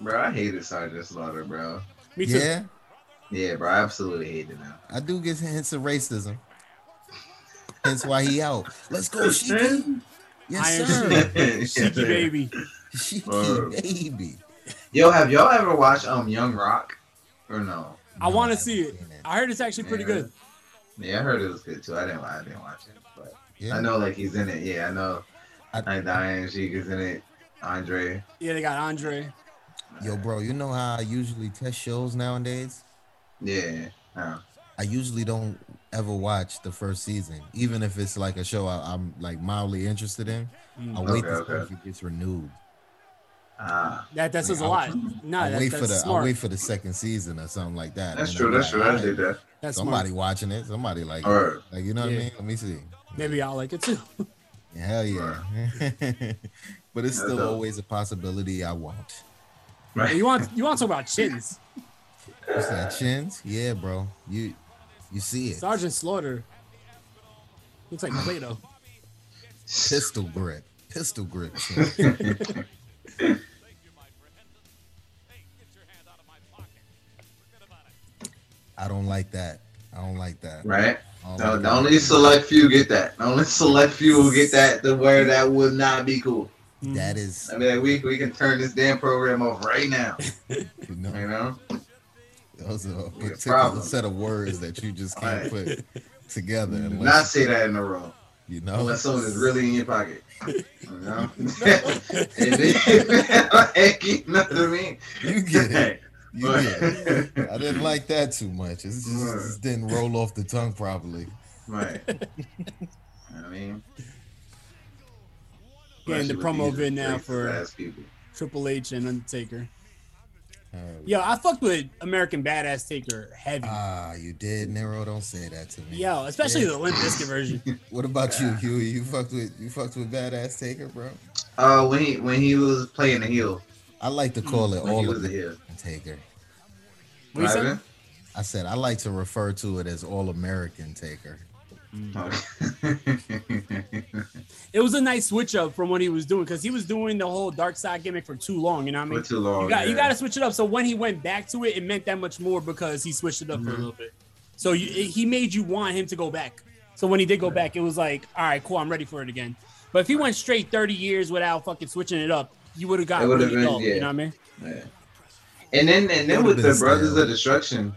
Bro, I hated Sergeant Slaughter, bro.
Me too. Yeah?
Yeah, bro. I absolutely hated him.
I do get hints of racism. Hence why he out. Let's go, Sheiky. Yes, sir.
Yes, sir.
Sheiky
Word.
baby.
Yo, have y'all ever watched um Young Rock? Or no?
I want to see it. I heard it's actually pretty
Yeah.
good.
Yeah, I heard it was good too. I didn't I didn't watch it, but
Yeah.
I know like he's in it. Yeah, I know. like Diane Sheik is in it. Andre.
Yeah, they got Andre.
Yo, bro, you know how I usually test shows nowadays?
Yeah.
I usually don't ever watch the first season, even if it's like a show I, I'm like mildly interested in.
Mm.
I wait
Okay,
to see
okay.
if it gets renewed.
Ah.
That that says a lot. Nah,
I
that,
wait
that's
for the
smart.
I wait for the second season or something like that.
That's
And
true,
I'm
that's true, I
alright,
did that.
That's
somebody
smart.
watching it. Somebody like,
Alright.
like you know what I
Yeah.
mean? Let me see.
Maybe I'll like it too.
Hell yeah. but it's
That's
still
dope.
always a possibility I want.
You want you want to talk about chins?
What's that chins? Yeah, bro. You you see it.
Sergeant Slaughter looks like Plato.
Pistol grip. Pistol grip chin. I don't like that. I don't like that.
Right?
I don't
No,
like
the
that.
only select few get that. The only select few will get that to where that would not be cool.
That is
I mean, like, we we can turn this damn program off right now.
you know,
You know?
those are a particular
problem.
set of words that you just can't
Right.
put together.
Do
unless-
not say that in a row.
You know?
unless someone is really in your pocket. You know? Like, you know what I mean?
You get it. You get it. I didn't like that too much. It just, it just didn't roll off the tongue properly.
Right. I mean,
Getting the
Especially with
promo
these
vid now
racist
for
ass people.
Triple H and Undertaker.
Oh,
Yo, I fucked with American Badass Taker heavy.
Ah, you did, Nero. Don't say that to me.
Yo, especially the Limp Bizkit version.
What about you, Huey? You fucked with you fucked with badass Taker, bro.
Uh, when he when he was playing the heel, Hmm.
I like to call it
When he
all
was
of
a
the
heel.
Taker.
What you said? Ivan?
I said I like to refer to it as all American Taker.
It was a nice switch up from what he was doing because he was doing the whole dark side gimmick for too long. You know what I mean?
For too long,
You got you
yeah.
got to switch it up. So when he went back to it, it meant that much more because he switched it up
Mm-hmm.
for a little bit. So you, it- he made you want him to go back. So when he did go back, it was like, all right, cool, I'm ready for it again. But if he went straight 30 years without fucking switching it up, you would have got
It would've
really
been-
dull,
yeah.
You know what I mean?
Yeah. and then and then with the Brothers of Destruction,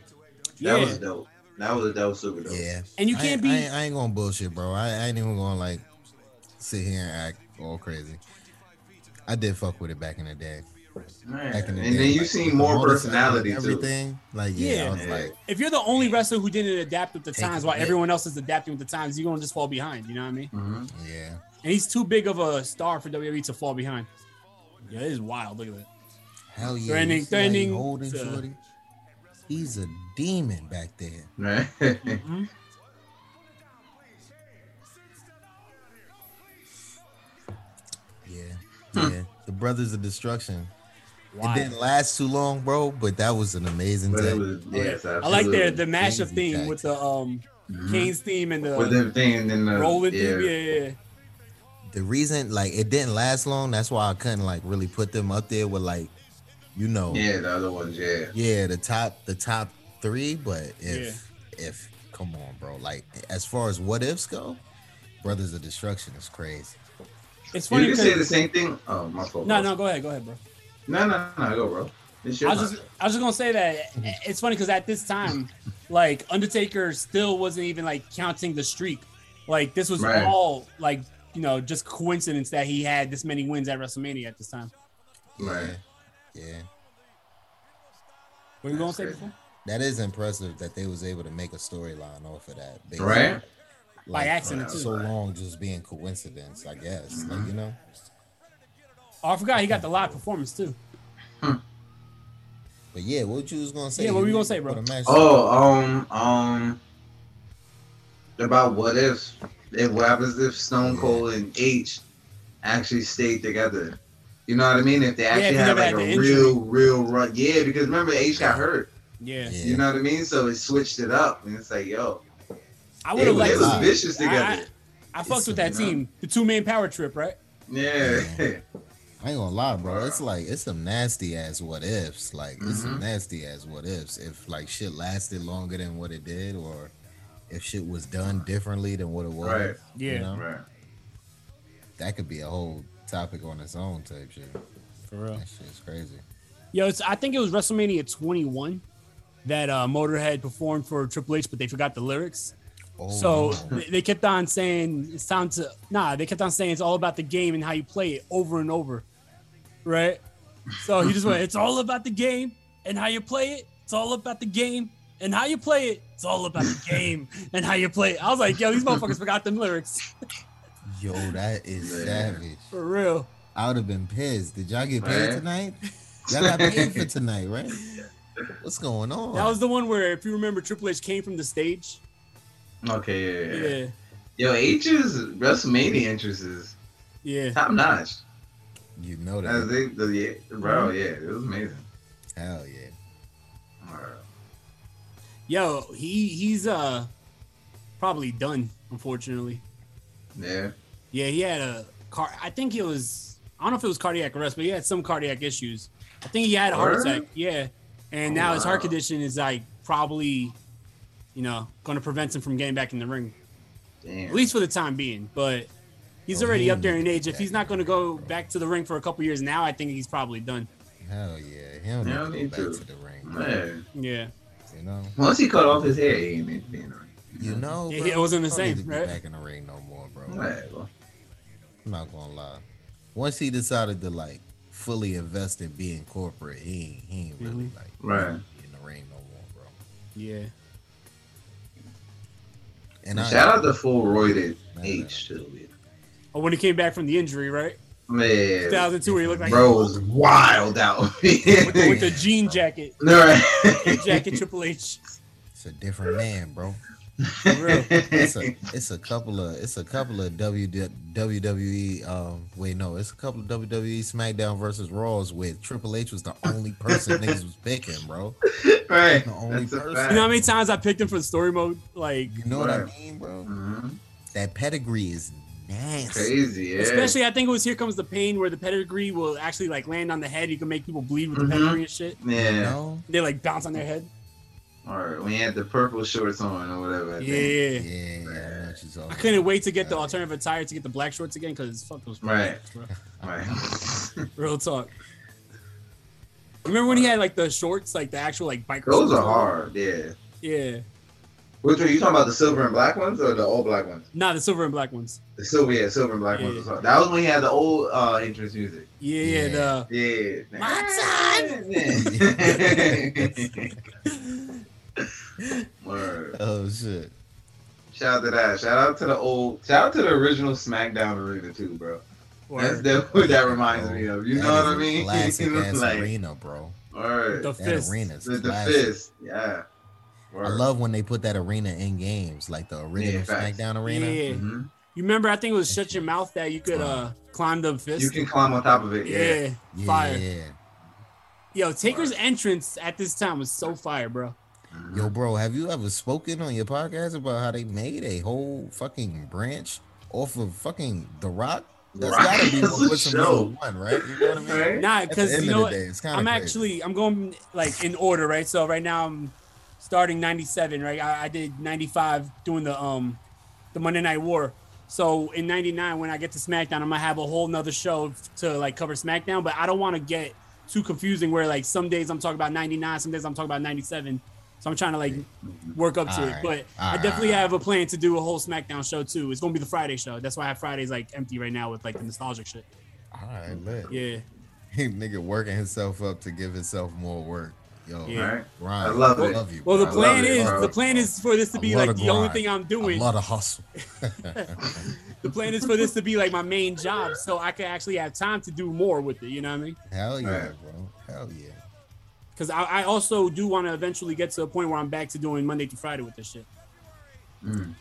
Yeah.
that was dope. That was that was super dope.
Yeah,
And you
I
can't
ain't- I
be-
ain't, I ain't gonna bullshit, bro. I, I ain't even gonna like sit here and act all crazy. I did fuck with it back in the day.
Man,
Back in the
and
day,
then you
like,
seen
with the
more
motorcycle and
personality, too.
Everything like yeah, I
Yeah.
was like,
If you're the only wrestler who didn't adapt with the
Take
times
it,
while
yeah.
everyone else is adapting with the times, you're gonna just fall behind. You know what I mean?
Mm-hmm.
yeah.
E And he's too big of a star for WWE to fall behind. Yeah, it is wild. Look at that.
Hell yeah.
Threatening,
you see how he
threatening.
Holding
Uh,
shorty. He's a demon back there.
Right.
Mm-hmm.
Mhm. Yeah. Yeah. the Brothers of Destruction.
Wild.
It didn't last too long, bro, but that was an amazing
But it
tag.
was- yes,
Oh, I like
absolutely.
their the mashup theme with the um
Mhm.
Kane's theme and the
With everything and then the-
Roland theme.
yeah.
Yeah, yeah, yeah.
the reason like it didn't last long that's why i couldn't like really put them up there with like you know
Yeah, the other ones, yeah.
yeah the top the top three but if if come on bro like as far as what ifs go brothers of destruction is crazy
It's
You
funny
can say the
because-
same thing. Oh, my fault.
No, no, go ahead, go ahead, bro.
No, no, no, go, bro.
I
It's your
was just, I was just gonna say that it's funny because at this time, like Undertaker still wasn't even like counting the streak. Like this was
Right.
all like you know just coincidence that he had this many wins at WrestleMania at this time.
right
yeah
What you gonna say before?
that is impressive that they was able to make a storyline off of that basically. uh,
Right.
By accident,
so
too.
long just being coincidence i guess like you know
Oh, I forgot he got the live performance too.
but yeah what you was gonna say
Yeah, what
You
were you gonna
didn't
say, bro?
put a match-
Oh, um, um, about what if, if what happens if Stone Cold and H actually stayed together? You know what I mean? If they
if
actually
he
had
never
like
had the
a
injury.
real, real run, yeah. Because remember, H got hurt.
Yeah,
You know what I mean? So it switched it up, and it's like, yo,
I
They-
would have liked.
they was
to see-
vicious together.
I, I, I fucked with that
you know.
team, the two man power trip, right?
yeah.
I ain't gonna lie, bro. It's like it's some nasty ass what ifs. Like it's some
Mm-hmm.
Mhm.
nasty ass what ifs. If like shit lasted longer than what it did, or if shit was done differently than what it was.
Right. Yeah.
Right. That could be a whole topic on its own type shit.
For real.
That shit's crazy.
Yo, it's, I think it was WrestleMania 21 that uh, Motorhead performed for Triple H, but they forgot the lyrics. so
no.
they, they kept on saying it's time to nah. They kept on saying it's all about the game and how you play it over and over, right? So he Oh, just went, "It's all about the game and how you play it. It's all about the game and how you play it. It's all about the game and how you play it." I was like, "Yo, these motherfuckers forgot them lyrics
Yo, that is savage.
for real."
I would have been pissed. Did y'all get paid
Right.
tonight? Y'all got paid for tonight, right? What's going on?
That was the one where, if you remember, Triple H came from the stage.
Okay, yeah, yeah.
Yeah.
Yo, H's WrestleMania interest is
Yeah.
top notch.
You know that.
As they, the, yeah, bro, yeah, it was amazing.
Hell yeah.
Yo, he he's uh probably done, unfortunately.
Yeah.
Yeah, he had a car. I think it was. I don't know if it was cardiac arrest, but he had some cardiac issues. I think he had a heart
Word?
attack. Yeah, and
Oh,
now his heart
wow.
condition is like probably, you know, going to prevent him from getting back in the ring,
Damn.
at least for the time being. But he's
Oh,
already
he
up there in
needs
age. If he's not going to go back to the ring for a couple years now, I think he's probably done.
Hell yeah. He don't
Yeah,
need
me
to go back
too.
to the ring.
Man.
Yeah.
You know?
Once he cut off his hair, he ain't been in the ring.
You know,
Yeah,
bro,
it wasn't the
I don't need
same,
to be
right?
Back in the ring no more, bro.
Right, bro.
I'm not gonna lie. Once he decided to like fully invest in being corporate, he ain't, he ain't really
Mhm.
like
Right.
in the ring no more, bro.
Yeah.
And I-
shout out to full roided H too.
Or Oh, when he came back from the injury, right?
Man,
2002, where he looked like
bro was wild out.
with, the, with the jean jacket.
Right.
Jean jacket Triple H.
It's a different man, bro.
For real.
it's a it's a couple of it's a couple of WD, WWE um wait no it's a couple of WWE SmackDown versus Raws with Triple H was the only person niggas was picking bro
right
the only
That's a
person
fact.
You know how many times I picked him for story mode? Like,
you know what I
Right.
mean bro
Mhm.
that pedigree is nasty
Crazy, yeah.
especially I think it was Here Comes the Pain where the pedigree will actually like land on the head. You can make people bleed with the
Mhm.
pedigree and shit.
Yeah.
you know?
They like bounce on their head.
Or when he had the purple shorts on or whatever. I think.
Yeah.
yeah yeah I know what you're talking
I couldn't wait to get the alternative attire to get the black shorts again because fuck those.
Right.
shorts, bro.
Right.
Real talk. Remember when he had like the shorts, like the actual like biker
Those
shorts on?
are hard. Yeah.
Yeah.
Which one? You talking about the silver and black ones or the all black ones?
Nah, the silver and black ones.
The silver, yeah, silver and black
Yeah.
ones. Was hard. That was when he had the old uh entrance music.
Yeah, yeah,
uh,
the
Yeah. Word.
oh shit
Shout out to that. Shout out to the old. Shout out to the original SmackDown arena too, bro. That's definitely what that reminds me of. You
That
know
is
what I
a
mean?
Classic ass
Like-
arena, bro.
Word. The
that
fist.
arena's
The- the
classic.
fist, yeah.
I love when they put that arena in games, like the original
facts.
SmackDown arena.
Yeah.
Mm-hmm.
You remember? I think it was shut your mouth that you could uh climb the fist.
You can climb on top of it, yeah.
Yeah, fire.
Yeah.
Yo, Taker's entrance at this time was so fire, bro.
Yo, bro, have you ever spoken on your podcast about how they made a whole fucking branch off of fucking The Rock? That's
Rock
gotta be
is a
what puts him number
show.
one, right? You know what I mean?
Nah,
At the end
because you
of
know
the
what?
day, it's kinda
I'm
crazy.
actually I'm going like in order, right? So right now I'm starting '97, right? I, I did '95 doing the um the Monday Night War. So in '99, when I get to SmackDown, I'm gonna have a whole nother show to like cover SmackDown, but I don't want to get too confusing where like some days I'm talking about '99, some days I'm talking about '97. So I'm trying to like work up to
All
it,
right.
but
All
I
right.
definitely have a plan to do a whole SmackDown show too. It's gonna be the Friday show. That's why I have Fridays like empty right now with like the nostalgic shit.
All right, bet.
Yeah.
He nigga working himself up to give himself more work. Yo,
Yeah.
Ryan,
I
love it.
love you.
Well, the
bro.
plan is the plan is for this to
I
be
love
like
the
the only
grind.
thing I'm doing.
I love the hustle.
The plan is for this to be like my main job, so I can actually have time to do more with it. You know what I mean?
Hell yeah,
Right.
bro. Hell yeah.
Because I, I also do want to eventually get to a point where I'm back to doing Monday through Friday with this shit. Hmm.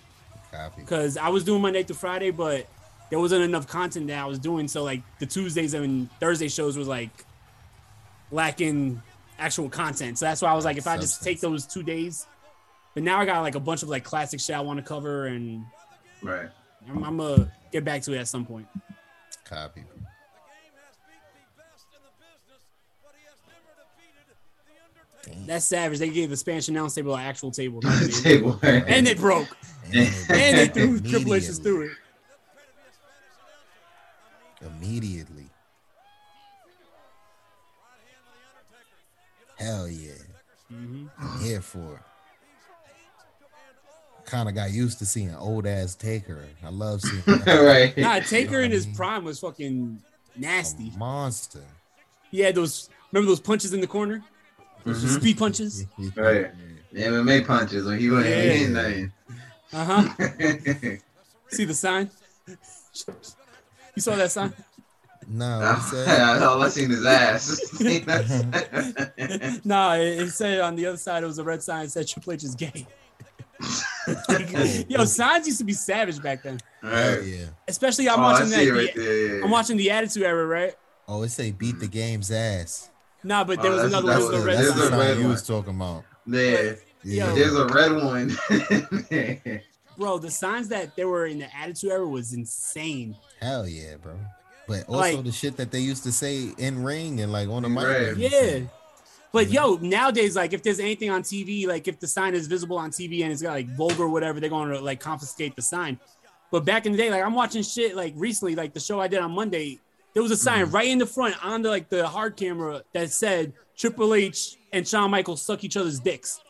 Copy.
Because I was doing Monday through Friday, but there wasn't enough content that I was doing. So like the Tuesdays and Thursday shows was like lacking actual content. So that's why I was like, if I just take those two days. But now I got like a bunch of like classic shit I want to cover, and
Right.
I'm, I'm gonna get back to it at some point.
Copy.
That's savage. They gave the Spanish announce table an actual table,
Table, right.
and it broke,
And-
and they threw Triple H's through it.
Immediately. Hell yeah.
Mm-hmm.
I'm here for it. Kind of got used to seeing old ass Taker. I love seeing
Right.
Nah, Taker in his prime was fucking nasty.
monster.
He had those. Remember those punches in the corner? Those
Mm-hmm.
Mhm.
Speed punches.
Right. The MMA punches when he wasn't
Yeah.
hitting nothing.
Uh huh. See the sign? You saw that sign?
No,
Oh,
he said-
yeah, all I seen is ass.
nah, it, it said on the other side it was a red sign that said Triple H is gay. Yo, signs used to be savage back then.
Hell Oh, yeah.
Especially I'm
Oh, I
watching
see
that.
it right
the-
there, yeah, yeah,
I'm
yeah.
watching the Attitude Era, right?
Oh, it say beat the game's ass.
Nah, but there
Oh,
was
that's-
another
that
one with
was-
the red
that's
That's
the
the
sign.
red
sign you
one.
was talking about.
There.
Yeah.
There's a red one.
Bro, the signs that there were in the Attitude Era was insane.
Hell yeah, bro. But also
Like-
the shit that they used to say in ring and like on the mic. and
Yeah. But yo, nowadays, like if there's anything on TV, like if the sign is visible on TV and it's got like vulgar or whatever, they're going to like confiscate the sign. But back in the day, like I'm watching shit like recently, like the show I did on Monday, there was a sign right in the front on the like the hard camera that said Triple H and Shawn Michaels suck each other's dicks.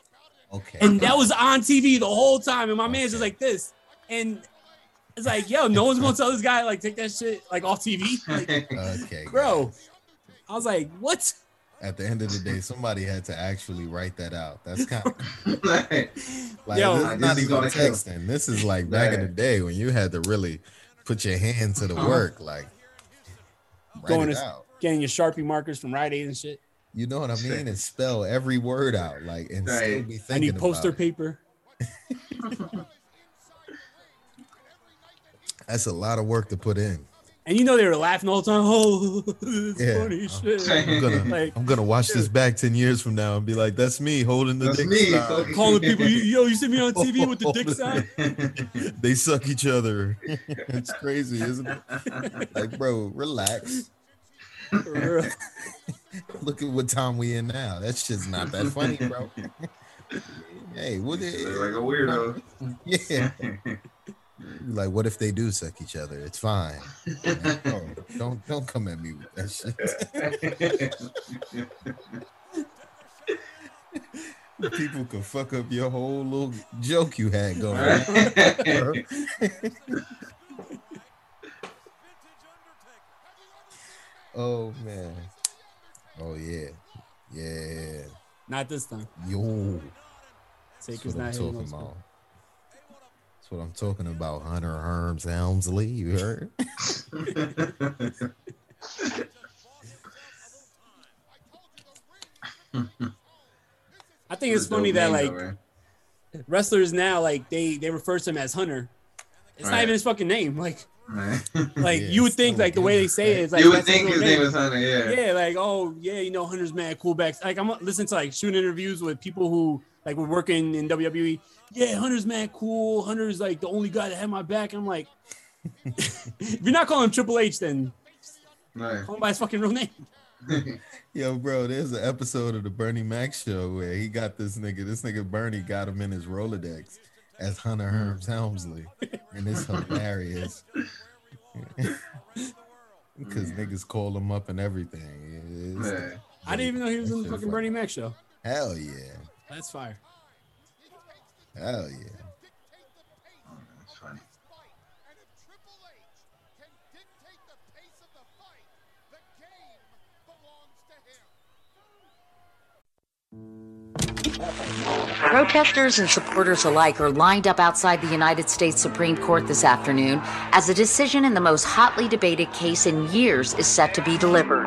Okay.
And that was on TV the whole time. And my man's just like this. And it's like, yo, no one's gonna tell this guy like take that shit like off TV. Like,
Okay.
bro. I was like, what?
At the end of the day, somebody had to actually write that out. That's kind of like
Yo,
this is
This
not
is
even
gonna kill.
texting. This is like back in the day when you had to really put your hand to the
Uh-huh.
work. Like write
going
it
to
out.
getting your Sharpie markers from Rite Aid and shit.
You know what I mean? And spell every word out. Like and still be
I
thinking
need poster
about it.
paper.
That's a lot of work to put in.
And you know they were laughing all the time. Oh, it's
Yeah.
funny as shit.
I'm gonna,
like
I'm gonna watch this back ten years from now and be like, "That's me holding the
That's
dick
me,
sign."
fucking-
calling people, "You- yo, you see me on TV with the dick sign?
they suck each other. it's crazy, isn't it? Like, bro, relax.
For real.
Look at what time we in now. That shit's not that funny, bro. hey, what? It,
Look like a weirdo.
Yeah. like, what if they do suck each other? It's fine. Oh, don't don't come at me with that shit. People can fuck up your whole little joke you had going. oh man. Oh yeah. Yeah.
Not this time.
Yo.
Taker's
That's what I'm
not hitting
talking
those.
about. That's what I'm talking about, Hunter Herms Helmsley. You heard?
I think it's
It's a dope
funny that
name,
like
though,
wrestlers now like they they refer to him as Hunter. It's not
Right.
even his fucking name. Like
Right.
like you would think like the way they say it is like
You would
that's
think
real
his name is Hunter, yeah.
Yeah, like oh yeah, you know Hunter's mad cool back. Like I'm listening to like shooting interviews with people who like were working in WWE. Yeah, Hunter's mad cool. Hunter's like the only guy that had my back. And I'm like, if you're not calling him Triple H, then
Right.
call him by his fucking real name.
Yo, bro, there's an episode of the Bernie Mac show where he got this nigga. This nigga Bernie got him in his Rolodex as Hunter Herms Helmsley, and it's hilarious because niggas call him up and everything. It's-
Man. I didn't even know he was in the fucking Bernie Mac show.
Hell yeah,
That's fire.
hell yeah.
That's funny.
Protesters and supporters alike are lined up outside the United States Supreme Court this afternoon as a decision in the most hotly debated case in years is set to be delivered.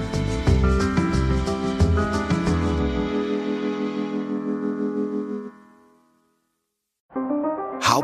How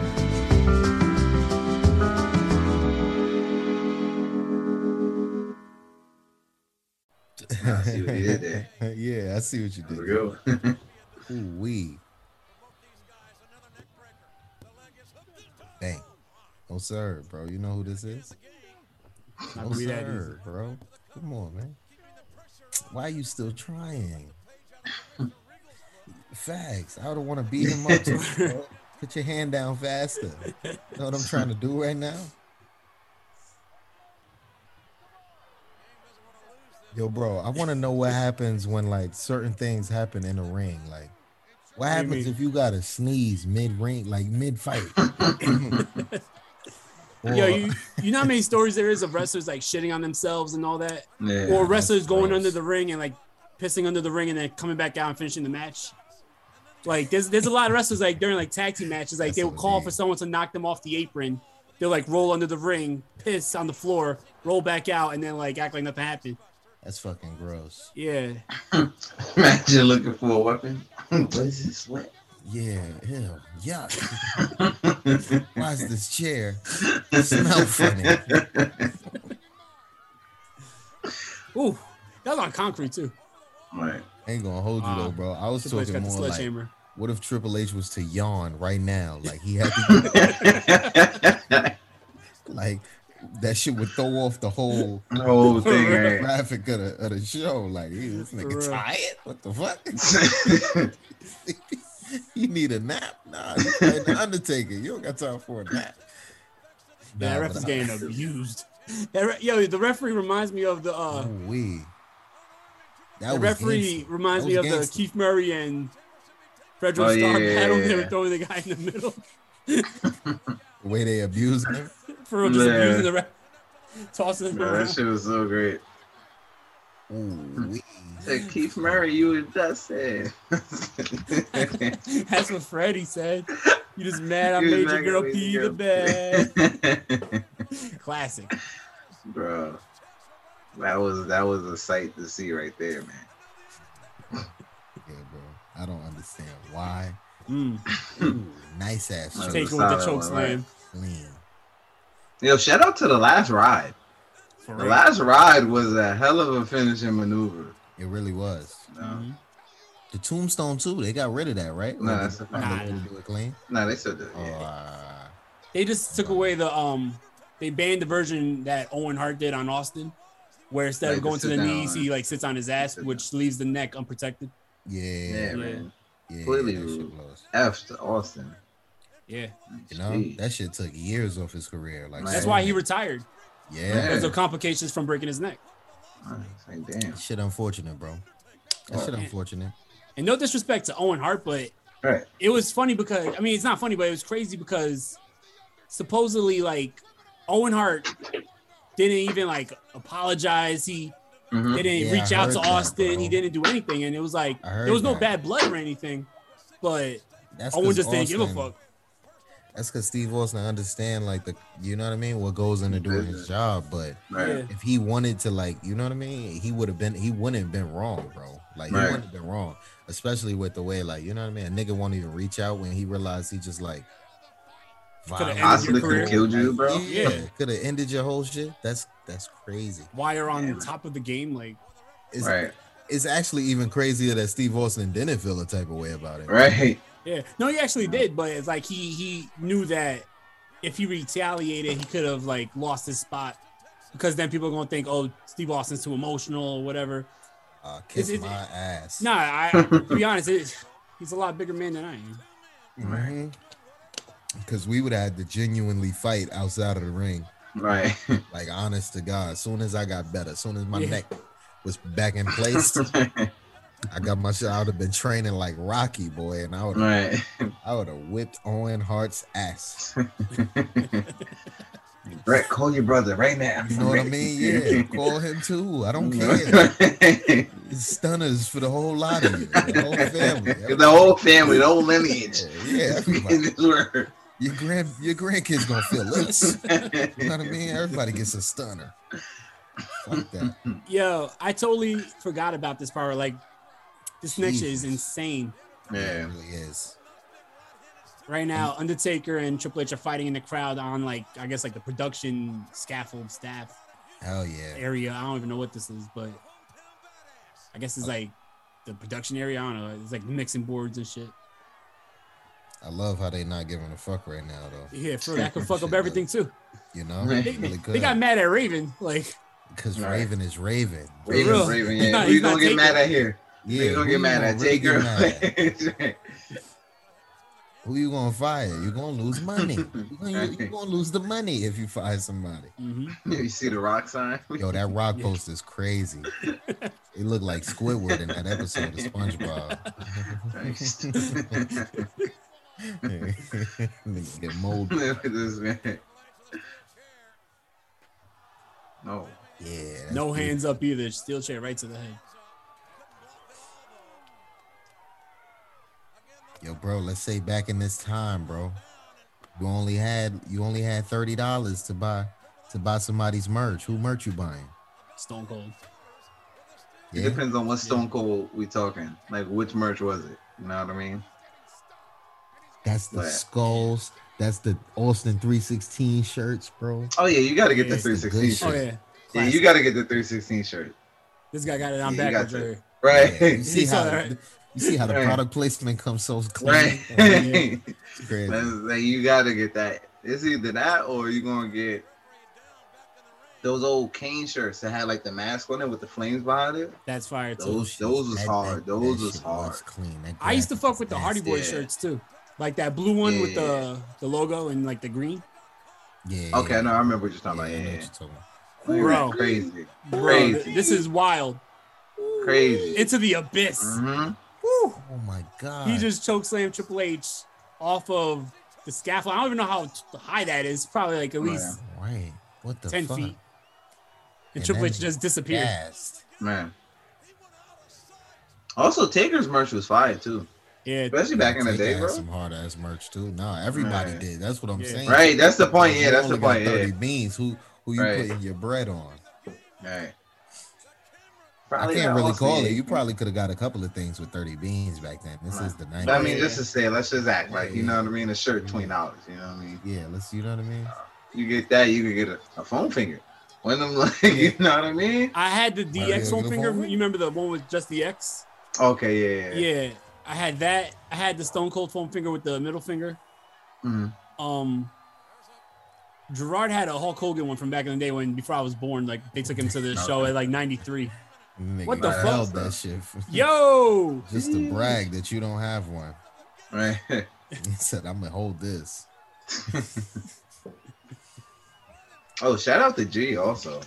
I see what you did there.
yeah, I see what you did.
There we go.
Ooh wee. Dang. Oh sir, bro. You know who this is?
Not
Oh
gonna be that
sir, bro. Come on, man. Why you still trying? Facts. I would want to beat him up. too, bro. Put your hand down faster. Know what I'm trying to do right now? Yo, bro, I want to know what happens when like certain things happen in a ring. Like, what
What do you
happens
mean?
if you got to sneeze mid ring, like mid fight?
Yo, you, you know how many stories there is of wrestlers like shitting on themselves and all that,
Yeah,
or
that's
wrestlers going
gross.
under the ring and like pissing under the ring and then coming back out and finishing the match. Like there's there's a lot of wrestlers like during like tag team matches, like they would call for someone to knock them off the apron. They'll like roll under the ring, piss on the floor, roll back out, and then like act like nothing happened.
That's fucking gross.
Yeah.
Imagine looking for a weapon. what is this? What?
Yeah, ew, yuck. Why is this chair smell funny?
Ooh, that was on concrete too.
Right.
Ain't gonna hold you
Wow.
though, bro. I was
Ah. Triple H
talking
got the
more like,
sledgehammer.
what if Triple H was to yawn right now? Like he had to, like that shit would throw off the whole
The whole thing, right.
graphic of the, of the show. Like ew, this nigga tired. What the fuck? you need a nap? Nah, you playing the Undertaker. You don't got time for a nap.
Yeah, that ref
but
is
I-
getting abused. That re- yo, the referee reminds me of the uh,
We. That
the
was
referee
gangster.
reminds
That
me of
was
the
gangster.
Keith Murray and Frederick
Oh,
Starr
yeah,
battle
yeah,
him
yeah.
and throwing the guy in the middle
the way they abusing him.
for just
Yeah.
abusing the ref, tossing him
Bro,
around.
that shit was so great.
Ooh,
Hey, Keith Murray, you were dusted.
That's what Freddie said. You just mad I
You
made your
just mad
girl
I made
pee
your
the bed. Classic.
Bro, that was that was a sight to see right there, man.
Yeah, bro. I don't understand why.
Mm.
Ooh,
nice ass.
That
choke.
was a Taken with the solid choke one, slam.
Clean.
Yo, shout out to the last ride. the
real.
last ride was a hell of a finishing maneuver.
It really was.
Mm-hmm.
The tombstone too. They got rid of that, right?
No,
Or
that's
they-
the-
they
Nah,
wanna
nah.
do it clean. Oh, uh,
No, they said that. Yeah.
They just took away the um. They banned the version that Owen Hart did on Austin, where instead
Like,
of going
just
to the
sit down
knees,
and-
he like sits on his ass, which leaves the neck unprotected.
Yeah.
yeah,
Yeah.
man.
Yeah,
Clearly,
that shit blows.
F to Austin.
Yeah,
You know
Jeez.
that shit took years off his career. Like
that's
so
why
many-
he retired.
Yeah.
because of complications from breaking his neck.
Like, damn.
Shit, unfortunate, bro. That
Oh,
shit,
man.
unfortunate.
And no disrespect to Owen Hart, but
Right.
it was funny because I mean it's not funny, but it was crazy because supposedly like Owen Hart didn't even like apologize. He
Mhm.
they didn't
Yeah, I
reach out
heard
to
that,
Austin. he
bro.
didn't do anything, and it was like
I heard
there was no
that.
bad blood or anything. But
That's
Owen
'cause
just didn't give a
Austin-
fuck.
That's because Steve Austin understand like the you know what I mean what goes into doing his job, but
Right. Yeah.
if he wanted to like you know what I mean he would have been he wouldn't have been wrong, bro. Like he
Right.
wouldn't have been wrong, especially with the way like you know what I mean a nigga won't even reach out when he realized he just like
Coulda ended
violated-
your Possibly coulda career.
killed you, bro.
Yeah,
Yeah.
could have ended your whole shit. That's that's crazy.
Why you're on top of the game, like
It's,
Right.
it's actually even crazier that Steve Austin didn't feel a type of way about it.
Right.
Yeah, no, he actually did, but it's like he he knew that if he retaliated, he could have like lost his spot because then people are gonna think, oh, Steve Austin's too emotional or whatever.
Uh, kiss
It's-
my
it's-
ass.
Nah, I to be honest, it, he's a lot bigger man than I am.
Because we would have had to genuinely fight outside of the ring.
Right.
Like, honest to God, as soon as I got better, as soon as my
Yeah.
neck was back in place, I got my shit. I would have been training like Rocky, boy, and I would have, I would have whipped Owen Hart's ass.
Brett, call your brother right now.
You know what I mean? Yeah, call him too. I don't care.
care.
Stunners for the whole lot of you, the whole family.
the whole family, the whole lineage.
Yeah,
in this word.
Your grand your grandkids gonna feel this. you know what I mean? Everybody gets a stunner. Fuck that.
Yo, I totally forgot about this part. Like this next shit is insane.
Yeah.
It really is.
Right now, Undertaker and Triple H are fighting in the crowd on like I guess like the production scaffold staff.
Hell yeah.
area. I don't even know what this is, but I guess
Oh.
it's like the production area. I don't know. It's like mixing boards and shit.
I love how they not giving a fuck right now though.
Yeah, for that could fuck up everything too.
You know?
They,
It really
they got
could.
mad at Raven. Like,
Because Raven is Raven.
For Raven's real.
Raven,
He's
yeah.
not-
we
he's
gonna
not
get
taking
mad
it.
at here.
Yeah,
we gonna
who
get mad
gonna
at
really get
Taker.
mad Who you gonna fire? You're gonna lose money. You're gonna, you gonna lose the money if you fire somebody.
you see the rock sign?
Yo, that rock post is crazy. It looked like Squidward in that episode of SpongeBob. Nigga Get molded.
Look at this man. No.
Yeah.
no hands up either. Steel chair right to the head.
Yo, bro, let's say back in this time, bro, you only had you only had thirty dollars to buy to buy somebody's merch. Who merch you buying?
Stone Cold.
It depends on what Stone Cold we talking. Like which merch was it? You know what I mean?
That's the
Right.
skulls. That's the Austin three sixteen shirts, bro.
Oh yeah, you got to get the
That's good
316
shit.
shirt.
Oh,
yeah, you got to get the 316 shirt.
This guy got it on
Yeah, you
back
got
over
to-
here.
Right.
Yeah, you see
He saw
how
that, right?
you see how the
Right.
product placement comes so clean.
Right.
Yeah. It's crazy.
That's- like, you got to get that. It's either that or you gonna get those old Kane shirts that had like the mask on it with the flames behind it.
That's fire too.
Those those was
That-
hard.
that-
Those
that
was
shit
hard.
clean.
I used to fuck with the Hardy Boy shirts too, like that blue one with the the logo and like the green.
Yeah.
Okay, no, I remember what you're talking about. Yeah, yeah. Like,
Bro.
crazy,
Bro,
crazy,
th- this is wild.
crazy.
Into the abyss.
Mm-hmm.
Woo.
Oh my god.
He just chokeslammed Triple H off of the scaffold. I don't even know how t- high that is. Probably like
Oh,
at least
Right. What the
ten
fuck?
feet. And,
And
Triple
that
H just
nigga
disappeared.
gassed.
man. Also, Taker's merch was fire too.
Yeah,
especially back in the
Taker
day,
had
bro.
Some hard ass merch too. No, everybody
Right.
did. That's what I'm
Yeah.
saying.
Right, that's the point, yeah,
You
that's
only
the
got
point, yeah.
30 beans. Who who you
Right.
putting your bread on?
Right.
I can't really call it. You
You
probably could have got a couple of things with 30 beans back then. This is the 90s.
I mean, just to say, let's just act like you know what I mean. A shirt, twenty dollars. You know what I mean? Uh,
Yeah, let's. You know what I mean?
You get that, you can get a, a phone finger. One of them, like, you know what I mean?
I had
Oh,
the
Might be
DX
a
one
good
finger.
phone.
You remember the one with just the X?
Okay, yeah, yeah.
Yeah, I had that. I had the Stone Cold foam finger with the middle finger.
Mhm.
Um, Gerard had a Hulk Hogan one from back in the day when before I was born. Like they took him to the show at like '93.
Nigga
What the
held
fuck?
That shit.
Yo,
just to brag that you don't have one.
Right.
he said, "I'm gonna hold this."
Oh, shout out to G also.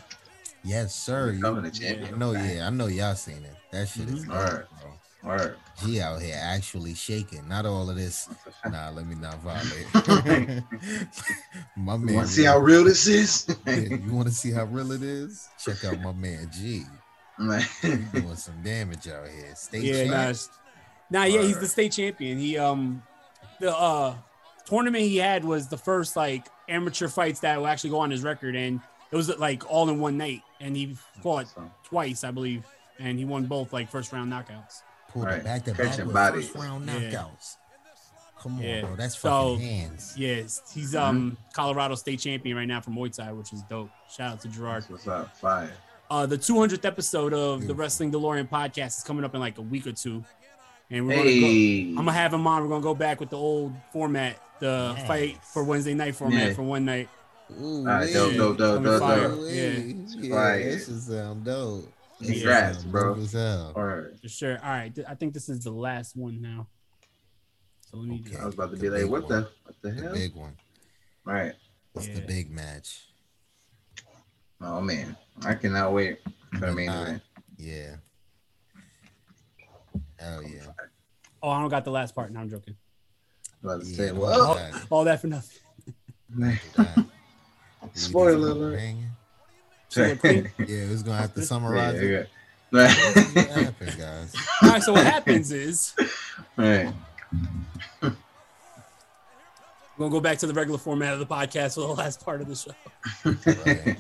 Yes, sir. You,
Becoming a champion.
I know. Yeah, I know. Y'all seen it. That shit is
Mhm.
dope,
Word.
bro.
Word.
G out here actually shaking. Not all of this. Nah, let me not violate. my man.
wanna see how real this is?
Yeah, you want to see how real it is? Check out my man G. He doing some damage out here. Stay
yeah, nah,
champ.
s- nah, yeah, he's the state champion. He um, the uh tournament he had was the first like amateur fights that will actually go on his record, and it was like all in one night, and he fought twice, I believe, and he won both like first round knockouts.
Pulled
Right.
it back to back
Catching
with
bodies.
first round
Yeah.
knockouts. Come on,
Yeah,
bro. That's
so,
fucking hands.
Yes,
Mm-hmm.
he's um Colorado state champion right now for Muay Thai, which is dope. Shout out to Gerard.
What's up? Fire.
Uh, the 200th episode of the Wrestling DeLorean podcast is coming up in like a week or two, and we're
Hey.
gonna go, I'm gonna have him on. We're gonna go back with the old format, the
Nice.
fight for Wednesday night format
Yeah.
for one night.
Ooh,
Alright, dope,
yeah.
dope, dope,
Coming
dope,
fire.
dope.
Yeah,
Yeah,
Like-
that should sound dope. That shit
Congrats,
sound
bro.
dope as hell.
All right.
for sure. All right, th- I think this is the last one now. So let me just-
I was about to
The
be like,
big
what the,
one.
what the
The
hell?
big one.
Right.
It's the big match.
Oh man, I cannot wait for the main
Nah.
event.
Uh, Yeah. Hell yeah.
Oh, I don't got the last part. Now I'm joking.
I'm about to say,
don't
well,
do that.
All that for nothing.
spoiler alert.
yeah, it's gonna have to summarize
Yeah,
it.
yeah.
What happened, guys?
All right, so what happens is
Right.
we're gonna go back to the regular format of the podcast for the last part of the show.
Right.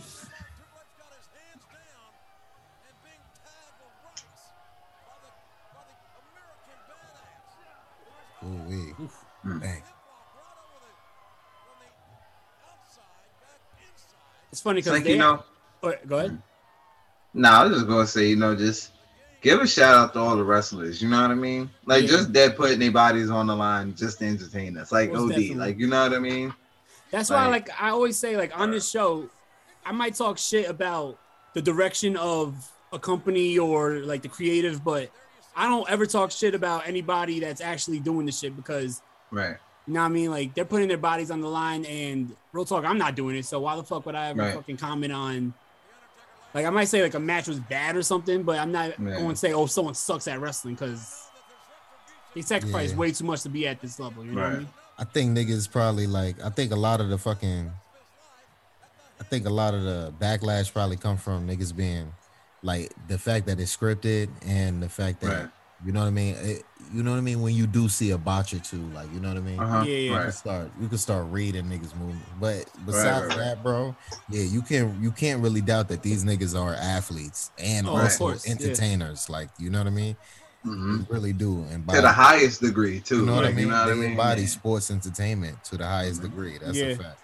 Ooh wee.
Hmm.
Bang.
It's funny
It's
because
like you know.
go ahead.
No, I was just gonna say, you know, just give a shout out to all the wrestlers. You know what I mean? Like
Yeah.
just dead putting their bodies on the line just to entertain us. Like
Most
OD,
definitely.
like you know what I mean?
That's why, like, I always say, like, on
uh,
this show, I might talk shit about the direction of a company or like the creative, but I don't ever talk shit about anybody that's actually doing the shit because
Right.
you know what I mean. Like, they're putting their bodies on the line, and real talk, I'm not doing it. So why the fuck would I ever
Right.
fucking comment on? Like, I might say like a match was bad or something, but I'm not
Yeah.
going to say, oh, someone sucks at wrestling because they sacrifice
Yeah.
way too much to be at this level. You know what I
Right.
mean?
I think niggas probably like I think a lot of the fucking I think a lot of the backlash probably come from niggas being like the fact that it's scripted and the fact that
Right.
You know what I mean? It- you know what I mean when you do see a botch or two, like you know what I mean.
Uh-huh. Yeah, yeah.
You can
Right.
start you can start reading niggas' movement, but besides
right, right.
that, bro, yeah, you can you can't really doubt that these niggas are athletes and
Oh, of
also
course, yeah.
entertainers. Like you know what I mean? You really do, and
Mm-hmm. To the highest degree, too,
You know what I
like, you
mean?
know what I
They
mean?
embody
Yeah.
sports entertainment to the highest degree. That's
Mm-hmm. Yeah.
a fact.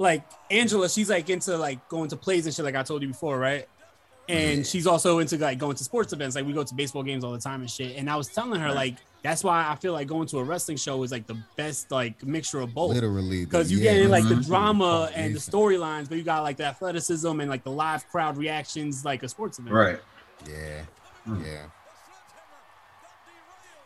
like Angela, she's like into like going to plays and shit, like I told you before, right? And
Mm-hmm.
she's also into like going to sports events. Like we go to baseball games all the time and shit. And I was telling her
Right.
like that's why I feel like going to a wrestling show is like the best like mixture of both.
Literally, the-
because you
yeah,
get in like the
mhm.
drama and the storylines, but you got like the athleticism and like the live crowd reactions, like a sports event.
Right.
Yeah. Yeah.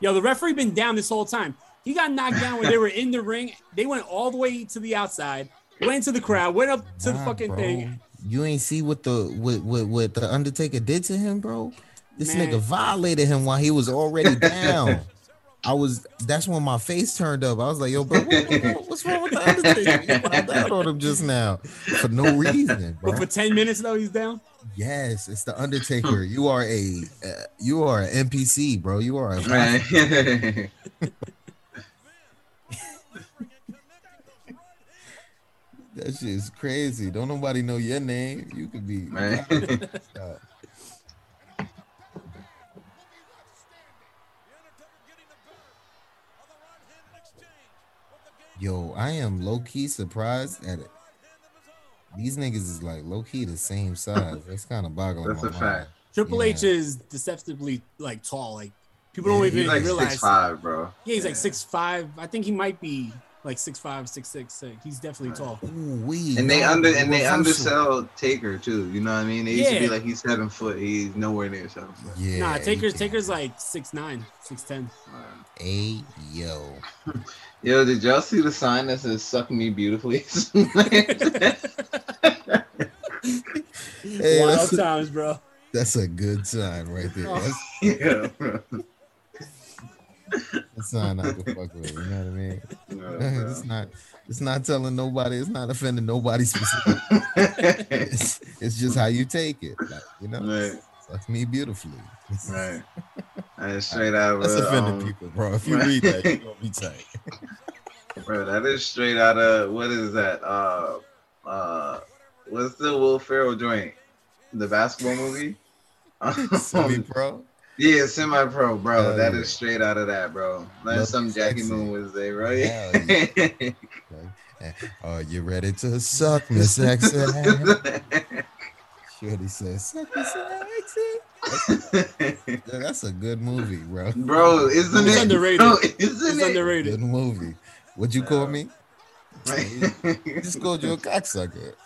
Yo, the referee been down this whole time. He got knocked down when they were in the ring. They went all the way to the outside, went into the crowd, went up to the
Nah,
fucking
bro.
thing.
You ain't see what the what what, what the Undertaker did to him, bro. This
Man.
nigga violated him while he was already down. I was that's when my face turned up. I was like, yo, bro, what- what- what's wrong with the Undertaker? You went out on him just now for no reason, bro.
But for ten minutes though, he's down.
Yes, it's the Undertaker. You are a uh, you are an NPC, bro. You are a
Right.
That shit is crazy. Don't nobody know your name. You could be
Man.
Stop. Yo, I am low key surprised at it. These niggas is like low key the same size. That's kind of boggling
That's
my
a
mind.
fact.
Triple
Yeah.
H is deceptively like tall. Like people
Yeah,
don't
he's
even
like
realize.
6'5", bro.
Yeah, he's like
Yeah.
six five. I think he might be like six five, six six six. He's definitely tall.
And they under and they undersell Taker too. You know what I mean? They used to be
Yeah.
like he's seven foot. He's nowhere near seven foot.
Yeah.
nah, Taker's Taker's like six nine, six ten.
Hey yo.
Yo, did y'all see the sign that says "Suck me beautifully"?
Hey,
Wild
that's-
times, bro.
That's a good sign right there.
Oh.
That's,
yeah.
That's not I can fuck with. You know what I mean?
No,
it's
Oh, bro.
not. It's not telling nobody. It's not offending nobody specifically. it's, it's just how you take it. Like, you know,
Right.
fuck me beautifully.
Right. That's straight out.
That's
of,
offending
um,
people, bro. If you read that, you're gonna be tight.
Bro, that is straight out of what is that? Uh, uh, what's the Will Ferrell joint? The basketball movie?
Semi-pro?
Yeah, semi pro, bro.
Hell
That is
yeah.
straight out of that, bro. That's
Love
some
is
Jackie
sexy.
Moon was there, right?
Hell Are you ready to suck me sexy? Shorty says, suck me sexy. Yeah, That's a good movie, bro.
Bro, isn't It's it? underrated. Bro, isn't It's it?
underrated.
Good movie. What'd you call me? He just called you a cocksucker.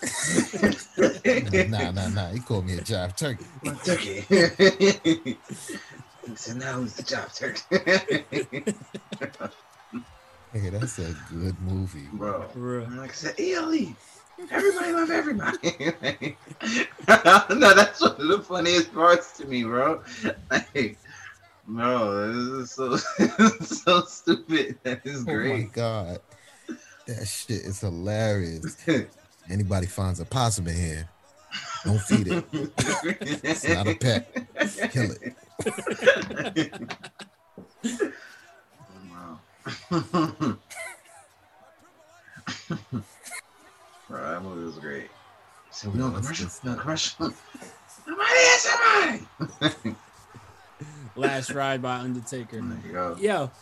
nah, nah, nah, nah. He called me a jive turkey.
turkey. so now who's the job turkey?
Hey, that's a good movie,
bro.
Bro.
Like I said, ELE. Everybody love everybody. no, that's one of the funniest parts to me, bro. Like, no, this is so so stupid. That is
Oh my
great.
god, that shit is hilarious. Anybody finds a possum in here, don't feed it. it's not a pet. Kill it.
Wow. Bro, that movie was great. So we don't commercial. No commercial. Somebody, somebody.
Last ride by Undertaker.
you go.
Yo,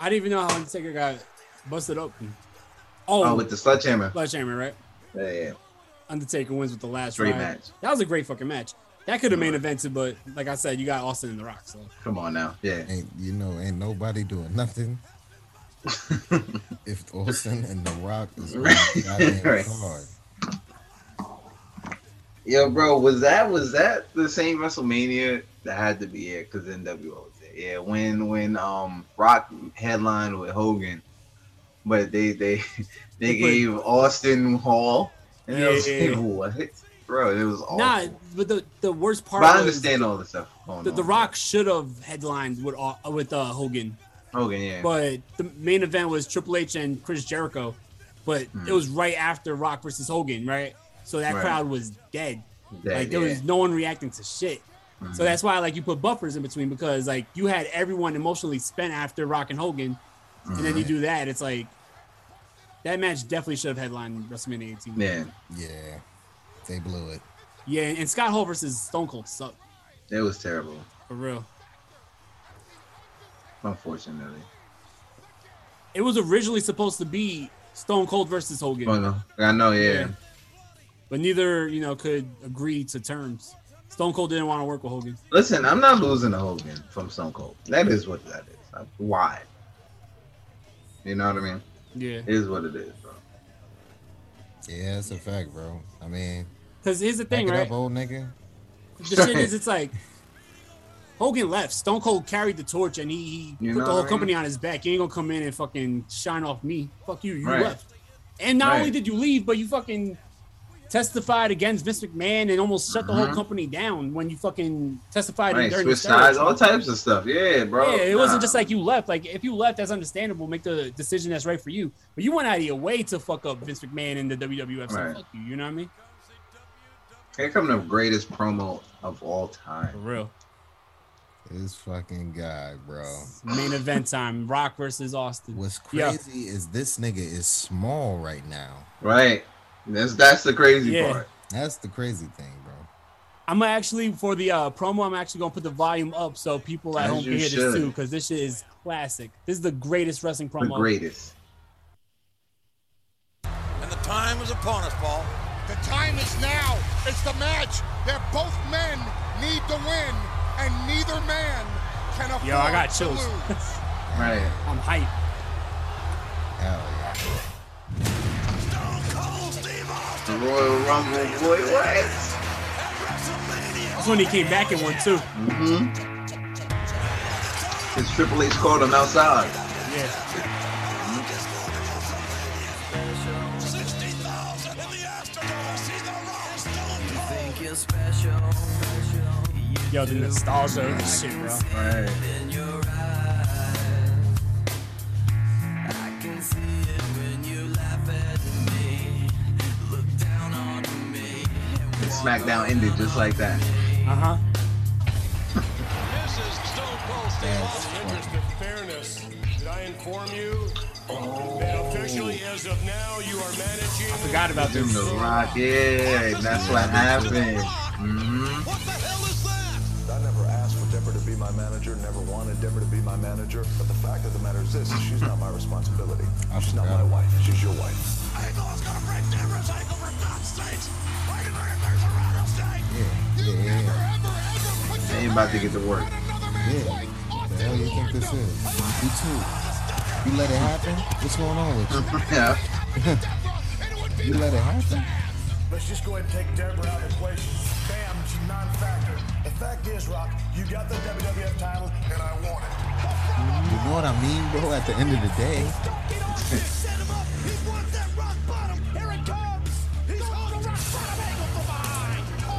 I didn't even know how Undertaker got busted open.
Oh, with the sledgehammer.
Sledgehammer, right?
Yeah, yeah.
Undertaker wins with the last
Great
ride.
match.
That was a great fucking match. That could have main evented, but like I said, you got Austin in the Rock. So
Come on now. Yeah.
Ain't you know, ain't nobody doing nothing. if Austin and The Rock is on the goddamn
Right.
card.
Yo, bro, was that was that the same WrestleMania? That had to be it because NWO was there. Yeah, when when um Rock headlined with Hogan, but they they they
They put-
gave Austin Hall. And yeah, was
Yeah, yeah,
like,
yeah.
what? Bro, it was awful.
nah, but the, the worst part.
but I
was
understand all the stuff going
The, the
on.
Rock should have headlined with Au- with uh, Hogan,
Hogan, yeah.
but the main event was Triple H and Chris Jericho, but it was right after Rock versus Hogan, right? So that
Right.
crowd was dead.
Dead,
like there
yeah. Mm-hmm.
was no one reacting to shit. So that's why like you put buffers in between because like you had everyone emotionally spent after Rock and Hogan, and then you
Mm-hmm.
do that. It's like that match definitely should have headlined WrestleMania 18.
Yeah. They blew it.
yeah, and Scott Hall versus Stone Cold sucked
That was terrible,
for real.
unfortunately.
It was originally supposed to be Stone Cold versus Hogan.
Oh, no. I know, yeah.
But neither, you know, could agree to terms. Stone Cold didn't want to work with Hogan.
Listen, I'm not losing to Hogan from Stone Cold. That is what that is. Like, Why? You know what I mean?
Yeah.
It is what it is, bro.
Yeah, that's a fact, bro. I mean,
Because here's the thing,
back it
right?
up, old nigga.
The shit is, it's like Hogan left. Stone Cold carried the torch, and he, he
You
put
know
the whole
what I
company
mean?
on his back. You ain't gonna come in and fucking shine off me. Fuck you. You
Right.
left. And not
Right.
only did you leave, but you fucking testified against Vince McMahon and almost shut the whole
Mhm.
company down when you fucking testified in
Right,
during
switch
the steroid
sides, all
trial.
types of stuff. Yeah, bro.
Yeah, it wasn't
Nah.
just like you left. Like if you left, that's understandable. Make the decision that's right for you. But you went out of your way to fuck up Vince McMahon and the WWF. So
Right.
fuck you. You know what I mean?
Here come the greatest promo of all time. For
real.
This fucking guy, bro.
Main event time: Rock versus Austin.
What's
Yeah.
crazy is this nigga is small right now.
Right. That's that's the crazy
Yeah.
part.
That's the crazy thing, bro.
I'm gonna actually for the uh, promo. I'm actually gonna put the volume up so people at
As
home can
you
hear
should.
this too, because this shit is classic. This is the greatest wrestling promo.
The greatest.
And the time is upon us, Paul.
The time is now. It's the match that both men need to win, and neither man can afford
Yo, I got
to
chills.
lose.
Right.
I'm hyped.
Hell yeah.
The Royal Rumble, boy, what?
That's when he came back in one too.
Mm-hmm. His Triple H called him outside.
Yeah. Yo, the nostalgia of this shit, bro.
Right. And SmackDown ended just like that.
Uh huh.
Yes. interest of fairness. Did I inform you? That officially, as of now, you are managing.
I forgot about
Jim
this.
the Rock, yeah, that's what happened. hmm
I never asked for Deborah to be my manager, never wanted Deborah to be my manager. But the fact of the matter is this, she's not my responsibility. She's not my wife. She's your wife.
They ain't about to get to work.
Yeah. What the hell you think this is? You too. You let it happen? What's going on with you?
Yeah.
you let it happen?
Let's just go ahead and take Deborah out of the equation. Bam, she's non-factor. The fact is, Rock, you got the WWF title, and I want it.
You know what I mean, bro? At the end of the day.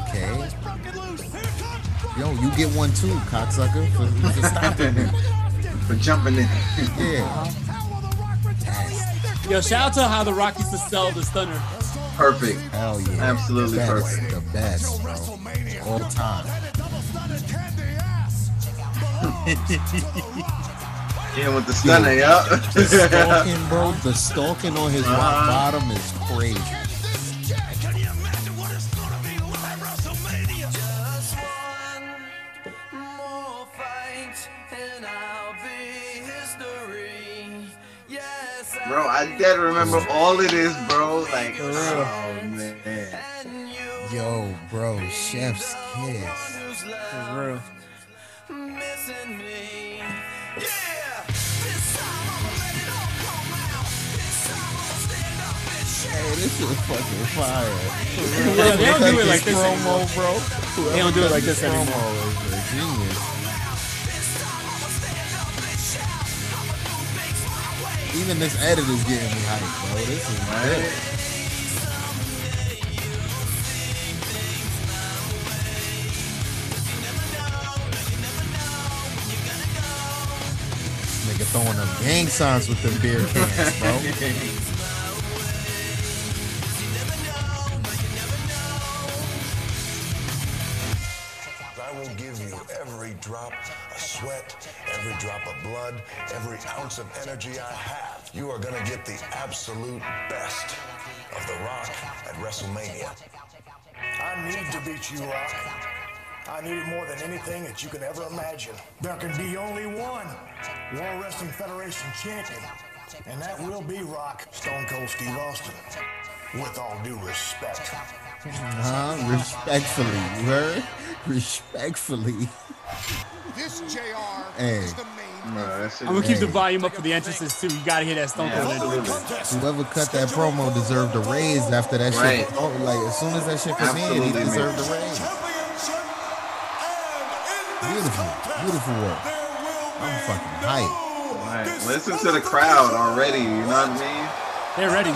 okay. Yo, you get one too, cocksucker, for, for stopping me.
For jumping in.
Uh-huh.
Yeah.
Yo, shout out to how the Rock used to sell the stunner.
Perfect.
Hell yeah.
Absolutely
That's
perfect.
The best, bro. All time.
Yeah, with the stunner, yup.
The stalking, bro. The stalking on his rock
Uh-huh.
bottom is crazy.
Bro, I dead remember all of this, bro. Like, oh man.
Yo, bro, chef's kiss.
For real.
Hey, this is fucking fire.
Yeah, they don't do it like this
promo,
anymore.
bro.
They don't do it like this
Promo
anymore.
is a genius. Even this edit is getting me hyped, bro. This is
Right?
Nigga throwing up gang signs with them beer cans, bro.
I I will give you every drop of sweat, every drop of blood, every ounce of energy I have. You are going to get the absolute best of The Rock at WrestleMania.
I need to beat you, Rock. I need it more than anything that you can ever imagine. There can be only one World Wrestling Federation champion, and that will be Rock Stone Cold Steve Austin. With all due respect.
Uh, respectfully, you heard? Respectfully.
This JR
Hey.
is the main
I'm gonna keep the volume up for the entrances too. You gotta hear that Stone Cold.
Whoever cut that promo deserved a raise after that
Right.
shit. was over. Like as soon as that shit was in, he
Absolutely, man.
deserved a raise. Beautiful, beautiful work. I'm fucking hyped.
Right, listen to the crowd already. You know what I mean?
They're ready.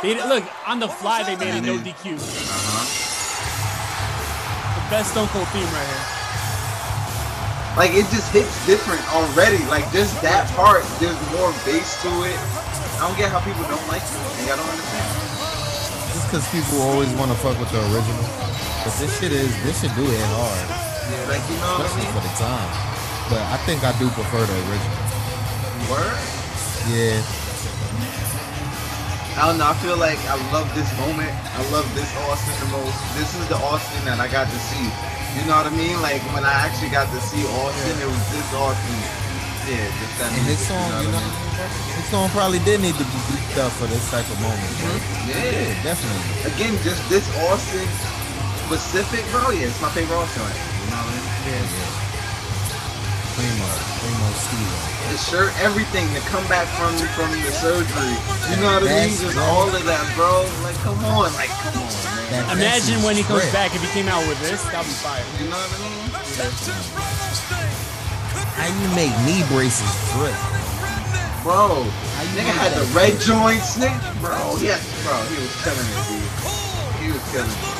They, look, on the fly, they made it no DQ.
Uh-huh.
The best Stone Cold theme right here.
Like it just hits different already. Like just that part, there's more bass to it. I don't get how people don't like it. Like, I don't understand.
Just because people always want to fuck with the original, but this shit is this shit do hit hard,
Yeah, like you know what I
especially
mean?
for the time. But I think I do prefer the original.
Word?
Yeah,
I don't know. I feel like I love this moment. I love this Austin the most. This is the Austin that I got to see. You know what I mean? Like when I actually got to see Austin, it was this Austin. Yeah, just that.
and this
music,
song, you know, this song probably did need to be beefed up for this type of moment. bro.
Yeah.
definitely.
Again, just this Austin specific, bro. Yeah, it's my favorite Austin. Right? You know what I mean?
Primo, Primo Steve.
the shirt, everything, the comeback from from the surgery. You know what I mean?
That's
Just
right.
all of that, bro. Like, come on, like, come on, man.
Imagine when he comes back if he came out with this, that'd be fire.
You know what I mean?
How you make knee braces drip?
Bro, nigga
make
had the
that
red
shit?
joints, nigga. Bro, yes, bro, he was killing it, dude. He was killing it.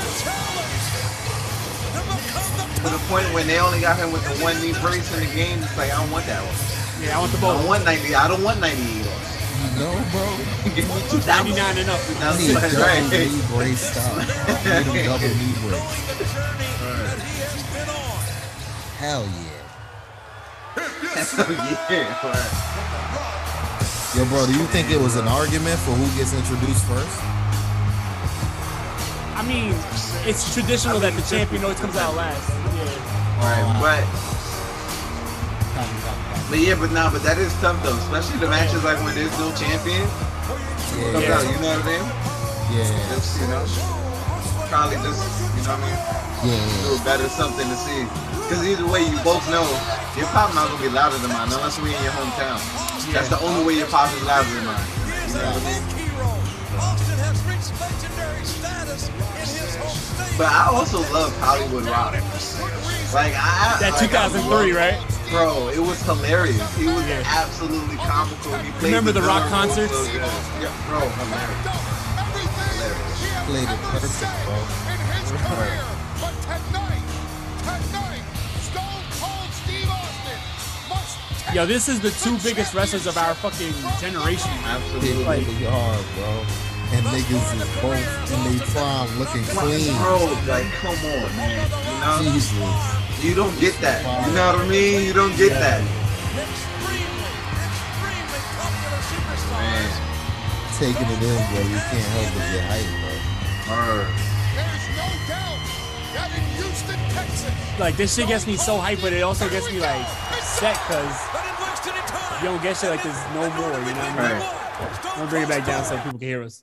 To the point when they only got him with the one knee brace in the game, it's like I don't want that one.
Yeah, I want the
I don't want 90. I don't want 98.
No, bro.
Give me
99 and up.
I
That's
need a double
right.
knee brace stop. I need a double knee brace. Hell yeah.
yeah, right.
Yo, bro, do you think it was an argument for who gets introduced first?
I mean, it's traditional that the champion always comes out last. Yeah.
Right, but But yeah, but nah, but that is tough though, especially the matches like when there's no champion. Comes
yeah.
out, you know what I mean?
Yeah,
Just, you know, probably just, you know what I mean?
Yeah.
Do a better something to see. Because either way, you both know your pop not gonna be louder than mine unless we in your hometown. That's the only way your pop is louder than mine. You know what I mean? But I also love Hollywood Rock. Like I
That
like, I
2003,
love-
right?
Bro, it was hilarious. He was absolutely comical. He played
Remember the rock
drum so
concerts?
good. Yeah, bro, hilarious.
played it perfect, bro.
But tonight, tonight, Stone Cold Steve Austin must
Yo, this is the two biggest wrestlers of our fucking generation.
Hit
Absolutely.
Like,
really hard, bro. And niggas is both in they prime looking clean.
Bro, like come on, man. You know?
Jesus.
You don't get that. You know what I mean? You don't get that. Man.
Taking it in, bro. You can't help but get hype,
Word.
like this shit gets me so hyped, but it also gets me like set because you don't get shit like this no more. You know what I mean? I'm gonna bring it back down so people can hear us.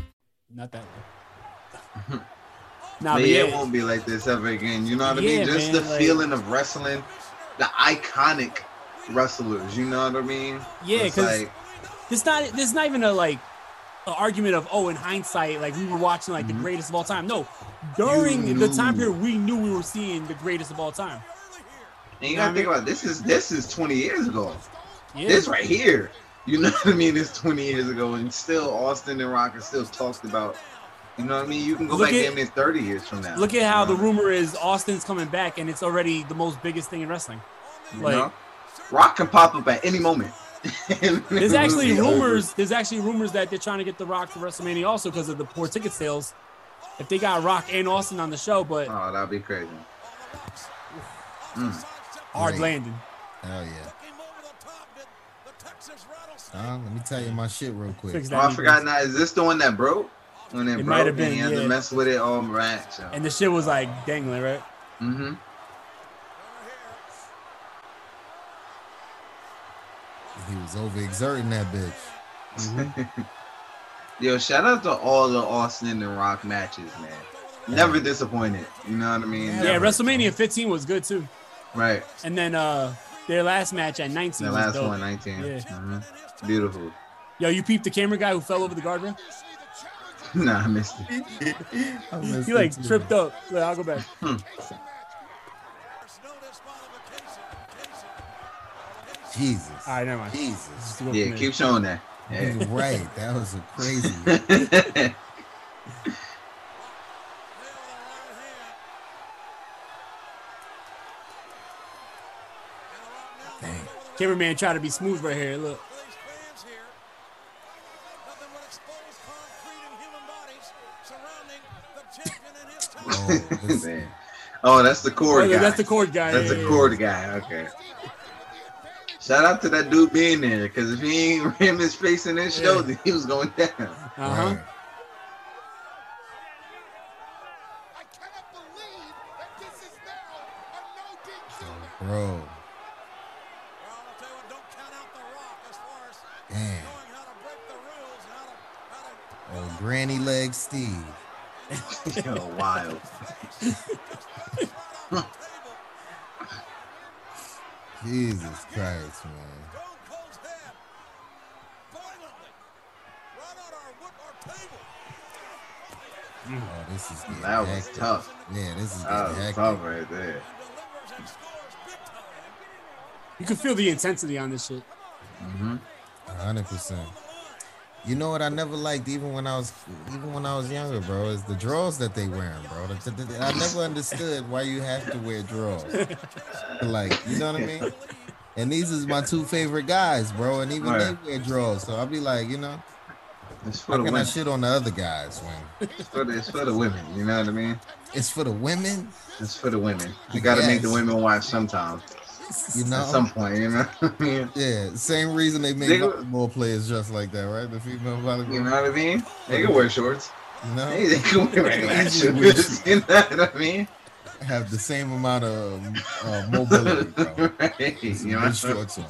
Not that one.
Nah, but yeah, it won't be like this ever again. You know what I
Yeah,
mean? Just
man,
the
like-
feeling of wrestling, the iconic wrestlers. You know what I mean?
Yeah,
It's
because
like
this not this not even a like an argument of oh in hindsight like we were watching like the greatest of all time. No, during
Mm-hmm. You
the time
knew.
period we knew we were seeing the greatest of all time.
and you gotta think about it, this is this is 20 years ago.
Yeah.
This right here. You know what I mean? It's 20 years ago, and still Austin and Rock is still talked about. You know what I mean? You can go
Look
back
at-
damn near 30 years from now.
Look at how the
you know?
rumor is Austin's coming back and it's already the most biggest thing in wrestling.
You
Like
know? Rock can pop up at any moment.
there's actually
It'll be over.
rumors. There's actually rumors that they're trying to get The Rock for WrestleMania also because of the poor ticket sales. If they got Rock and Austin on the show, but
Oh, that'd be crazy. Mm.
hard landing.
Hell yeah. Huh? Let me tell you my shit real quick.
Fix
Oh, I forgot now. Is this the one that broke? When it,
It
broke,
might have been,
and he had
yeah.
to mess with it all right. So.
And the shit was like dangling, right?
Mm-hmm.
He was overexerting that bitch.
Yo, shout out to all the Austin and Rock matches, man. Never disappointed. You know what I mean?
Yeah,
Never.
WrestleMania 15 was good too.
Right.
And then uh their last match at 19
The
was
last
dope.
one, 19.
Yeah.
Mhm. Beautiful.
Yo, you peeped the camera guy who fell over the guardrail?
nah, I missed it. missed
he like
it, too.
tripped up. Wait, I'll go back.
Hmm.
Jesus.
All right, never mind.
Jesus.
Just go
Yeah,
from there.
keep showing that. Yeah.
He's right. That was a crazy.
Cameraman try to be smooth right here. Look.
Man. Oh, that's the cord
Oh, yeah,
guy.
that's the cord guy,
That's
yeah,
the
yeah,
cord guy. Okay. Shout out to that dude being there, because if he ain't ram his face in his shoulder, he was going down.
Uh-huh.
Bro. Damn. Oh, granny leg Steve.
Yo, wild.
Jesus Christ, man. Oh, this is getting
That was
hectic.
tough.
Yeah, this is
That
getting
was
hectic.
tough right there.
You can feel the intensity on this shit.
Mm-hmm.
hundred percent. You know what I never liked, even when I was even when I was younger, bro, is the drawers that they wearing, bro. The- the- the- I never understood why you have to wear drawers. Like, you know what I mean? And these is my two favorite guys, bro. And even
Right.
they wear drawers, so I'll be like, you know,
It's for
how
the
can I
women.
shit on the other guys when
It's for the, it's for the women. You know what I mean?
it's for the women?
It's for the women. You got to make the
Yes.
women watch sometimes.
You know,
At some point, you know what I mean?
yeah. Same reason they make
They-
volleyball players just like that, right? The female volleyball.
You know what I mean? They can wear shorts.
You know,
Hey, they can wear regular shorts. You know what I mean?
have the same amount of um, uh, mobility, bro.
Right,
With some
you know.
good shorts on,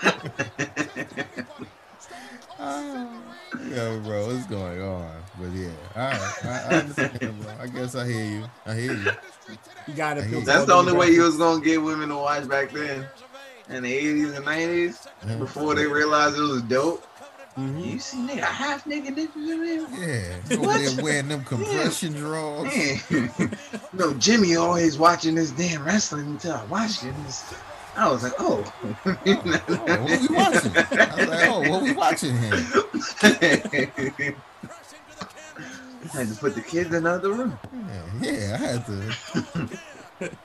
bro. Yo, bro, what's going on? But yeah, all right, I, I understand, bro. I guess I hear you. I hear you.
You gotta
I hear
feel
you.
That's the only way you was gonna get women to watch back then, in the eighties and nineties, before they realized it was dope. You see, nigga, a half nigga, nigga,
Yeah, over there wearing them compression drawers.
no, Jimmy always watching this damn wrestling until I watched it. and it's- I was like, oh. what we watching? I was like,
oh, what we watching
here? I had to put the kids in another room.
Yeah, I had to.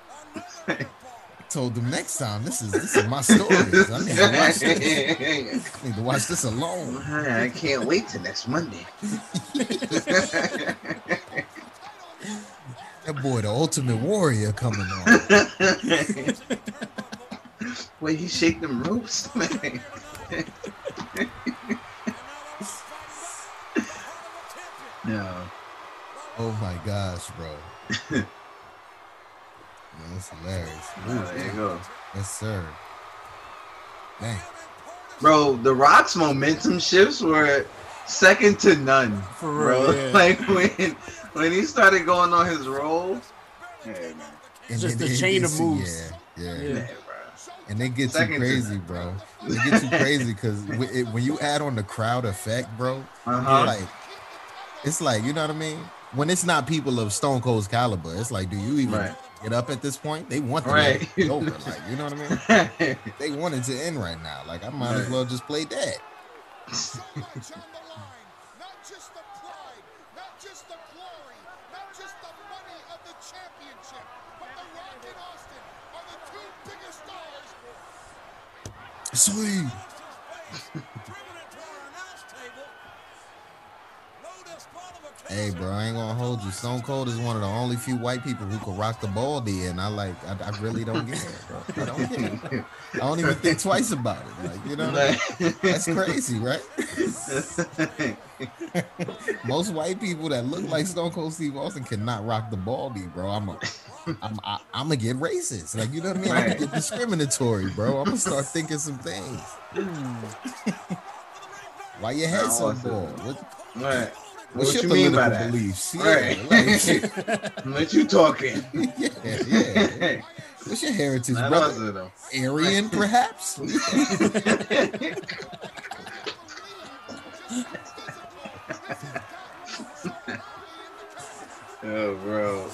Told them next time. This is this is my stories. I need to watch this. I need to watch this alone.
I can't wait till next Monday.
That boy, the ultimate warrior, coming on.
Wait, he shake them ropes, man. no.
Oh my gosh, bro. Man, that's hilarious.
Oh, there you go.
Yes, sir. Dang.
Bro, The Rock's momentum shifts were second to none.
For real,
bro.
yeah.
Like when when he started going on his roll. Yeah, man.
And then it gets you- Yeah, yeah.
Yeah,
And they get
Second
you
to
crazy, bro. They get you crazy because when you add on the crowd effect, bro,
Uh-huh.
you're like, it's like you know what I mean. When it's not people of Stone Cold's caliber, it's like, do you even
Right.
get up at this point? They want the
Right.
match to be over, like you know what I mean. they want it to end right now. Like I might as
Right.
well just play that. Sweet. Hey, bro, I ain't gonna hold you. Stone Cold is one of the only few white people who can rock the baldy, and I like, I, I really don't get it, bro. I don't get it. I don't even think twice about it. Like, you know, what I mean? that's crazy, right? Most white people that look like Stone Cold Steve Austin cannot rock the baldy, bro. I'm a, I'm, I, I'm gonna get racist. Like, you know what I mean? I'm gonna get discriminatory, bro. I'm gonna start thinking some things.
Hmm.
Why your head so
Awesome.
bald? What,
Right.
What's
What
your
you mean by
political
that?
beliefs?
Right.
Yeah, like-
what you talking?
yeah, yeah. What's your heritage,
That
brother?
was it, though.
Aryan, perhaps?
Oh, bro.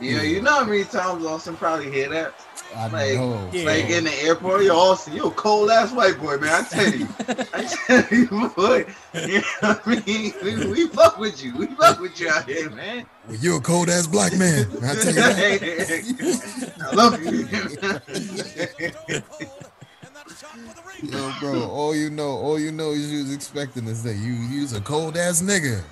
Yeah, you know how many times Austin probably hear that?
I
like,
know.
like
Yeah.
in the airport, yo, Austin, you a cold ass white boy, man. I tell you, I tell you, boy. You know what I mean? We, we fuck with you. We fuck with you out here, man.
Well, you're a cold ass black man. I tell you that.
I love you.
Yo, bro, all you know, all you know is you was expecting to say you you's a cold ass nigga.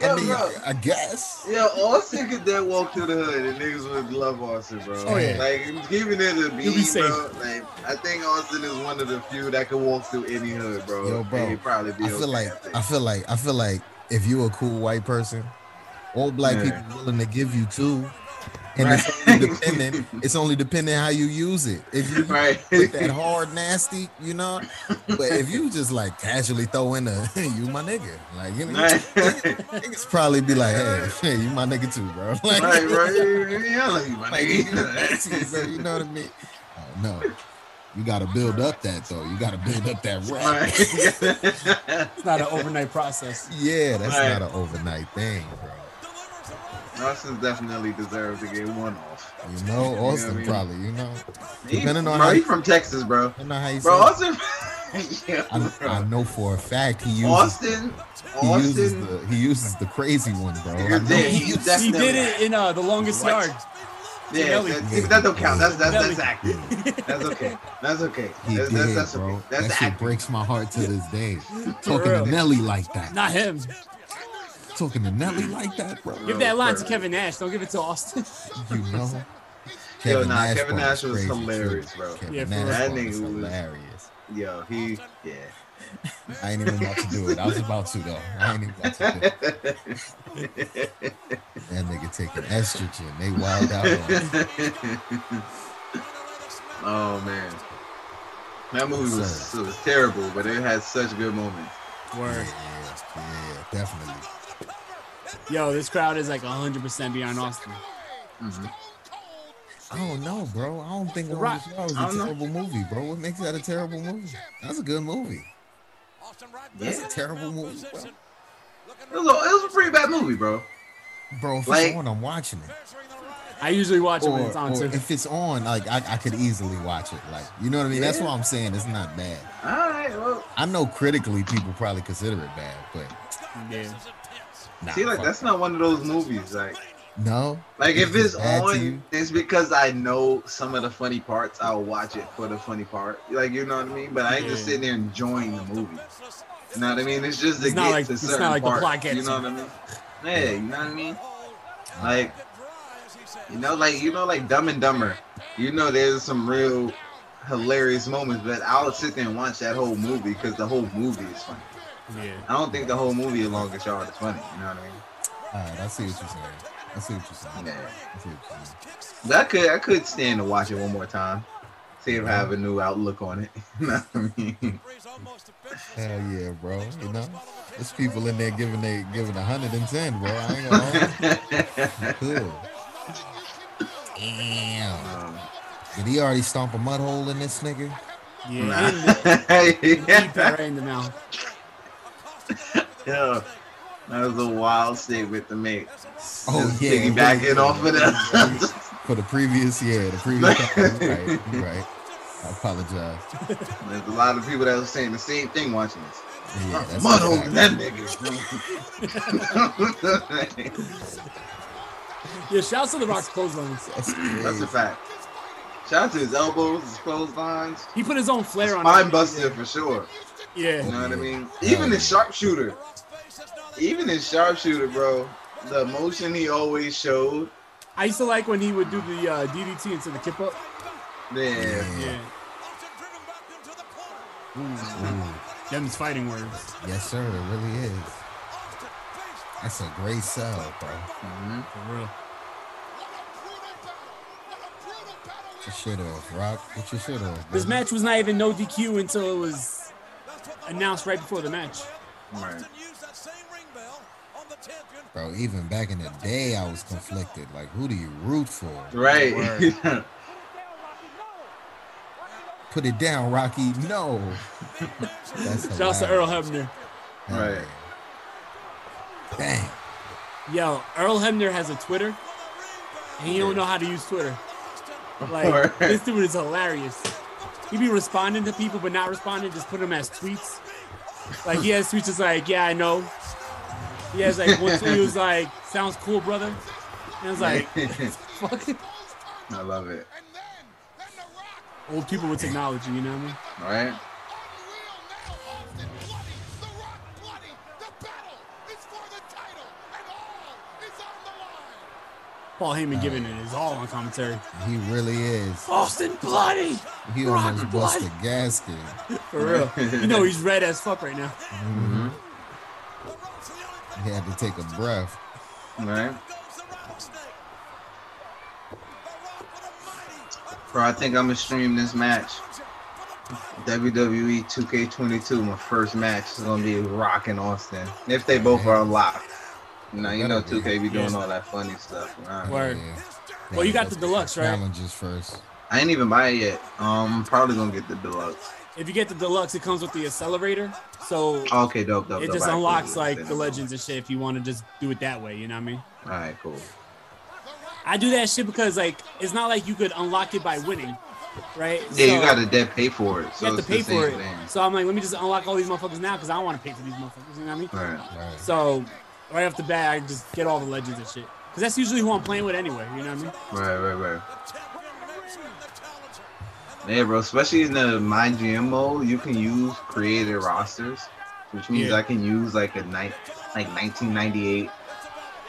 Yo,
I mean,
bro.
I guess.
Yo, Austin could then walk through the hood and niggas would love Austin, bro.
Oh, yeah.
Like, giving it a
You'll
beat,
be
bro. Like, I think Austin is one of the few that can walk through any hood, bro.
Yo, bro,
And he'd probably be
I feel
okay.
like I feel like I feel like if you a cool white person, all black
Yeah.
people willing to give you two. And it's only dependent. It's only dependent how you use it. If you
Right.
put that hard nasty, you know. But if you just like casually throw in a you my nigga, like you know,
Right.
niggas probably be like, hey, hey, you my nigga too, bro. Like,
right, right. Yeah, I love you, my
Like,
nigga.
so you know what I mean? Oh, no, you got to build up that though. You got to build up that rap.
It's not an overnight process.
Yeah, that's
Right.
not an overnight thing, bro.
Austin definitely deserves to get one off.
You know,
what I
Austin
mean?
probably, you know.
He-
Depending on
bro,
how
he
you,
from Texas, bro.
depending on how you
Bro,
say
Austin. yeah,
I,
bro.
I know for a fact he uses
Austin.
he uses
Austin.
the he uses the crazy one, bro. I know
Yeah,
he-
he
He
definitely.
did it in uh, the longest
What?
yard.
Yeah,
Nelly.
that, that don't count. That's that's that's acting. That's okay. That's okay.
he
That's
did,
that's, that's
bro.
okay. That's
that shit
acting.
breaks my heart to this day.
For
Talking to
real.
Nelly like that.
Not him.
Talking to Nelly like that, bro.
Give that line to Kevin Nash. Don't give it to Austin.
You know.
Yo, nah,
Nash
Kevin
bro
Nash was
crazy, too.
hilarious, bro.
Kevin
Yeah, for
Nash
real.
That
bro was
nigga was-
hilarious.
Yo, he yeah.
I ain't even about to do it. I was about to though. I ain't even about to do it. That nigga taking estrogen. They wild out on him.
oh man, that movie was it was terrible, but it had such good moments.
Word.
Yeah, yeah, definitely.
Yo, this crowd is like 100% beyond Austin.
I don't know, bro. I don't think One
Rock-
Rock Shower is
I
a
don't know.
terrible movie, bro. What makes that a terrible movie? That's a good movie. That's a terrible movie, bro.
It was, a, it was a pretty bad movie, bro.
Bro, if
Like-
it's on, I'm watching it.
I usually watch it when
Or-
it's on
or
too.
If it's on, like I, I could easily watch it. Like you know what I mean? That's
Yeah.
what I'm saying. It's not bad.
All right, well,
I know critically people probably consider it bad, but
yeah.
nah,
see, like
fuck
that's
it.
not one of those movies. Like,
no.
like if it's
bad to
on,
you,
it's because I know some of the funny parts. I'll watch it for the funny part. Like, you know what I mean? But I ain't just
Yeah.
sitting there enjoying the movie. You know what I mean? It's just to
It's
get
not like-
to
it's
certain
not like the
parts.
plot gets
you know
you.
what I mean? Yeah, you know what I mean? Like, you know, like you know, like Dumb and Dumber. You know, there's some real hilarious moments, but I'll sit there and watch that whole movie because the whole movie is funny.
Yeah.
I don't think the whole movie, along with y'all, is funny. You know what I mean?
all right, I see what you're saying. I see what you're saying.
Yeah.
I see what you're saying.
But I could I could stand to watch it one more time. See if I have a new outlook on it. You know what I mean?
Hell yeah, bro. You know, there's people in there giving they giving a hundred and ten, bro. I ain't gonna hold you. Cool. Damn. Did he already stomp a mud hole in this nigga?
Yeah.
Nah.
and the-
Yeah.
deep right in the mouth.
Yeah. That was a wild statement to make.
Oh,
Just
yeah.
Piggybacking off of that.
For the previous year, the previous time. You're right, you're right. I apologize.
There's a lot of people that was saying the same thing watching this.
Yeah, that's
Mud hole
exactly-
that nigga.
Yeah, shouts to the Rock's clotheslines.
That's a fact. Shout out to his elbows, his clotheslines.
He put his own flair on
Spine
it.
buster for sure.
Yeah.
You know what I mean? Even his sharpshooter. Even his sharpshooter, bro. The emotion he always showed.
I used to like when he would do the uh, DDT into the kip up.
Yeah.
Yeah. Ooh. Them's fighting words.
Yes, sir. It really is. That's a great sell, bro.
Mm-hmm, For real.
Get your shit off, Rock. Get your shit off,
This
bro.
match was not even no DQ until it was announced right before the match.
Right.
Bro, even back in the day, I was conflicted. Like, who do you root for?
Right.
Put it down, Rocky. No. That's
Shouts
hilarious.
to Earl Hebner.
right.
Bang.
Yo, Earl Hebner has a Twitter, and he don't know how to use Twitter.
Word.
Like this dude is hilarious. He be responding to people, but not responding. Just put him as tweets. Like he has tweets that's like, yeah, I know. He has like one tweet was like, sounds cool, brother. And I was like, fuck.
I love it.
Old people with technology, you know what I mean?
Right?
Paul Heyman giving it his all on commentary.
He really is.
Austin bloody.
He
Rock
almost
bloody.
busted a gasket.
For real. You know he's red as fuck right now.
Mm-hmm.
He had to take a breath.
Right. Bro, I think I'm gonna stream this match. E WWE 2K22, my first match is gonna be Rock and Austin. If they both are unlocked. You know, you know 2K be doing all that funny stuff. Right?
Word.
Yeah.
Well, you got the deluxe, right?
Challenges first.
I ain't even buy it yet. Um, probably gonna get the deluxe.
If you get the deluxe, it comes with the accelerator. So
Okay, dope, dope.
it
dope.
just
Alright, cool.
unlocks like
Then
the
I'm-
legends and shit if you want to just do it that way. You know what I mean?
All right, cool.
I do that shit because like it's not like you could unlock it by winning, right?
Yeah,
So,
you gotta dead pay for it. So
you have to
it's
pay
the same
for it.
Thing.
So I'm like, let me just unlock all these motherfuckers now because I don't want to pay for these motherfuckers. You know what I mean?
All right.
So right off the bat, I just get all the legends and shit because that's usually who I'm playing with anyway. You know what I mean?
Right, right, right. Yeah, bro. Especially in the My GM mode, you can use created rosters, which means
Yeah.
I can use like a night, like 1998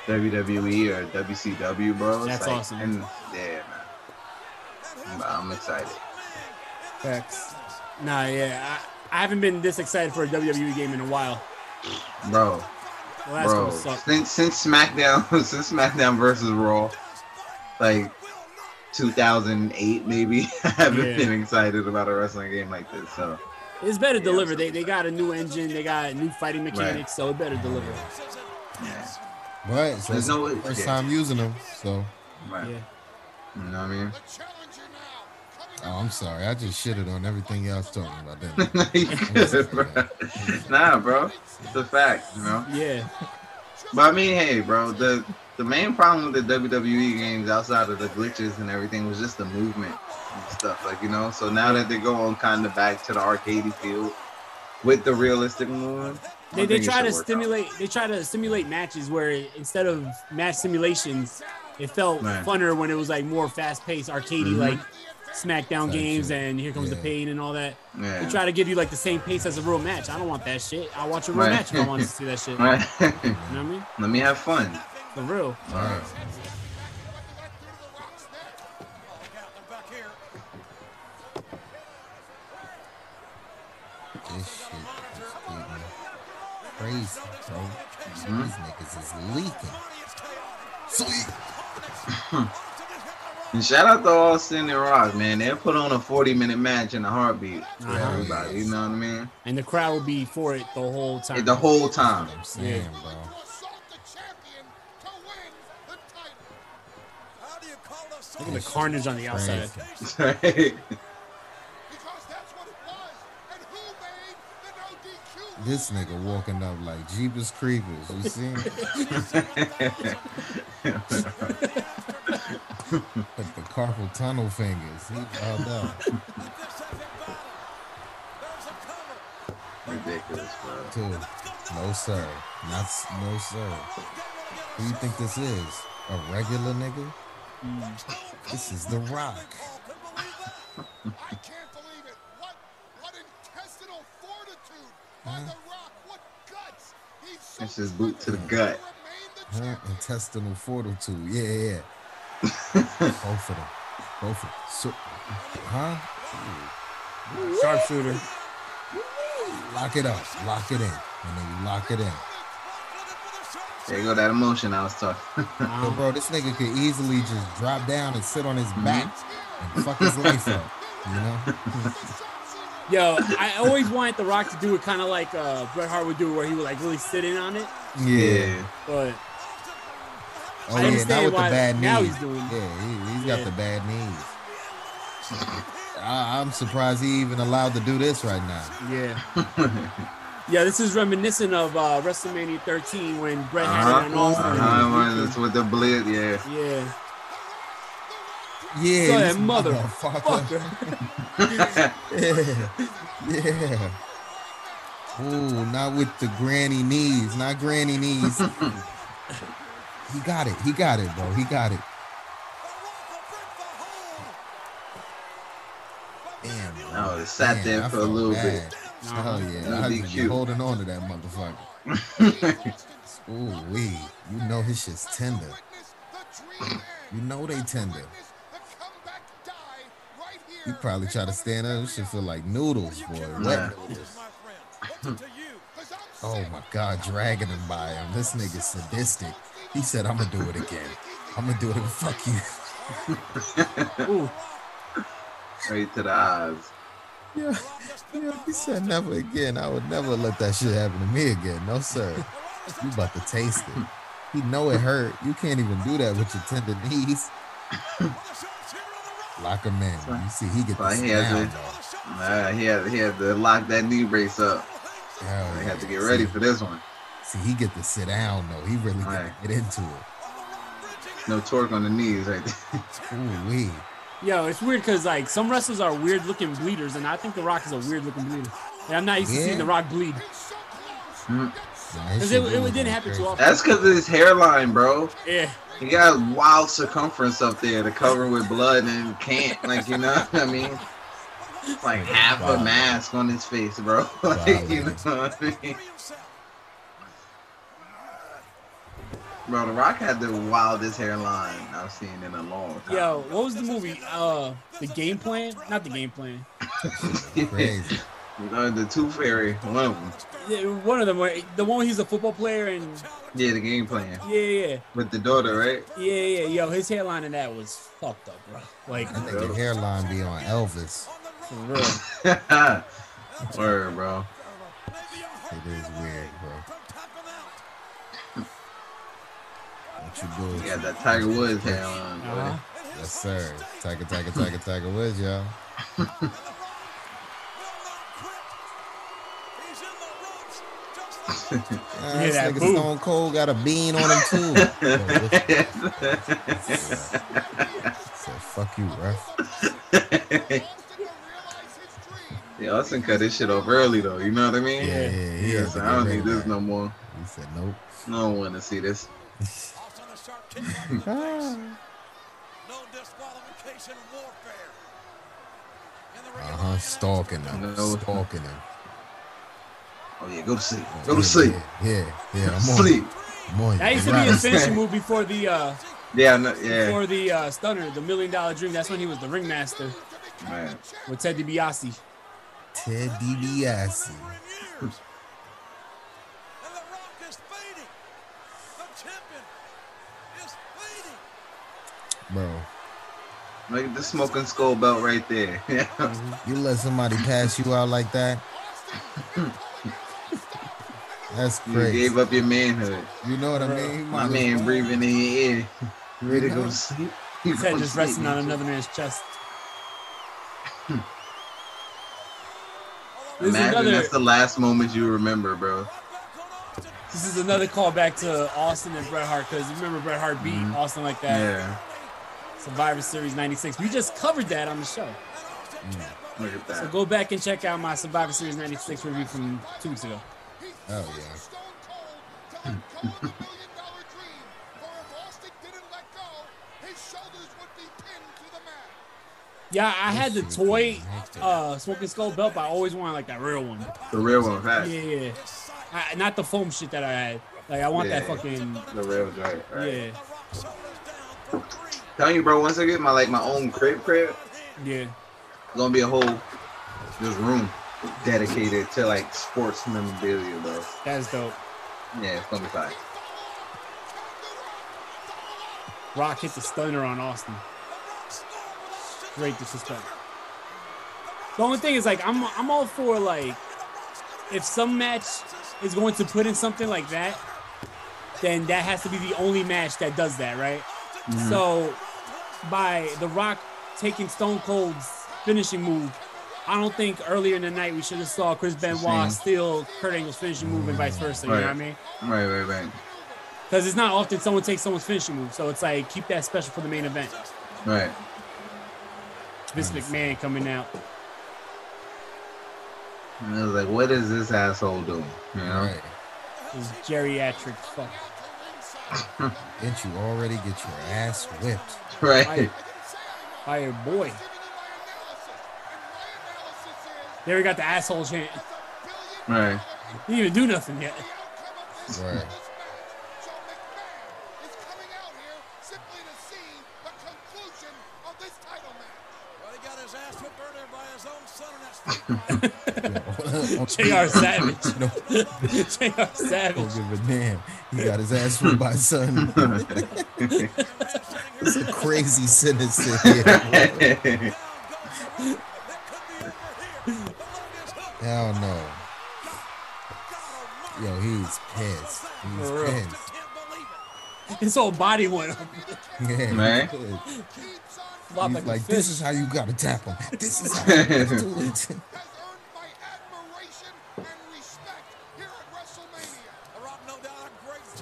WWE E or WCW, bro. It's
That's
like-
awesome.
And yeah, man. I'm, I'm excited.
Facts. Nah, yeah, I, I haven't been this excited for a WWE game in a while.
bro.
The last
bro,
one sucked.
since since SmackDown, since SmackDown versus Raw, like 2008 maybe, I haven't
Yeah.
been excited about a wrestling game like this. So
It's better delivered. They, they got a new engine, they got new fighting mechanics,
Right.
so it better deliver.
yeah,
But
There's
so it's
no-
first
yeah.
time using them, so
right.
Yeah.
You know what I mean?
Oh, I'm sorry. I just shitted on everything y'all was talking about.
No, you
Then.
good, bro. nah, bro. It's a fact, you know.
Yeah.
But I mean, hey, bro. The the main problem with the WWE games, outside of the glitches and everything, was just the movement and stuff. Like you know. So now that they're going kind of back to the arcade field with the realistic movement, I
They,
think
they
it
try
should
to
work out.
stimulate. They try to simulate matches where instead of match simulations, it felt
Right.
funner when it was like more fast-paced, arcadey
Mhm.
like SmackDown
Type
games
shit.
and Here Comes the
Yeah.
Pain and all that.
Yeah.
They try to give you like the same pace as a real match. I don't want that shit. I watch a real
Right.
match if I want to see that shit.
Right.
You know what I mean?
Let me have fun.
For real.
All right.
This shit is getting crazy, bro.
Mm-hmm.
These niggas is leaking.
And shout out to Austin and Rock, man. They put on a 40 minute match in a heartbeat for
Uh-huh.
everybody. You know what I mean?
And the crowd will be for it the whole time.
The whole time.
That's what I'm
saying,
Yeah.
bro.
Look at the carnage on the outside.
Right.
This nigga walking up like Jeepers Creepers. You see him? With the carpal tunnel fingers. He found out.
Ridiculous, bro.
Two. No, sir. Not, s- no, sir. Who you think this is? A regular nigga?
Mm.
This is The Rock.
That's his boot to the gut.
Huh? Intestinal fortitude. Yeah, yeah, yeah. Both of them. Both of them. So, huh? Ooh.
Sharpshooter.
Lock it up. Lock it in. And then you lock it in.
There you go, that emotion I was talking.
But bro, this nigga could easily just drop down and sit on his
Mm-hmm.
back and fuck his life up. You know?
Yo, I always wanted The Rock to do it kind of like uh, Bret Hart would do, where he would like really sit in on it.
Yeah.
But
Oh
I
yeah, now
understand
with the
why
bad knees.
now he's doing it.
yeah, he, he's
Yeah.
got the bad knees. I, I'm surprised he even allowed to do this right now.
yeah, yeah. This is reminiscent of uh, WrestleMania 13 when Bret had it on Austin.
Uh-huh, it was with the blitz, yeah.
Yeah.
Yeah,
Son,
uh-huh. this
mother-
motherfucker. yeah, yeah. Ooh, not with the granny knees, not granny knees. he got it. He got it, bro. He got it. Damn. bro.
No, it sat
Damn,
there
I
for a
felt
little
bad.
bit.
Oh, Hell yeah,
No
I was
DQ.
holding on to that motherfucker. Ooh wee, you know his shit's tender. You know they tender. You probably try to stand up. This shit feel like noodles, boy. Wet
Yeah.
noodles. oh my god, dragging him by him. This nigga's sadistic. He said, "I'm gonna do it again. I'm gonna do it. Fuck you."
Straight to the eyes.
Yeah, yeah. He said never again. I would never let that shit happen to me again. No sir. You about to taste it. You know it hurt. You can't even do that with your tender knees. Lock him in. You see, he get
But
the
he has
down.
to, nah, he had he had to lock that knee brace up.
Oh,
They had to get ready for this one.
See, he get to sit down though. He really get, to get into it.
No torque on the knees right there.
Ooh wee.
Yo, it's weird because like some wrestlers are weird looking bleeders, and I think The Rock is a weird looking bleeder. And I'm not used to
Yeah.
seeing The Rock bleed. Because it, it didn't happen too often.
Hmm. That's because of his hairline, bro.
Yeah.
He got wild circumference up there to cover with blood and can't, like, you know what I mean? It's Like half a mask on his face, bro. Like, you know what I mean? Bro, The Rock had the wildest hairline I've seen in a long time.
Yo, what was the movie? Uh, the game plan? Not the game plan.
Crazy.
Uh, the Two Fairy, one of them.
Yeah, One of them, where- the one where he's a football player, and
Yeah, the game plan
yeah, yeah,
with the daughter, right?
yeah, yeah. Yo, his hairline in that was fucked up, bro. Like,
I think the hairline be on Elvis.
for real.
Word, bro.
It is weird, bro. What you do?
He got that Tiger Woods hairline, buddy.
Uh-huh.
Yes, sir. Tiger, Tiger, Tiger, Tiger Woods, y'all. Ah,
hear
this
that
nigga
boo.
Stone Cold got a bean on him too. Said, fuck you, ref.
Yeah, Austin cut this shit off early though. You know what I mean?
Yeah, yeah, he
yeah.
has
So
to
I don't
get
need
ready,
this no more.
He said nope.
No one want to see this. Oh,
Uh huh. Stalking him. Stalking him.
Oh yeah, go to sleep.
Yeah,
Go to sleep.
Yeah, yeah. yeah, I'm on
Sleep.
it. I'm
Oh
on it.
That used to be his finishing move before the uh
Yeah, no, yeah.
before the uh, stunner, the million dollar dream. That's when he was the ringmaster
Man.
with Ted DiBiase.
Ted DiBiase. Bro,
Look at the smoking skull belt right there. Yeah.
you let somebody pass you out like that? That's
You
crazy.
gave up your manhood.
You know what I mean? You might
My
as
man
well.
breathing in your ear. You ready to go
Yeah.
to sleep? You
His head
go to
just
sleep,
resting on
man.
another man's chest. This is
Imagine
another-
that's the last moment you remember, bro.
This is another callback to Austin and Bret Hart because remember Bret Hart beat
Mm-hmm.
Austin like that.
Yeah.
Survivor Series '96. We just covered that on the show,
Mm.
Look at
so
that.
go back and check out my Survivor Series '96 review from two weeks ago.
Oh yeah.
Yeah, I had the toy uh, Smoking Skull belt, but I always wanted like that real one.
The real
Yeah,
one, fact.
yeah. I, not the foam shit that I had. Like I want that
Yeah.
fucking
The real one, right? right.
yeah,
Telling you, bro. Once I get my like my own crib, crib,
yeah.
it's gonna be a whole just room dedicated to like sports memorabilia, bro.
That's dope.
Yeah, it's gonna be fine.
Rock hit the stunner on Austin. Great disrespect. The only thing is like I'm I'm all for like if some match is going to put in something like that, then that has to be the only match that does that, right?
Mhm.
So by The Rock taking Stone Cold's finishing move, I don't think earlier in the night we should have saw Chris Benoit
Same.
steal Kurt Angle's finishing move and vice versa. You know what I mean?
Right, right, right,
Because it's not often someone takes someone's finishing move, so it's like keep that special for the main event.
right.
Vince McMahon coming out.
And I was like, what is this asshole doing? You know?
Right.
This geriatric fuck.
Didn't you already get your ass whipped?
Right.
By your boy. There we got the asshole chant.
Right.
He didn't even do nothing yet.
Right.
JR Savage. JR
Don't
Savage.
give a damn. He got his ass whipped by his son. it's a crazy sentence to hear. Hell no. Yo, he's pissed. He's
For real.
pissed.
His whole body went up.
Yeah,
Man.
he's pissed.
Flopped
He's
like,
like,
a fish.
this is how you gotta tap him. This is how you gotta do it.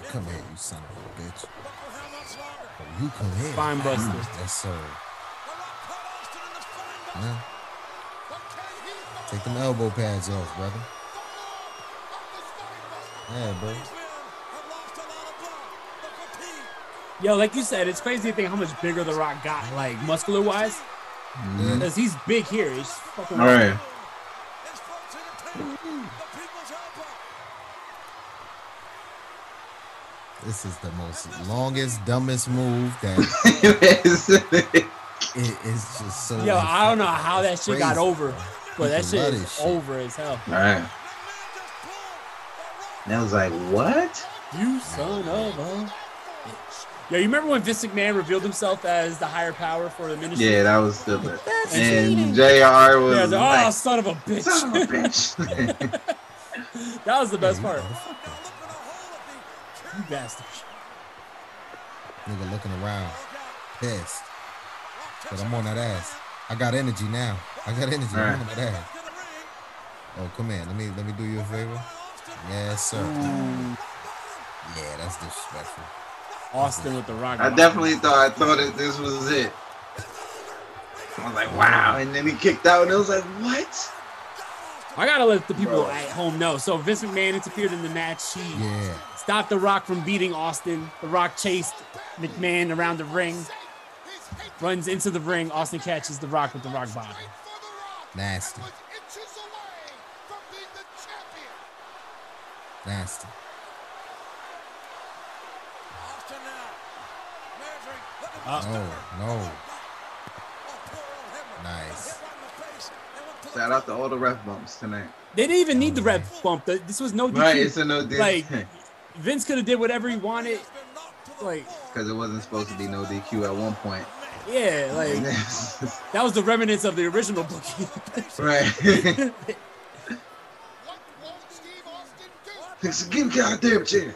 Come here, you son of a bitch. Oh, you come here.
Spine buster.
Yes, sir. Yeah. Take them elbow pads off, brother. Yeah, bro.
Yo, like you said, it's crazy to think how much bigger The Rock got, like muscular wise. Because he's big here. He's fucking
Mm-hmm. All right.
This is the most longest, dumbest move that
It
it is just so.
Yo, I don't know how that shit got
Crazy.
over, but that
People
shit
love
is
this shit.
over as hell.
All right. And I was like, what?
You son of a. Yo, you remember when Vince McMahon revealed himself as the higher power for the ministry?
Yeah, that was stupid. And JR
Yeah,
was
the- oh,
like,
son of a bitch.
son of a bitch.
that was the best part. You bastard.
Nigga looking around, pissed. But I'm on that ass. I got energy now. I got energy.
All
I'm
right.
on that ass. Oh, come here. Let me let me do you a favor. Yes, sir. Yeah, that's disrespectful.
Austin with the rock.
I definitely thought I thought that this was it. I was like, wow. And then he kicked out, and it was like, what?
I gotta let the people
Bro.
at home know. So Vince McMahon interfered in the match. He
Yeah.
stopped The Rock from beating Austin. The Rock chased McMahon around the ring, runs into the ring. Austin catches The Rock with the Rock bottom.
Nasty. Nasty. No, no. Nice.
Shout out to all the ref bumps tonight.
They didn't even need the ref bump. Th- This was no DQ.
Right, it's a no DQ.
Like Vince could have did whatever he wanted. Like
Because it wasn't supposed to be no DQ at one point.
yeah, like that was the remnants of the original booking.
Right. It's a give goddamn chance.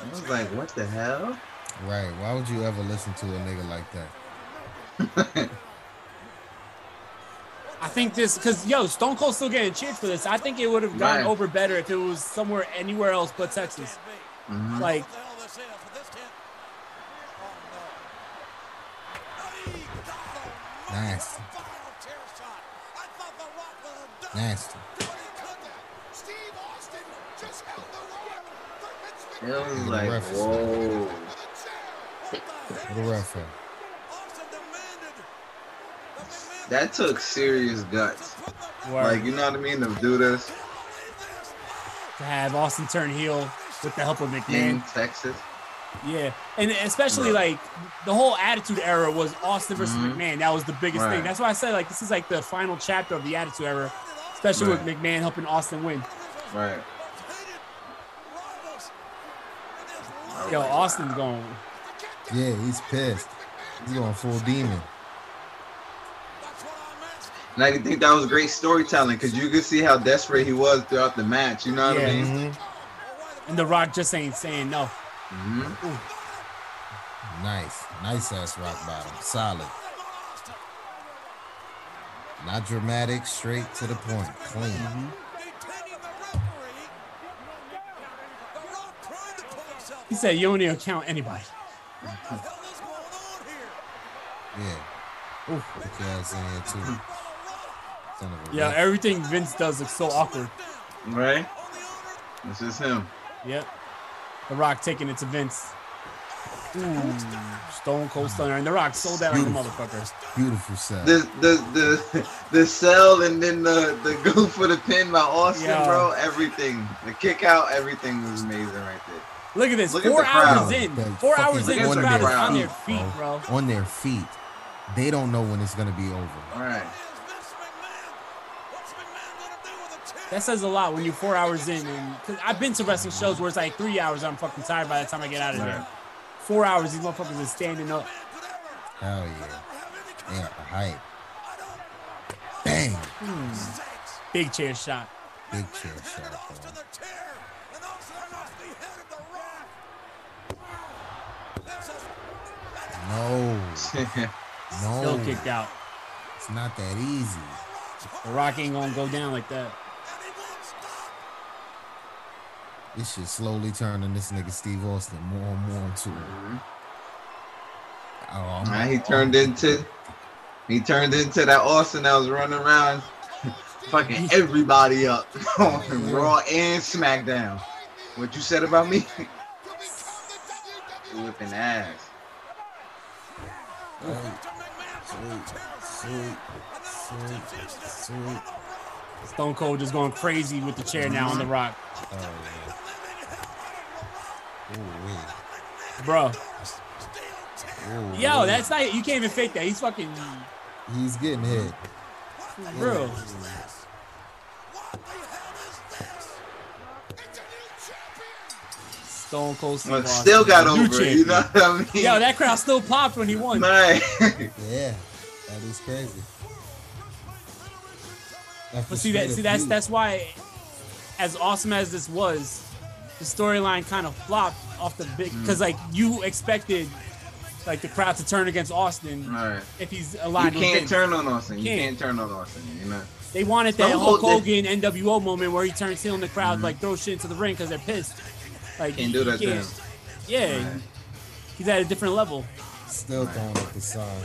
I was like, what the hell?
Right. Why would you ever listen to a nigga like that?
I think this because yo Stone Cold still getting cheered for this. I think it would have gone
Right.
over better if it was somewhere anywhere else but Texas.
Mhm.
Like
Nasty. Nasty.
It was
The
like,
ref is-
Oh.
whoa.
What a ref. at?
That took serious guts.
Word.
Like, you know what I mean? To do this
to have Austin turn heel with the help of McMahon.
in Texas. Mm-hmm.
Yeah, and especially like the whole Attitude Era was Austin versus McMahon. That was the biggest
Mm-hmm. Right.
thing. That's why I said like this is like the final chapter of the Attitude Era, especially with
Right.
McMahon helping Austin win.
Right.
Yo, Austin's going.
Yeah, he's pissed. He's going full demon.
And I think that was great storytelling because you could see how desperate he was throughout the match. You know what
Yeah. Mm-hmm.
I mean?
And The Rock just ain't saying no.
Mm-hmm.
Nice. Nice ass rock bottom. Solid. Not dramatic, straight to the point. Clean.
He said you don't need to count anybody.
Mm-hmm.
Yeah. Ooh. Put your ass in here too. Son of a
Yeah,
bitch.
everything Vince does looks so awkward.
Right? This is him.
Yep. The Rock taking it to Vince. Ooh, Stone Cold Stunner, and The Rock sold that like a
Beautiful.
motherfucker.
Beautiful sound.
The the the the sell and then the the go for the pin by Austin,
Yeah.
bro. Everything, the kick out, everything was amazing right there.
Look at this.
Look at
four
the
hours
crowd.
in.
That
Four
fucking
hours in.
on
This crowd is
their
on their
feet,
feet, bro.
On their feet. They don't know when it's gonna be over.
All right.
That says a lot when you're four hours in. And cause I've been to wrestling shows where it's like three hours. I'm fucking tired by the time I get out of there.
Right.
Four hours, these motherfuckers are standing up.
Hell yeah. They got the hype. Bang.
Mm. Big chair shot.
Big chair shot. Bro. No. No.
Still kicked out.
It's not that easy.
The Rock ain't gonna go down like that.
This shit slowly turning this nigga Steve Austin more and more into it. Oh,
Now he turned into he turned into that Austin that was running around, fucking everybody up, on Raw and SmackDown. What you said about me? Whipping ass.
Stone Cold just going crazy with the chair now on The Rock.
Oh,
Bro. Yo, that's not. You can't even fake that. He's fucking. uh,
He's getting hit.
Bro. Stone Cold Steve
Well,
Austin.
still got
New
over it, you know
champion.
what I mean?
Yo, that crowd still popped when he won.
Right.
Yeah, that is crazy.
But see that see that's that's why as awesome as this was, the storyline kind of flopped off the big
Mm.
because like you expected like the crowd to turn against Austin
Right.
if he's
You
aligned. with
can't
Vince.
turn on Austin. You
Can't.
can't turn on Austin. You know.
They wanted that
Stone
Hulk
Cold
Hogan NWO moment where he turns heel and the crowd
Mhm.
like throws shit into the ring because they're pissed. Like
Can't do
you
that to him.
Yeah, he's at a different level.
Still throwing up the song.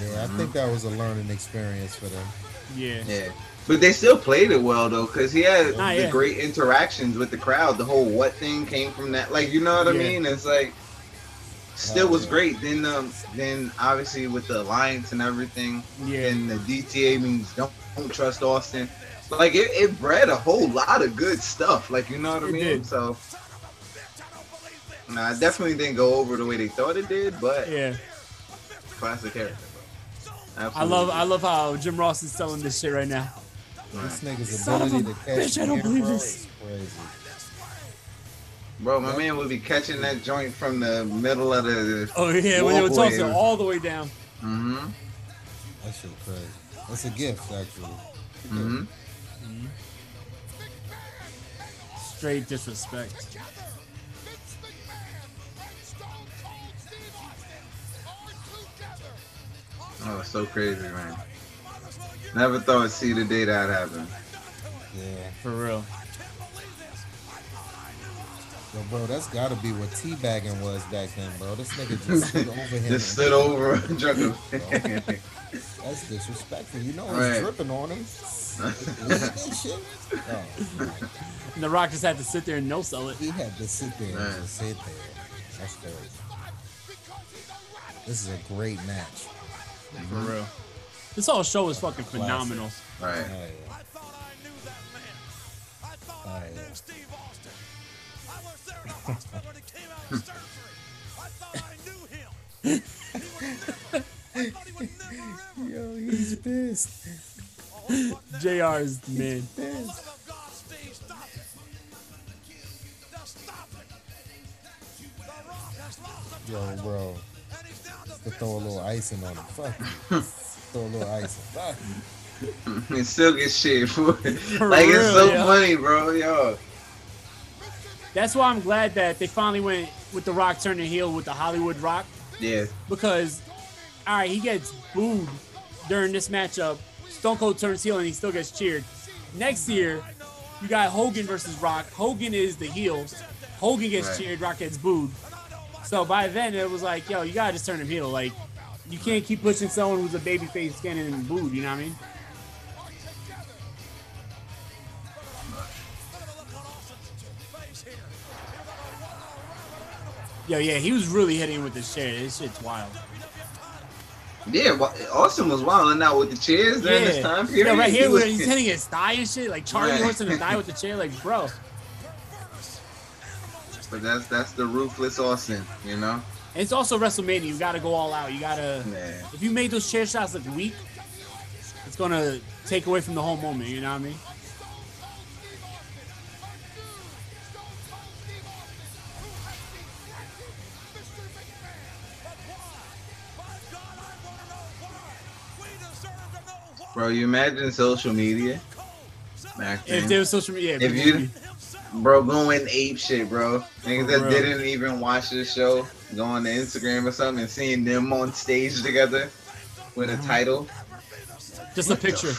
Yeah, I think that was a learning experience for them.
Yeah.
Yeah. But they still played it well though, because he had
Nah,
the
yeah.
great interactions with the crowd. The whole what thing came from that. Like you know what I
Yeah.
mean? It's like still
Nah,
was
Oh, yeah.
great. Then um then obviously with the alliance and everything,
yeah.
and the DTA means don't, don't trust Austin. Like it, it bred a whole lot of good stuff. Like you know what I
It
mean?
did.
So nah, it definitely didn't go over the way they thought it did, but
Yeah.
classic character. Bro.
I
Absolutely.
love I love how Jim Ross is selling this shit right now.
This nigga's
Son of a
ability to catch
bitch, I don't
the
believe
camera
this.
is Crazy.
Bro, my man would be catching that joint from the middle of the.
Oh yeah, when they were tossing it all the way down.
Mm-hmm.
That shit crazy. That's a gift, actually.
Mhm.
Hmm? Straight disrespect.
Oh, so crazy, man. Never thought I'd see the day that happened.
Yeah.
For real.
Yo, bro, that's gotta be what teabagging was back then, bro. This nigga just stood over him. and-
Just stood over and drunk him.
That's disrespectful. You know it's
Right.
dripping on him. Shit. Oh,
And the Rock just had to sit there and no sell it.
He had to sit there and just sit there. That's crazy. This is a great match.
For real. This whole show is fucking phenomenal.
Right.
Oh, yeah. Oh, yeah. Yo, he's pissed.
JR is the man.
pissed. Yo, bro. To throw a little icing on him. Fuck you. throw a little icing. Fuck you.
and still get shit for it. Like, it's so
real, yeah.
funny, bro. Yo.
That's why I'm glad that they finally went with the Rock turning heel with the Hollywood Rock
Yeah.
because, all right, he gets booed during this matchup. Stone Cold turns heel and he still gets cheered. Next year, you got Hogan versus Rock. Hogan is the heel. Hogan gets
Right.
cheered. Rock gets booed. So by then it was like, yo, you gotta just turn him heel. Like, you can't keep pushing someone who's a babyface getting booed. You know what I mean? Yo, yeah, he was really hitting with this chair. This shit's wild.
Yeah, well, Austin was wilding out with the chairs during this time period.
Yeah, right
He
here
was-
where he's hitting his thigh and shit, like Charlie
Right.
Horse in the thigh with the chair, like bro.
But that's that's the ruthless Austin, you know?
And it's also WrestleMania. You gotta go all out. You gotta.
Yeah.
If you make those chair shots look weak, it's gonna take away from the whole moment. You know what I mean?
Bro, you imagine social media back then.
If there was social media,
if you, bro, going ape shit, bro. Niggas
For
that
real.
didn't even watch this show, go on to Instagram or something and seeing them on stage together with a
Mm-hmm.
title,
just a picture.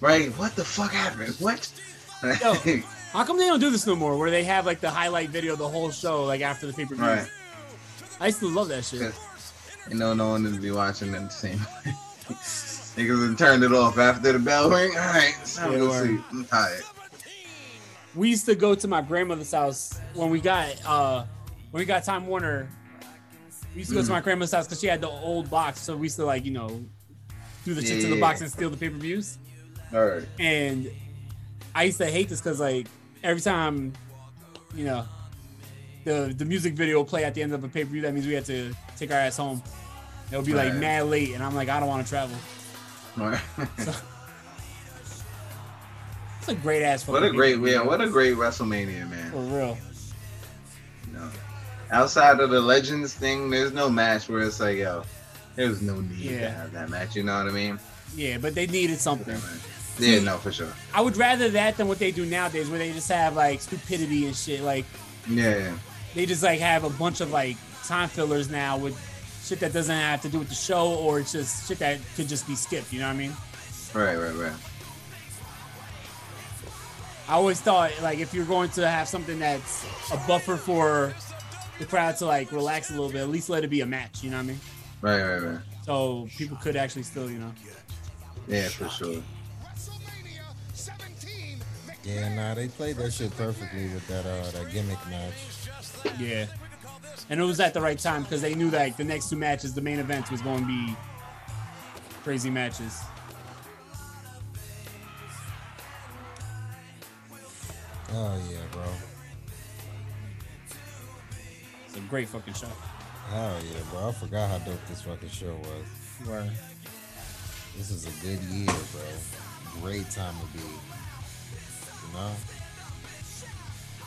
right? What the fuck happened? What?
Yo, how come they don't do this no more? Where they have like the highlight video of the whole show, like after the pay per view.
Right.
I used to love that shit.
You know, no one would be watching them the same. Niggas would turn it off after the bell ring. All right, it's time
Yeah,
to Mm, go
word.
sleep. I'm tired.
we used to go to my grandmother's house when we got uh when we got Time Warner. We used to go to
Mhm.
my grandmother's house because she had the old box, so we used to like you know do the shit to the
Yeah.
box and steal the pay per views.
All right.
And I used to hate this because like every time you know the the music video would play at the end of a pay per view, that means we had to take our ass home. It would be like
Right.
mad late, and I'm like, I don't want to travel.
All right.
It's a great ass.
what a
fucking
great,
pay-per-view.
yeah, what a great WrestleMania, man.
for real.
No. Outside of the Legends thing, there's no match where it's like, yo, there's no need to
Yeah.
have that match. You know what I mean?
Yeah, but they needed something.
Yeah, no, for sure.
I would rather that than what they do nowadays, where they just have like stupidity and shit. Like
Yeah.
They just like have a bunch of like time fillers now with shit that doesn't have to do with the show or it's just shit that could just be skipped. You know what I mean?
Right, right, right.
I always thought like if you're going to have something that's a buffer for the crowd to like relax a little bit, at least let it be a match. You know what I mean?
Right, right, right.
So people could actually still, you know.
Yeah, for sure.
Yeah, nah, they played that shit perfectly with that uh that gimmick match.
Yeah. And it was at the right time because they knew like the next two matches, the main events was going to be crazy matches.
Oh yeah, bro.
It's a great fucking show.
Oh yeah, bro. I forgot how dope this fucking show was.
Word.
This is a good year, bro. Great time to be, you know,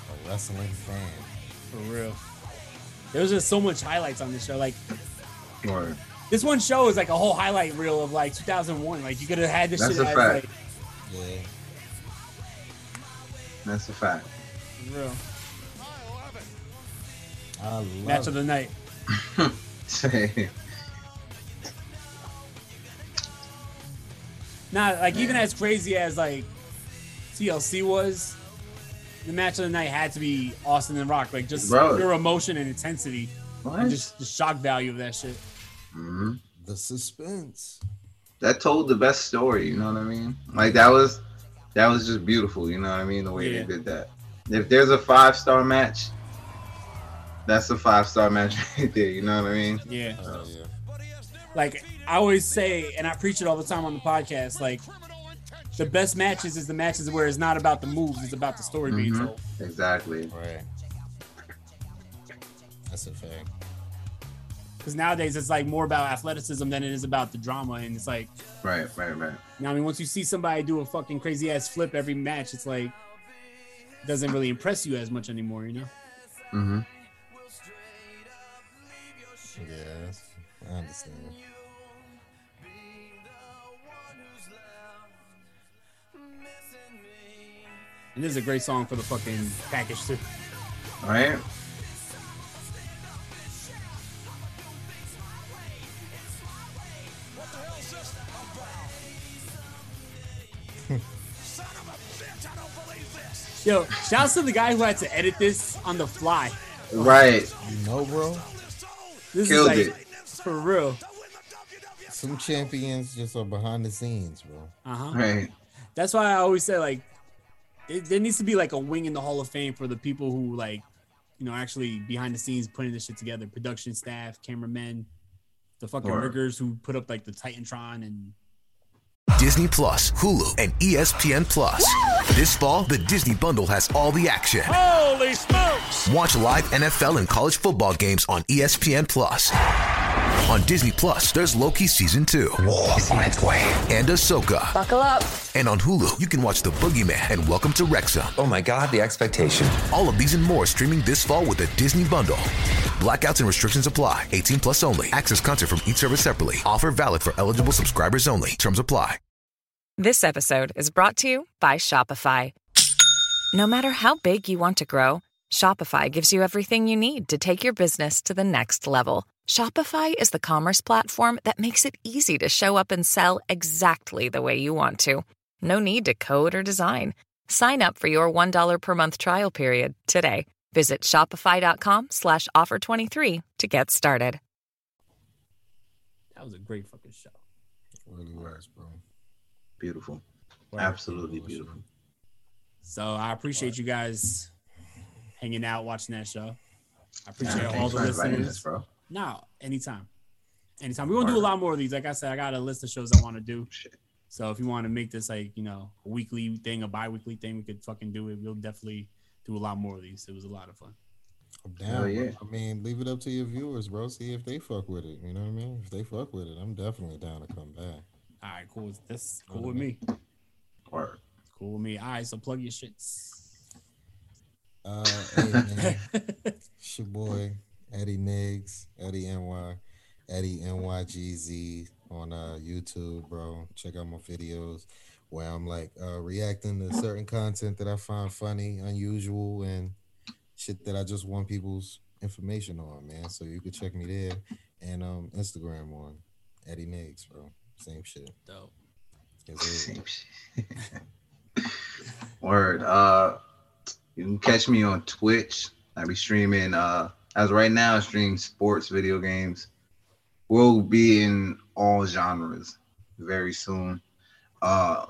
a wrestling fan.
For real. There was just so much highlights on this show. Like
Word.
this one show is like a whole highlight reel of like 2001. Like you could have had this
That's
shit
a
as
fact.
like
Yeah.
That's a fact.
for real
I love
match of the night.
Same.
Nah, like even as crazy as like TLC was, the match of the night had to be Austin and Rock. Like just
Bro.
pure emotion and intensity,
What?
and just the shock value of that shit.
Mhm.
The suspense.
That told the best story. You know what I mean? Like that was, that was just beautiful. You know what I mean? The way
Yeah.
they did that. If there's a five star match, that's a five star match right there. You know what I mean?
Yeah.
Oh yeah.
Like I always say, and I preach it all the time on the podcast. Like the best matches is the matches where it's not about the moves, it's about the story being
Mhm.
told.
Exactly.
Right. That's a fact.
Because nowadays it's like more about athleticism than it is about the drama, and it's like
Right. Right. Right.
Now, I mean, once you see somebody do a fucking crazy ass flip every match, it's like it doesn't really impress you as much anymore, you know?
Mm-hmm.
Yeah, that's, I understand.
And this is a great song for the fucking package too.
All right.
Yo, shouts to the guy who had to edit this on the fly.
Right.
You know, bro.
This
Killed
is
it.
like for real.
Some champions just are behind the scenes, bro.
Uh huh.
Right.
That's why I always say like there- there needs to be like a wing in the Hall of Fame for the people who like you know actually behind the scenes putting this shit together, production staff, cameramen, the fucking
Word.
riggers who put up like the Titantron and
Disney Plus, Hulu, and E ESPN Plus. This fall, the Disney Bundle has all the action.
Holy smokes!
Watch live NFL and college football games on E ESPN Plus. On Disney Plus, there's Loki season two. War is on its way. And Ahsoka. Buckle up. And on Hulu, you can watch The Boogeyman and Welcome to Rexham. Oh my God, the expectation. All of these and more streaming this fall with the Disney Bundle. Blackouts and restrictions apply. 18 plus only. Access content from each service separately. Offer valid for eligible subscribers only. Terms apply.
This episode is brought to you by Shopify. No matter how big you want to grow, Shopify gives you everything you need to take your business to the next level. Shopify is the commerce platform that makes it easy to show up and sell exactly the way you want to. No need to code or design. Sign up for your $1 per month trial period today. Visit shopify.com slash offer 23 to get started.
that was a great fucking show.
Really was, bro.
Beautiful. Absolutely beautiful.
So I appreciate you guys hanging out, watching that show. I appreciate
Yeah,
all
thanks
the
for inviting us,
listeners.
bro.
No, anytime. Anytime. We're gonna do a lot more of these. Like I said, I got a list of shows I want to do. So if you want to make this like, you know, a weekly thing, a bi weekly thing, we could fucking do it. We'll definitely do a lot more of these. It was a lot of fun.
Damn,
Hell yeah.
I mean, leave it up to your viewers, bro. See if they fuck with it. You know what I mean? If they fuck with it, I'm definitely down to come back.
All right, cool. That's cool with me.
Word.
Cool with me. All right, so plug your shits.
Uh, hey, man. it's your boy Eddie Niggs, Eddie NY, Eddie NYGZ on uh, YouTube, bro. Check out my videos where I'm like uh, reacting to certain content that I find funny, unusual, and shit that I just want people's information on, man. So you can check me there and um Instagram on Eddie Niggs, bro. Same shit.
Dope.
Same shit.
Word. Uh, you can catch me on Twitch. I be streaming. Uh, as of right now, I stream sports, video games. We'll be in all genres very soon. Uh,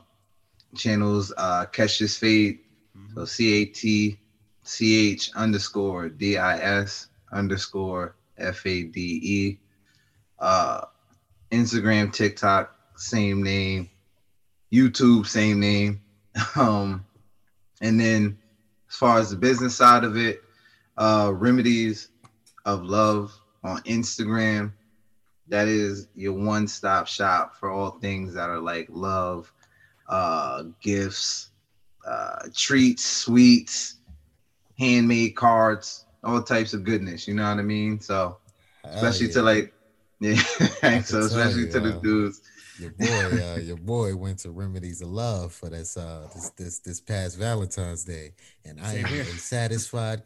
channels. Uh, catch this fade. So C A T C H underscore D I S underscore F A D E. Uh, Instagram, TikTok, same name. YouTube, same name. Um, and then as far as the business side of it, uh, Remedies of Love on Instagram. That is your one stop shop for all things that are like love, uh, gifts, uh, treats, sweets, handmade cards, all types of goodness. You know what I mean? So, especially to
yeah.
like, yeah,
can
so
tell
especially
you,
to the
uh,
dudes.
Your boy, uh, your boy went to Remedies of Love for this uh this this, this past Valentine's Day, and I
Same
am a
here.
satisfied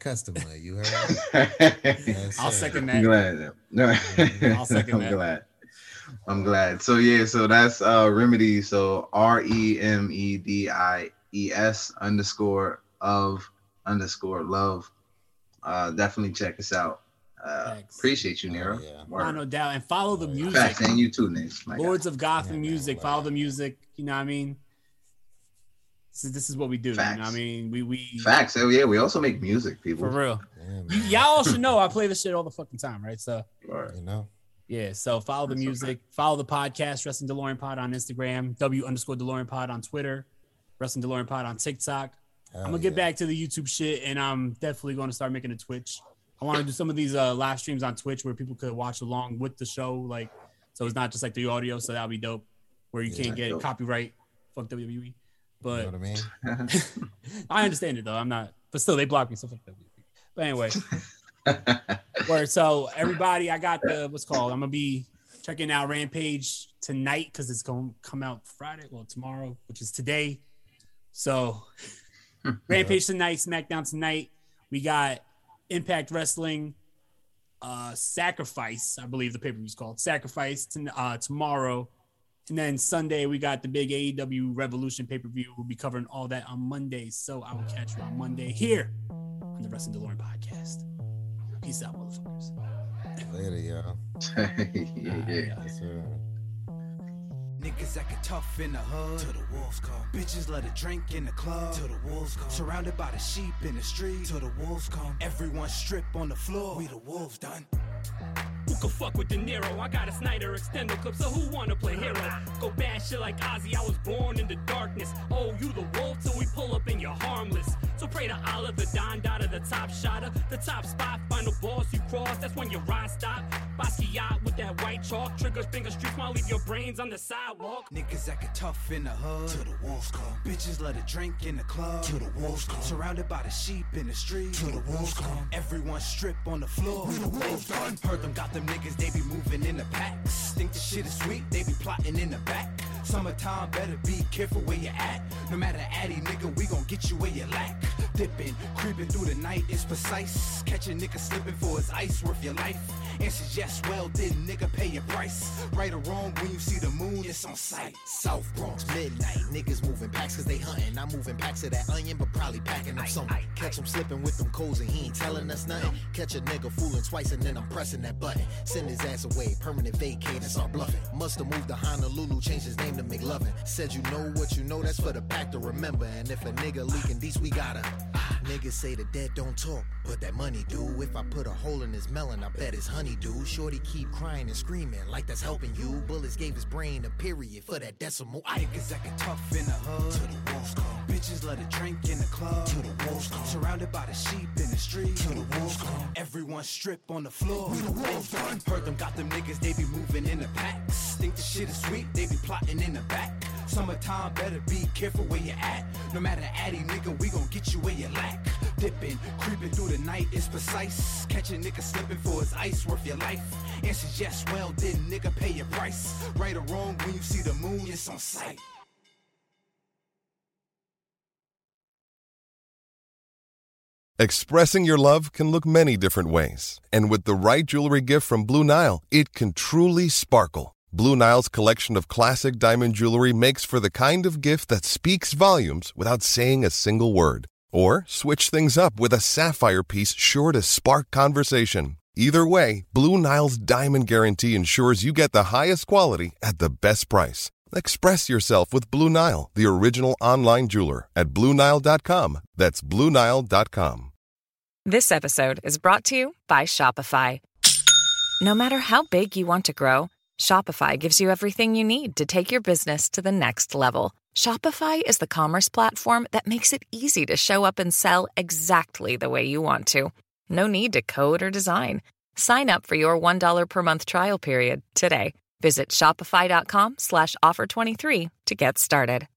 customer. You heard?
I'll second that.
I'm glad. No,
I'll second
I'm
that.
glad. I'm glad. So yeah, so that's uh remedy. So R E M E D I E S underscore of underscore love. Uh definitely check us out. Uh appreciate you, Nero. Word.
Oh, no doubt. And follow the music.
Facts, and you too, Nick. My
Lords of Gotham music. Follow the music. You know what I mean? This is, this is what we do. You know what I mean? We we
God. Facts. Oh yeah, we also make music, people.
For real. you, y'all should know I play this shit all the fucking time, right? So
You know.
yeah, so follow the music, follow the podcast, Wrestling DeLorean Pod on Instagram, W underscore DeLorean Pod on Twitter, Wrestling DeLorean Pod on TikTok.
Hell
I'm gonna get back to the YouTube shit, and I'm definitely going to start making a Twitch. I want to do some of these uh, live streams on Twitch where people could watch along with the show, like so it's not just like the audio. So that'll be dope, where you
Yeah.
can't get
Dope.
copyright. Fuck E. WWE, but
You know what I mean?
I understand it though. I'm not, but still, they blocked me. So fuck WWE. But anyway, word. So everybody, I got the what's called. I'm gonna be checking out Rampage tonight because it's gonna come out Friday, well tomorrow, which is today. So Rampage tonight, SmackDown tonight. We got Impact Wrestling, uh, Sacrifice, I believe the pay per view is called Sacrifice to, uh, tomorrow. And then Sunday, we got the big AEW Revolution pay per view. We'll be covering all that on Monday. So I will catch you on Monday here on the Wrestling DeLorean podcast. Peace out, motherfuckers.
Later, y'all.
yeah, yeah.
Yes, sir.
Niggas acting tough in the hood. Till the wolves come. Bitches let a drink in the club. Till the wolves come. Surrounded by the sheep in the street. Till the wolves come. Everyone strip on the floor. We the wolves done.
Who can fuck with De Niro? I got a Snyder extender clip, so who wanna play hero? Go bad shit like Ozzy, I was born in the darkness. Oh, you the wolf till we pull up and you're harmless. So pray to Allah, the Don Dada, the top shotter, the top spot, final boss you cross, that's when your ride stop. Basquiat with that white chalk, triggers, finger streaks, might leave your brains on the sidewalk.
Niggas acting tough in the hood. Till the wolves come. Bitches let a drink in the club. Till the wolves come. Surrounded by the sheep in the street. Till the wolves come. Everyone strip on the floor. We the wolves done. Heard them got them niggas, they be moving in the packs. Think the shit is sweet, they be plotting in the back. Summertime, better be careful where you at. No matter addy, nigga, we gon' get you where you lack. Dipping, creeping through the night is precise. Catch a nigga slipping for his ice, worth your life. Answer yes, well, then nigga pay your price. Right or wrong, when you see the moon, it's on sight. South Bronx, midnight, niggas moving packs cause they hunting. I'm moving packs of that onion, but probably packing up something. Catch him slipping with them coals and he ain't telling us nothing. Catch a nigga fooling twice and then I'm pressing that button. Send his ass away, permanent vacate and start bluffing. Musta moved to Honolulu, changed his name to McLovin. Said you know what you know, that's for the pack to remember. And if a nigga leaking these, we gotta. Niggas say the dead don't talk, but that money do. If I put a hole in his melon, I bet it's honeydew. Shorty keep crying and screaming like that's helping you. Bullets gave his brain a period for that decimal. I niggas acting tough in the hood. To the wolves come. Bitches let a drink in the club. To the wolves come. Surrounded by the sheep in the street. To the wolves come. Everyone strip on the floor. We the wolves done. Heard them got them niggas, they be moving in the packs. Think the shit is sweet, they be plotting in the back. Summertime, better be careful where you at. No matter addy, nigga, we gon' get you where you lack. Dipping, creeping through the night is precise. Catch a nigga slipping for his ice, worth your life. Answer yes, well, then nigga pay your price. Right or wrong, when you see the moon, it's on sight.
Expressing your love can look many different ways, and with the right jewelry gift from Blue Nile, it can truly sparkle. Blue Nile's collection of classic diamond jewelry makes for the kind of gift that speaks volumes without saying a single word. Or switch things up with a sapphire piece sure to spark conversation. Either way, Blue Nile's diamond guarantee ensures you get the highest quality at the best price. Express yourself with Blue Nile, the original online jeweler at BlueNile.com. That's BlueNile.com.
This episode is brought to you by Shopify. No matter how big you want to grow, Shopify gives you everything you need to take your business to the next level. Shopify is the commerce platform that makes it easy to show up and sell exactly the way you want to. No need to code or design. Sign up for your $1 per month trial period today. Visit shopify.com slash offer 23 to get started.